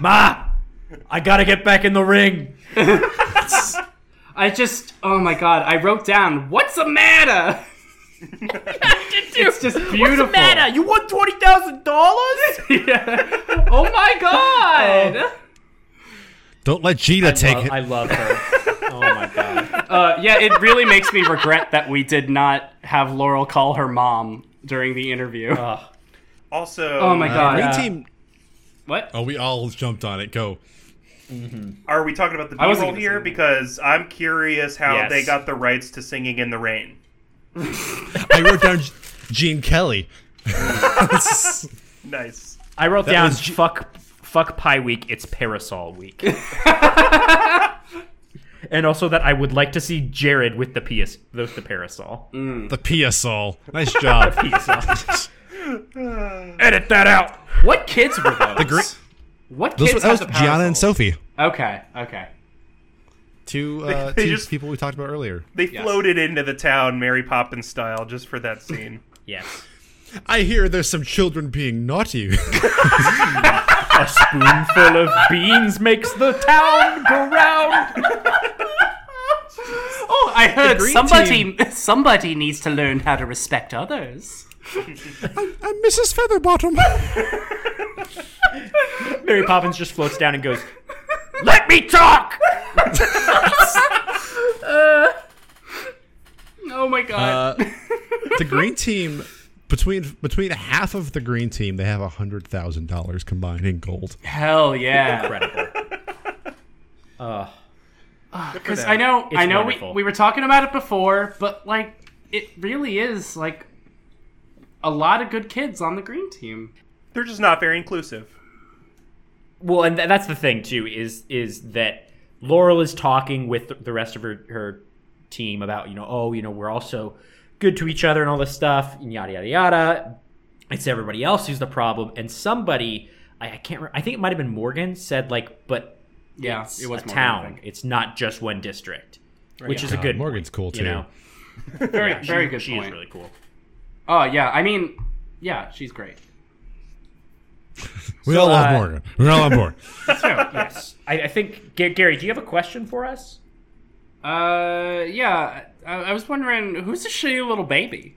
[SPEAKER 5] Ma, I gotta get back in the ring.
[SPEAKER 4] I just, oh my god, I wrote down, what's the matter? It's just beautiful.
[SPEAKER 5] What's the matter? You won twenty thousand dollars?
[SPEAKER 4] Yeah. Oh my god!
[SPEAKER 3] Don't let Gina take it.
[SPEAKER 5] I love her. Oh my god.
[SPEAKER 4] Uh, yeah, it really makes me regret that we did not have Laurel call her mom during the interview.
[SPEAKER 6] Also,
[SPEAKER 4] oh my god.
[SPEAKER 3] Green team.
[SPEAKER 4] What?
[SPEAKER 3] Oh, we all jumped on it. Go.
[SPEAKER 6] are we talking about the
[SPEAKER 4] I wasn't
[SPEAKER 6] B-roll
[SPEAKER 4] gonna
[SPEAKER 6] here?
[SPEAKER 4] say that.
[SPEAKER 6] Because I'm curious how
[SPEAKER 5] Yes.
[SPEAKER 6] they got the rights to singing in the rain.
[SPEAKER 3] I wrote down Gene Kelly.
[SPEAKER 6] Nice.
[SPEAKER 5] I wrote down
[SPEAKER 3] was G-
[SPEAKER 5] fuck fuck pie week. It's parasol week. and also that I would like to see Jared with the PS with the parasol.
[SPEAKER 4] Mm.
[SPEAKER 3] The PSL. Nice job.
[SPEAKER 5] Edit that out.
[SPEAKER 4] What kids were those? what
[SPEAKER 3] Those
[SPEAKER 4] kids
[SPEAKER 3] were,
[SPEAKER 4] had
[SPEAKER 3] that was
[SPEAKER 4] the
[SPEAKER 3] Gianna and
[SPEAKER 4] parasols?
[SPEAKER 3] Sophie.
[SPEAKER 4] Okay, okay.
[SPEAKER 3] Two, uh,
[SPEAKER 6] They
[SPEAKER 3] two
[SPEAKER 6] just-
[SPEAKER 3] people we talked about earlier.
[SPEAKER 6] They floated into the town, Mary Poppins style, just for that scene.
[SPEAKER 5] Yes.
[SPEAKER 3] I hear there's some children being naughty.
[SPEAKER 5] A spoonful of beans makes the town go round.
[SPEAKER 4] Oh, I heard
[SPEAKER 3] green
[SPEAKER 4] somebody somebody needs to learn how to respect others.
[SPEAKER 3] I'm Mrs. Featherbottom.
[SPEAKER 5] Mary Poppins just floats down and goes, "Let me talk."
[SPEAKER 4] Oh my
[SPEAKER 5] Uh,
[SPEAKER 4] god.
[SPEAKER 3] Uh, the green team between between half of the green team they have hundred thousand dollars combined in gold.
[SPEAKER 4] Hell yeah.
[SPEAKER 5] Incredible. Uh,
[SPEAKER 4] Because I know, I know, we,
[SPEAKER 5] wonderful.
[SPEAKER 4] we were talking about it before, but like, it really is like a lot of good kids on the green team.
[SPEAKER 6] They're just not very inclusive.
[SPEAKER 5] well, and th- that's the thing too is is that Laurel is talking with the rest of her her team about you know oh you know we're also good to each other and all this stuff and yada yada yada. It's everybody else who's the problem, and somebody I, I can't remember. I think it might have been Morgan said like, but
[SPEAKER 4] Yeah,
[SPEAKER 5] it's
[SPEAKER 4] it was
[SPEAKER 5] a
[SPEAKER 4] more than I
[SPEAKER 5] town.
[SPEAKER 4] think.
[SPEAKER 5] It's not just one district, which is a
[SPEAKER 3] God,
[SPEAKER 5] good.
[SPEAKER 3] Morgan's
[SPEAKER 5] point,
[SPEAKER 3] cool,
[SPEAKER 5] You
[SPEAKER 3] too.
[SPEAKER 5] know?
[SPEAKER 4] Very, very good
[SPEAKER 5] she
[SPEAKER 4] point.
[SPEAKER 5] is really cool.
[SPEAKER 4] Oh yeah, I mean, yeah, she's great.
[SPEAKER 3] We all love
[SPEAKER 5] uh,
[SPEAKER 3] Morgan. We all love Morgan.
[SPEAKER 5] Oh, yes, I, I think Ga- Gary. Do you have a question for us?
[SPEAKER 4] Uh, yeah, I, I was wondering who's the shitty little baby.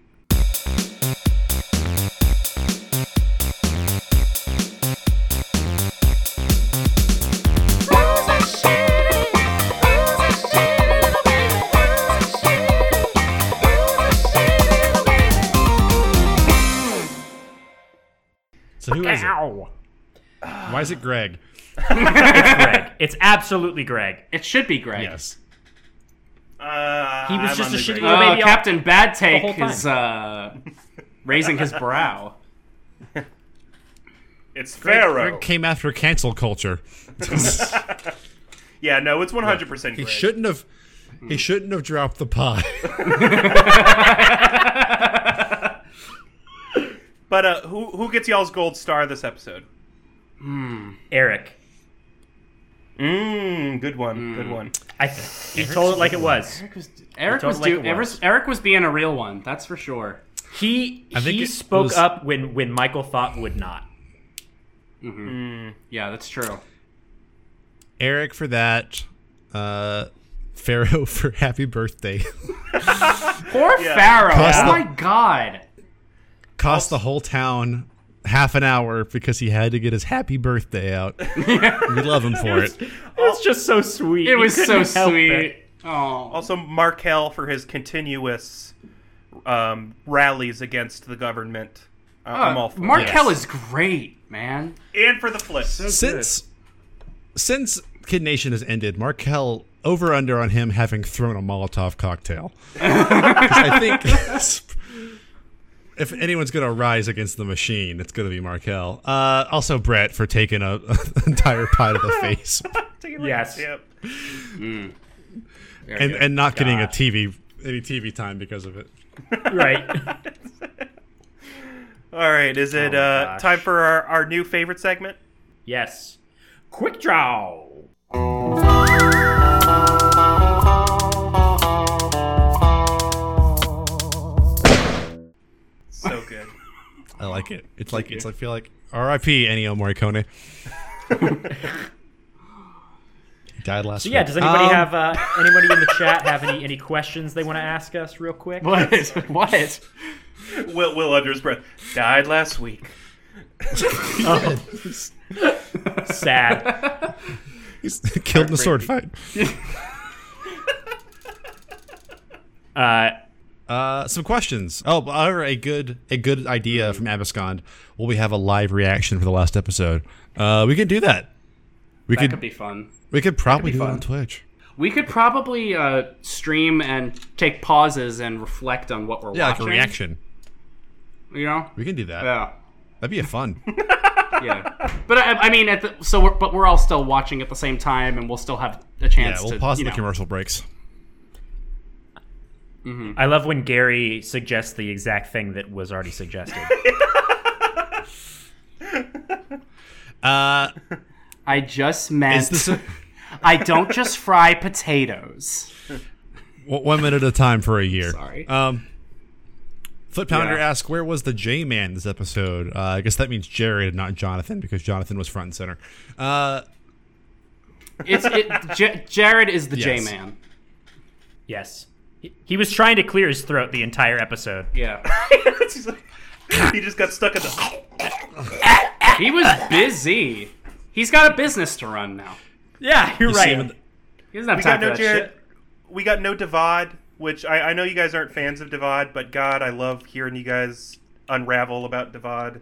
[SPEAKER 3] So who is it?
[SPEAKER 5] Ow.
[SPEAKER 3] Why is it Greg?
[SPEAKER 5] Greg. It's absolutely Greg.
[SPEAKER 4] It should be Greg.
[SPEAKER 3] Yes.
[SPEAKER 6] Uh,
[SPEAKER 5] He was
[SPEAKER 6] I'm
[SPEAKER 5] just
[SPEAKER 6] on
[SPEAKER 5] a
[SPEAKER 6] the
[SPEAKER 5] shitty
[SPEAKER 6] Greg.
[SPEAKER 5] little
[SPEAKER 4] Uh,
[SPEAKER 5] baby.
[SPEAKER 4] Captain Bad
[SPEAKER 5] whole
[SPEAKER 4] Take
[SPEAKER 5] time.
[SPEAKER 4] is uh, raising his brow.
[SPEAKER 6] It's Pharaoh.
[SPEAKER 3] Greg came after cancel culture.
[SPEAKER 6] Yeah, no, it's 100% Greg.
[SPEAKER 3] He shouldn't have. He shouldn't have dropped the pie.
[SPEAKER 6] But uh, who who gets y'all's gold star this episode?
[SPEAKER 5] Eric.
[SPEAKER 6] Mmm, good one, good one.
[SPEAKER 5] I he told it like it was.
[SPEAKER 4] Eric was, Eric
[SPEAKER 5] Don't
[SPEAKER 4] was,
[SPEAKER 5] like
[SPEAKER 4] do,
[SPEAKER 5] it
[SPEAKER 4] Eric,
[SPEAKER 5] was.
[SPEAKER 4] was Eric was being a real one. That's for sure.
[SPEAKER 5] He
[SPEAKER 3] I think
[SPEAKER 5] he
[SPEAKER 3] it
[SPEAKER 5] spoke
[SPEAKER 3] was-
[SPEAKER 5] up when when Michael thought would not.
[SPEAKER 4] Yeah, that's true.
[SPEAKER 3] Eric for that. Uh, Pharaoh for happy birthday.
[SPEAKER 4] Poor Pharaoh.
[SPEAKER 3] Plus
[SPEAKER 4] Oh
[SPEAKER 3] the-
[SPEAKER 4] my god.
[SPEAKER 3] Cost the whole town half an hour because he had to get his happy birthday out. we love him for it.
[SPEAKER 5] It's just so sweet.
[SPEAKER 4] It was so sweet. Oh,
[SPEAKER 6] Also, Markel for his continuous um, rallies against the government. Uh, I'm all for
[SPEAKER 4] Mark
[SPEAKER 6] it.
[SPEAKER 4] Hell is great, man.
[SPEAKER 6] And for the flip.
[SPEAKER 3] since since Kid Nation has ended, Markel over under on him having thrown a Molotov cocktail. 'Cause I think if anyone's going to rise against the machine, it's going to be Markel. Uh, also, Brett for taking a, an entire pie to the face
[SPEAKER 5] Yes.
[SPEAKER 6] Yep.
[SPEAKER 3] and, and not getting a TV any TV time because of it.
[SPEAKER 5] Right.
[SPEAKER 6] All right, is
[SPEAKER 4] Oh
[SPEAKER 6] it uh,
[SPEAKER 5] gosh.
[SPEAKER 6] time for our, our new favorite segment?
[SPEAKER 5] yes. Quick draw.
[SPEAKER 6] So good.
[SPEAKER 3] I like it. It's like it's. I feel like R.I.P. Ennio Morricone. Died last
[SPEAKER 5] So
[SPEAKER 3] week.
[SPEAKER 5] yeah, does anybody
[SPEAKER 3] Um,
[SPEAKER 5] have uh, anybody in the chat have any any questions they want to ask us real quick?
[SPEAKER 4] What? What?
[SPEAKER 6] Will, Will under his breath. Died last week.
[SPEAKER 5] Sad.
[SPEAKER 3] He's killed in a sword fight.
[SPEAKER 5] Uh,
[SPEAKER 3] Uh, some questions. Oh, or a good a good idea from Abiscond. Will we have a live reaction for the last episode? Uh, we could do that. We
[SPEAKER 4] That
[SPEAKER 3] could,
[SPEAKER 4] could be fun.
[SPEAKER 3] we could probably
[SPEAKER 4] could be
[SPEAKER 3] do it
[SPEAKER 4] fun.
[SPEAKER 3] on Twitch.
[SPEAKER 4] We could probably uh, stream and take pauses and reflect on what we're
[SPEAKER 3] Yeah, like
[SPEAKER 4] watching.
[SPEAKER 3] a reaction.
[SPEAKER 4] You know?
[SPEAKER 3] We can do that.
[SPEAKER 4] Yeah.
[SPEAKER 3] That'd be a fun.
[SPEAKER 4] Yeah. but I, I mean, at the, so we're, but we're all still watching at the same time, and we'll still have a
[SPEAKER 3] yeah,
[SPEAKER 4] chance
[SPEAKER 3] we'll
[SPEAKER 4] to
[SPEAKER 3] pause
[SPEAKER 4] you
[SPEAKER 3] the
[SPEAKER 4] know.
[SPEAKER 3] commercial breaks.
[SPEAKER 5] I love when Gary suggests the exact thing that was already suggested.
[SPEAKER 3] Uh,
[SPEAKER 4] I just meant
[SPEAKER 3] is this a,
[SPEAKER 4] I don't just fry potatoes.
[SPEAKER 3] one one minute at a time for a year?
[SPEAKER 4] Sorry.
[SPEAKER 3] Um, Foot Pounder
[SPEAKER 4] Yeah.
[SPEAKER 3] asks, "Where was the J Man this episode?" Uh, I guess that means Jared, not Jonathan, because Jonathan was front and center. Uh,
[SPEAKER 4] It's it, J- Jared is the
[SPEAKER 3] Yes.
[SPEAKER 4] J man.
[SPEAKER 5] yes. He- He was trying to clear his throat the entire episode.
[SPEAKER 4] Yeah.
[SPEAKER 6] He's like- he just got stuck in the.
[SPEAKER 4] He was busy. He's got a business to run now.
[SPEAKER 5] Yeah, you're
[SPEAKER 3] you see him in the-
[SPEAKER 4] He doesn't have
[SPEAKER 6] We
[SPEAKER 4] time
[SPEAKER 6] got
[SPEAKER 4] for
[SPEAKER 6] no
[SPEAKER 4] that
[SPEAKER 6] Jared.
[SPEAKER 4] shit.
[SPEAKER 6] We got no Devad, which I, I know you guys aren't fans of Devad, but God, I love hearing you guys unravel about Devad.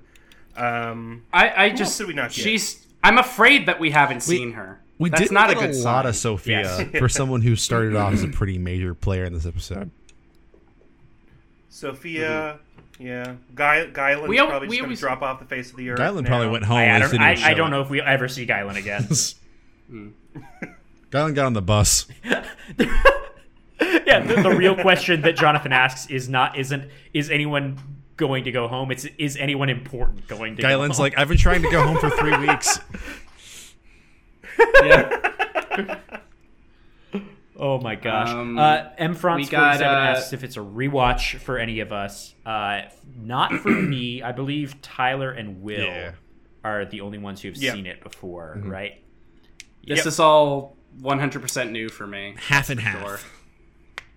[SPEAKER 6] Um,
[SPEAKER 4] I, I just
[SPEAKER 6] did we not get?
[SPEAKER 4] she's. I'm afraid that we haven't seen her.
[SPEAKER 3] We
[SPEAKER 4] That's
[SPEAKER 3] did
[SPEAKER 4] not
[SPEAKER 3] get
[SPEAKER 4] a good
[SPEAKER 3] lot
[SPEAKER 4] sign.
[SPEAKER 3] of Sophia for someone who started off as a pretty major player in this episode.
[SPEAKER 6] Sophia, yeah, Guy, Guyland's
[SPEAKER 4] We al-
[SPEAKER 6] probably
[SPEAKER 4] we
[SPEAKER 6] just going
[SPEAKER 4] always-
[SPEAKER 6] to drop off the face of the earth.
[SPEAKER 3] Guyland
[SPEAKER 6] now.
[SPEAKER 3] probably went home.
[SPEAKER 5] I, I
[SPEAKER 3] and
[SPEAKER 5] don't,
[SPEAKER 3] didn't
[SPEAKER 5] I, I
[SPEAKER 3] show
[SPEAKER 5] don't
[SPEAKER 3] up.
[SPEAKER 5] know if we ever see Guyland again.
[SPEAKER 3] Guyland got on the bus.
[SPEAKER 5] yeah, the, the real question that Jonathan asks is not isn't is anyone going to go home? It's is anyone important going to
[SPEAKER 3] Guyland's
[SPEAKER 5] go home?
[SPEAKER 3] like, I've been trying to go home for three weeks.
[SPEAKER 4] Yeah.
[SPEAKER 5] Oh my gosh.
[SPEAKER 4] Um,
[SPEAKER 5] uh, M. France
[SPEAKER 4] we got,
[SPEAKER 5] 47
[SPEAKER 4] uh,
[SPEAKER 5] asks if it's a rewatch for any of us. Uh, not for me. I believe Tyler and Will
[SPEAKER 3] Yeah.
[SPEAKER 5] are the only ones who've
[SPEAKER 6] Yeah.
[SPEAKER 5] seen it before, right?
[SPEAKER 4] This
[SPEAKER 5] Yep.
[SPEAKER 4] is all 100% new for me.
[SPEAKER 3] Half and half.
[SPEAKER 4] Sure.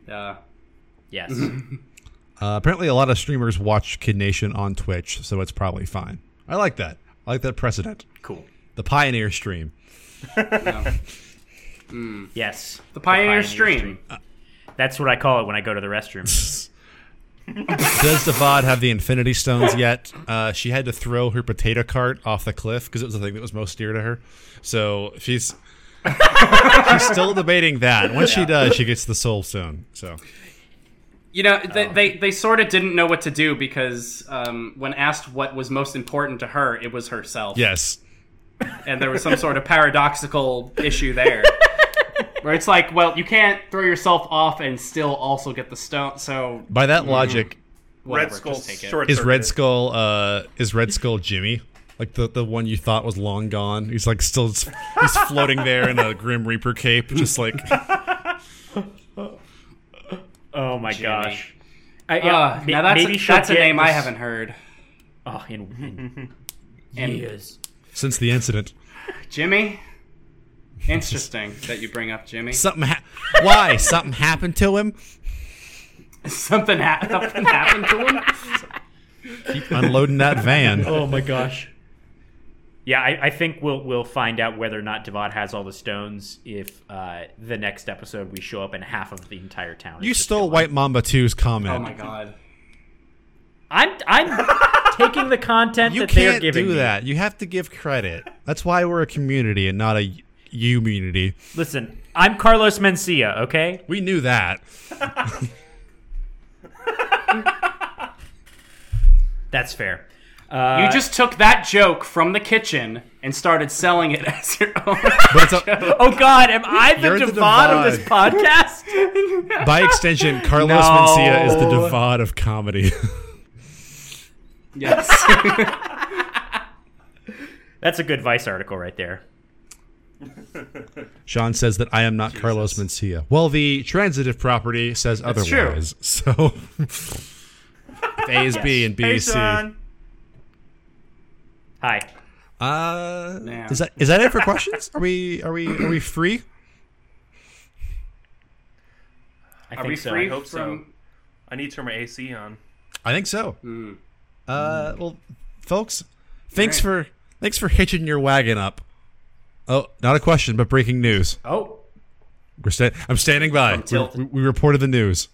[SPEAKER 4] Yeah.
[SPEAKER 5] Yes.
[SPEAKER 4] Mm-hmm.
[SPEAKER 3] Uh, apparently, a lot of streamers watch Kid Nation on Twitch, so it's probably fine. I like that. I like that precedent.
[SPEAKER 5] cool.
[SPEAKER 3] The Pioneer stream.
[SPEAKER 5] Yes.
[SPEAKER 4] The Pioneer,
[SPEAKER 5] Pioneer
[SPEAKER 4] Stream.
[SPEAKER 5] Stream. That's what I call it when I go to the restroom.
[SPEAKER 3] Does Devad have the Infinity Stones yet? Uh, she had to throw her potato cart off the cliff because it was the thing that was most dear to her. So she's she's still debating that. Once she does, she gets the Soul Stone. So
[SPEAKER 4] You know, they, they, they sort of didn't know what to do because um, when asked what was most important to her, it was herself.
[SPEAKER 3] yes,
[SPEAKER 4] And there was some sort of paradoxical issue there. Where it's like, well, you can't throw yourself off and still also get the stone, so
[SPEAKER 3] by that logic,
[SPEAKER 4] whatever,
[SPEAKER 6] Red Skull
[SPEAKER 4] just take it.
[SPEAKER 6] short
[SPEAKER 3] is Red
[SPEAKER 6] circuited.
[SPEAKER 3] Skull uh, is Red Skull Jimmy like the the one you thought was long gone? He's like still he's floating there in a Grim Reaper cape, just like
[SPEAKER 5] Oh my gosh. I, yeah,
[SPEAKER 4] Ugh,
[SPEAKER 5] may-
[SPEAKER 4] Ah, now that's,
[SPEAKER 5] maybe she'll
[SPEAKER 4] that's a
[SPEAKER 5] get
[SPEAKER 4] name I
[SPEAKER 5] this-
[SPEAKER 4] haven't heard.
[SPEAKER 5] Oh, in, in
[SPEAKER 4] And
[SPEAKER 5] years.
[SPEAKER 3] since the incident.
[SPEAKER 4] Jimmy? Interesting that you bring up Jimmy.
[SPEAKER 3] Something ha- why something happened to him?
[SPEAKER 4] something, ha- something happened to him?
[SPEAKER 3] Keep unloading that van.
[SPEAKER 5] Oh my gosh. Yeah, I, I think we'll we'll find out whether or not Devod has all the stones if uh, the next episode we show up and half of the entire town. is
[SPEAKER 3] You
[SPEAKER 5] just
[SPEAKER 3] stole
[SPEAKER 5] gone.
[SPEAKER 3] White Mamba 2's comment.
[SPEAKER 4] Oh my god.
[SPEAKER 5] I'm I'm taking the content
[SPEAKER 3] You
[SPEAKER 5] that they're
[SPEAKER 3] can't
[SPEAKER 5] giving.
[SPEAKER 3] do
[SPEAKER 5] me.
[SPEAKER 3] that. You have to give credit. That's why we're a community and not a you community.
[SPEAKER 5] Listen, I'm Carlos Mencia. Okay,
[SPEAKER 3] We knew that.
[SPEAKER 5] that's fair. Uh,
[SPEAKER 4] You just took that joke from the kitchen and started selling it as your own.
[SPEAKER 3] But it's a,
[SPEAKER 5] Oh God, am I the
[SPEAKER 3] You're the
[SPEAKER 5] Devod, of this podcast?
[SPEAKER 3] by extension, Carlos
[SPEAKER 5] No.
[SPEAKER 3] Mencia is the Devad of comedy.
[SPEAKER 4] yes.
[SPEAKER 5] that's a good Vice article right there.
[SPEAKER 3] Sean says that I am not Carlos Mencia. Well, the transitive property says
[SPEAKER 4] true.
[SPEAKER 3] otherwise. So if A is B and B
[SPEAKER 6] Hey,
[SPEAKER 3] is C.
[SPEAKER 6] Sean.
[SPEAKER 5] Hi.
[SPEAKER 3] Uh,
[SPEAKER 4] Man.
[SPEAKER 3] is that is that it for questions? Are we are we are we free?
[SPEAKER 5] I
[SPEAKER 4] Are
[SPEAKER 5] think
[SPEAKER 4] we
[SPEAKER 5] so.
[SPEAKER 4] free
[SPEAKER 5] I hope-
[SPEAKER 6] hope so.
[SPEAKER 4] from?
[SPEAKER 6] I need to turn my AC on.
[SPEAKER 3] I think so. Uh, well, folks, thanks for thanks for hitching your wagon up. Oh, not a question, but breaking news.
[SPEAKER 5] oh,
[SPEAKER 3] We're sta- I'm standing by. We,
[SPEAKER 5] tilt.
[SPEAKER 3] we- we reported the news.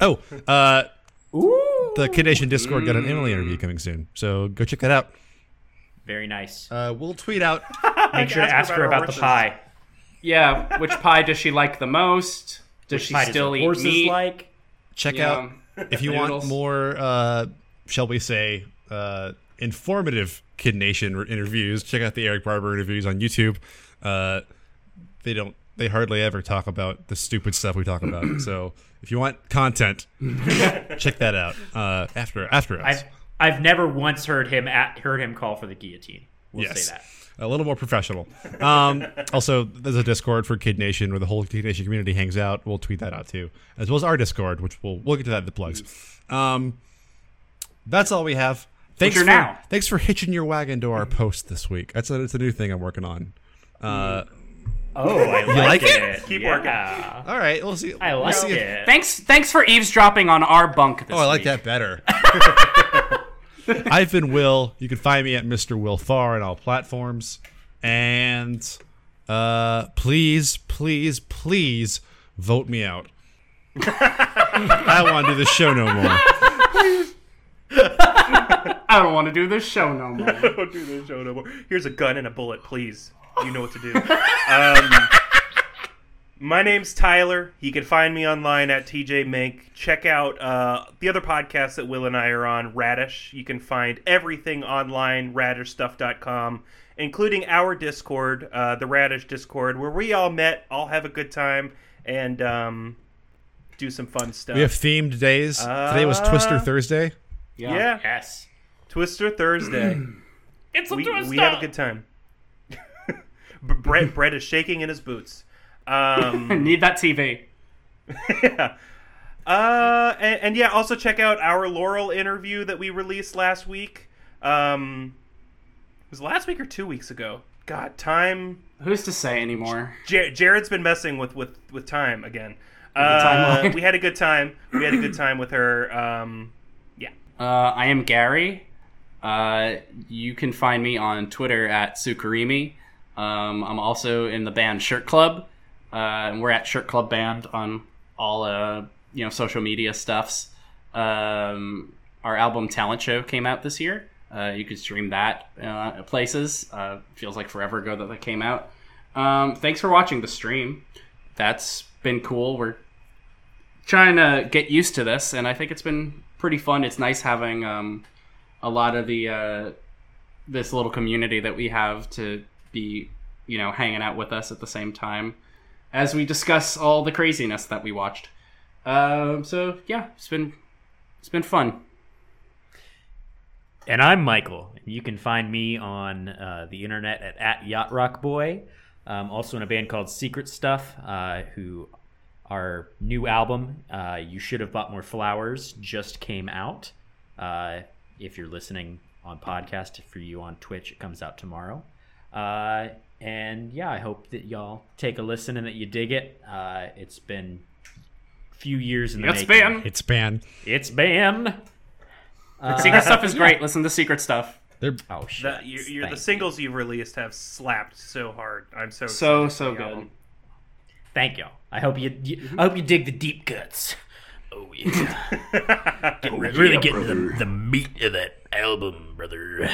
[SPEAKER 3] Oh, uh,
[SPEAKER 5] ooh,
[SPEAKER 3] the Kid Nation Discord got an Emily interview coming soon, so go check that out.
[SPEAKER 5] very nice.
[SPEAKER 3] Uh, we'll tweet out.
[SPEAKER 5] Make sure to ask
[SPEAKER 6] ask
[SPEAKER 5] her
[SPEAKER 6] her
[SPEAKER 5] about
[SPEAKER 6] about
[SPEAKER 5] the
[SPEAKER 6] our
[SPEAKER 5] pie.
[SPEAKER 4] Yeah, which pie does she like the most? Does she
[SPEAKER 5] Pie does
[SPEAKER 4] still
[SPEAKER 5] the
[SPEAKER 4] eat
[SPEAKER 5] horses
[SPEAKER 4] meat?
[SPEAKER 5] like?
[SPEAKER 3] Check
[SPEAKER 4] Yeah.
[SPEAKER 3] out if you want
[SPEAKER 4] Noodles.
[SPEAKER 3] more. Uh, shall we say uh, informative Kid Nation re- interviews? Check out the Eric Barber interviews on YouTube. Uh, they don't. They hardly ever talk about the stupid stuff we talk about. so if you want content, check that out. Uh, after after us.
[SPEAKER 5] I've I've never once heard him at, heard him call for the guillotine. We'll
[SPEAKER 3] Yes.
[SPEAKER 5] say that.
[SPEAKER 3] a little more professional. Um, also, there's a Discord for Kid Nation where the whole Kid Nation community hangs out. We'll tweet that out too, as well as our Discord, which we'll we'll get to that in the plugs. Um, that's all we have. Thanks
[SPEAKER 4] are
[SPEAKER 3] for
[SPEAKER 4] now.
[SPEAKER 3] thanks for hitching your wagon to our post this week. That's a, that's a new thing I'm working on. Uh,
[SPEAKER 5] Oh, I like,
[SPEAKER 3] like it?
[SPEAKER 6] Keep
[SPEAKER 5] yeah.
[SPEAKER 3] all right, we'll see.
[SPEAKER 5] I like
[SPEAKER 3] see if-
[SPEAKER 5] it.
[SPEAKER 4] Thanks, thanks for eavesdropping on our bunk. This
[SPEAKER 3] Oh, I like
[SPEAKER 4] week.
[SPEAKER 3] that better. I've been Will. You can find me at Mr. Will Farr on all platforms. And uh, please, please, please vote me out. I don't want to do this show no more.
[SPEAKER 4] I don't want to do this show no more.
[SPEAKER 6] Don't do this show no more. Here's a gun and a bullet, please. You know what to do. um, my name's Tyler. You can find me online at TJ Mink. Check out uh, the other podcast that Will and I are on, Radish. You can find everything online, radishstuff.com, including our Discord, uh, the Radish Discord, where we all met, all have a good time, and um, do some fun stuff.
[SPEAKER 3] We have themed days. Today was Twister Thursday.
[SPEAKER 6] yeah,
[SPEAKER 5] Yes.
[SPEAKER 6] Twister Thursday.
[SPEAKER 8] It's a
[SPEAKER 6] we,
[SPEAKER 8] twist
[SPEAKER 6] we have a good time. B- Brett, Brett is shaking in his boots. Um,
[SPEAKER 4] Need that TV.
[SPEAKER 6] yeah. Uh, and, and yeah, also check out our Laurel interview that we released last week. Um, it was last week or two weeks ago. God, time.
[SPEAKER 4] Who's to say anymore?
[SPEAKER 6] Jar- Jared's been messing with with with time again. Uh,
[SPEAKER 4] timeline.
[SPEAKER 6] we had a good time. We had a good time with her. Um, yeah.
[SPEAKER 4] Uh, I am Gary. Uh, you can find me on Twitter at Sukarimi. Um, I'm also in the band Shirt Club, uh, and we're at Shirt Club Band on all uh, you know social media stuffs. Um, our album Talent Show came out this year. Uh, you can stream that uh, at places. Uh, feels like forever ago that that came out. Um, thanks for watching the stream. That's been cool. We're trying to get used to this, and I think it's been pretty fun. It's nice having um, a lot of the uh, this little community that we have to be, you know, hanging out with us at the same time as we discuss all the craziness that we watched. Um, so yeah, it's been it's been fun.
[SPEAKER 5] And I'm Michael. You can find me on uh, the internet at, at Yacht Rock Boy. Um, also in a band called Secret Stuff, uh, who our new album, uh, You Should Have Bought More Flowers, just came out. Uh, if you're listening on podcast, for you on Twitch, it comes out tomorrow. Uh, and yeah, I hope that y'all take a listen and that you dig it. Uh, it's been few years in the
[SPEAKER 4] It's
[SPEAKER 5] making.
[SPEAKER 4] been
[SPEAKER 3] It's banned.
[SPEAKER 5] It's been.
[SPEAKER 4] secret stuff is great. Listen to secret stuff.
[SPEAKER 3] They're
[SPEAKER 5] Oh shit!
[SPEAKER 6] The, you're, you're, the
[SPEAKER 5] Thank-
[SPEAKER 6] singles you've released have slapped so hard. I'm so
[SPEAKER 4] So
[SPEAKER 6] excited
[SPEAKER 4] so
[SPEAKER 6] for the album.
[SPEAKER 4] good.
[SPEAKER 5] Thank y'all. I hope you, you I hope you dig the deep cuts. Oh yeah. Getting- really getting the, the meat of that album, brother.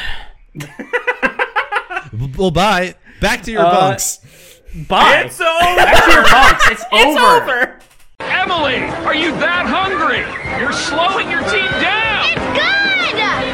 [SPEAKER 3] well, bye. Back to your bunks.
[SPEAKER 5] Bye.
[SPEAKER 6] It's over.
[SPEAKER 4] Back to your bunks. It's, over.
[SPEAKER 8] Emily, are you that hungry? You're slowing your team down.
[SPEAKER 9] It's good!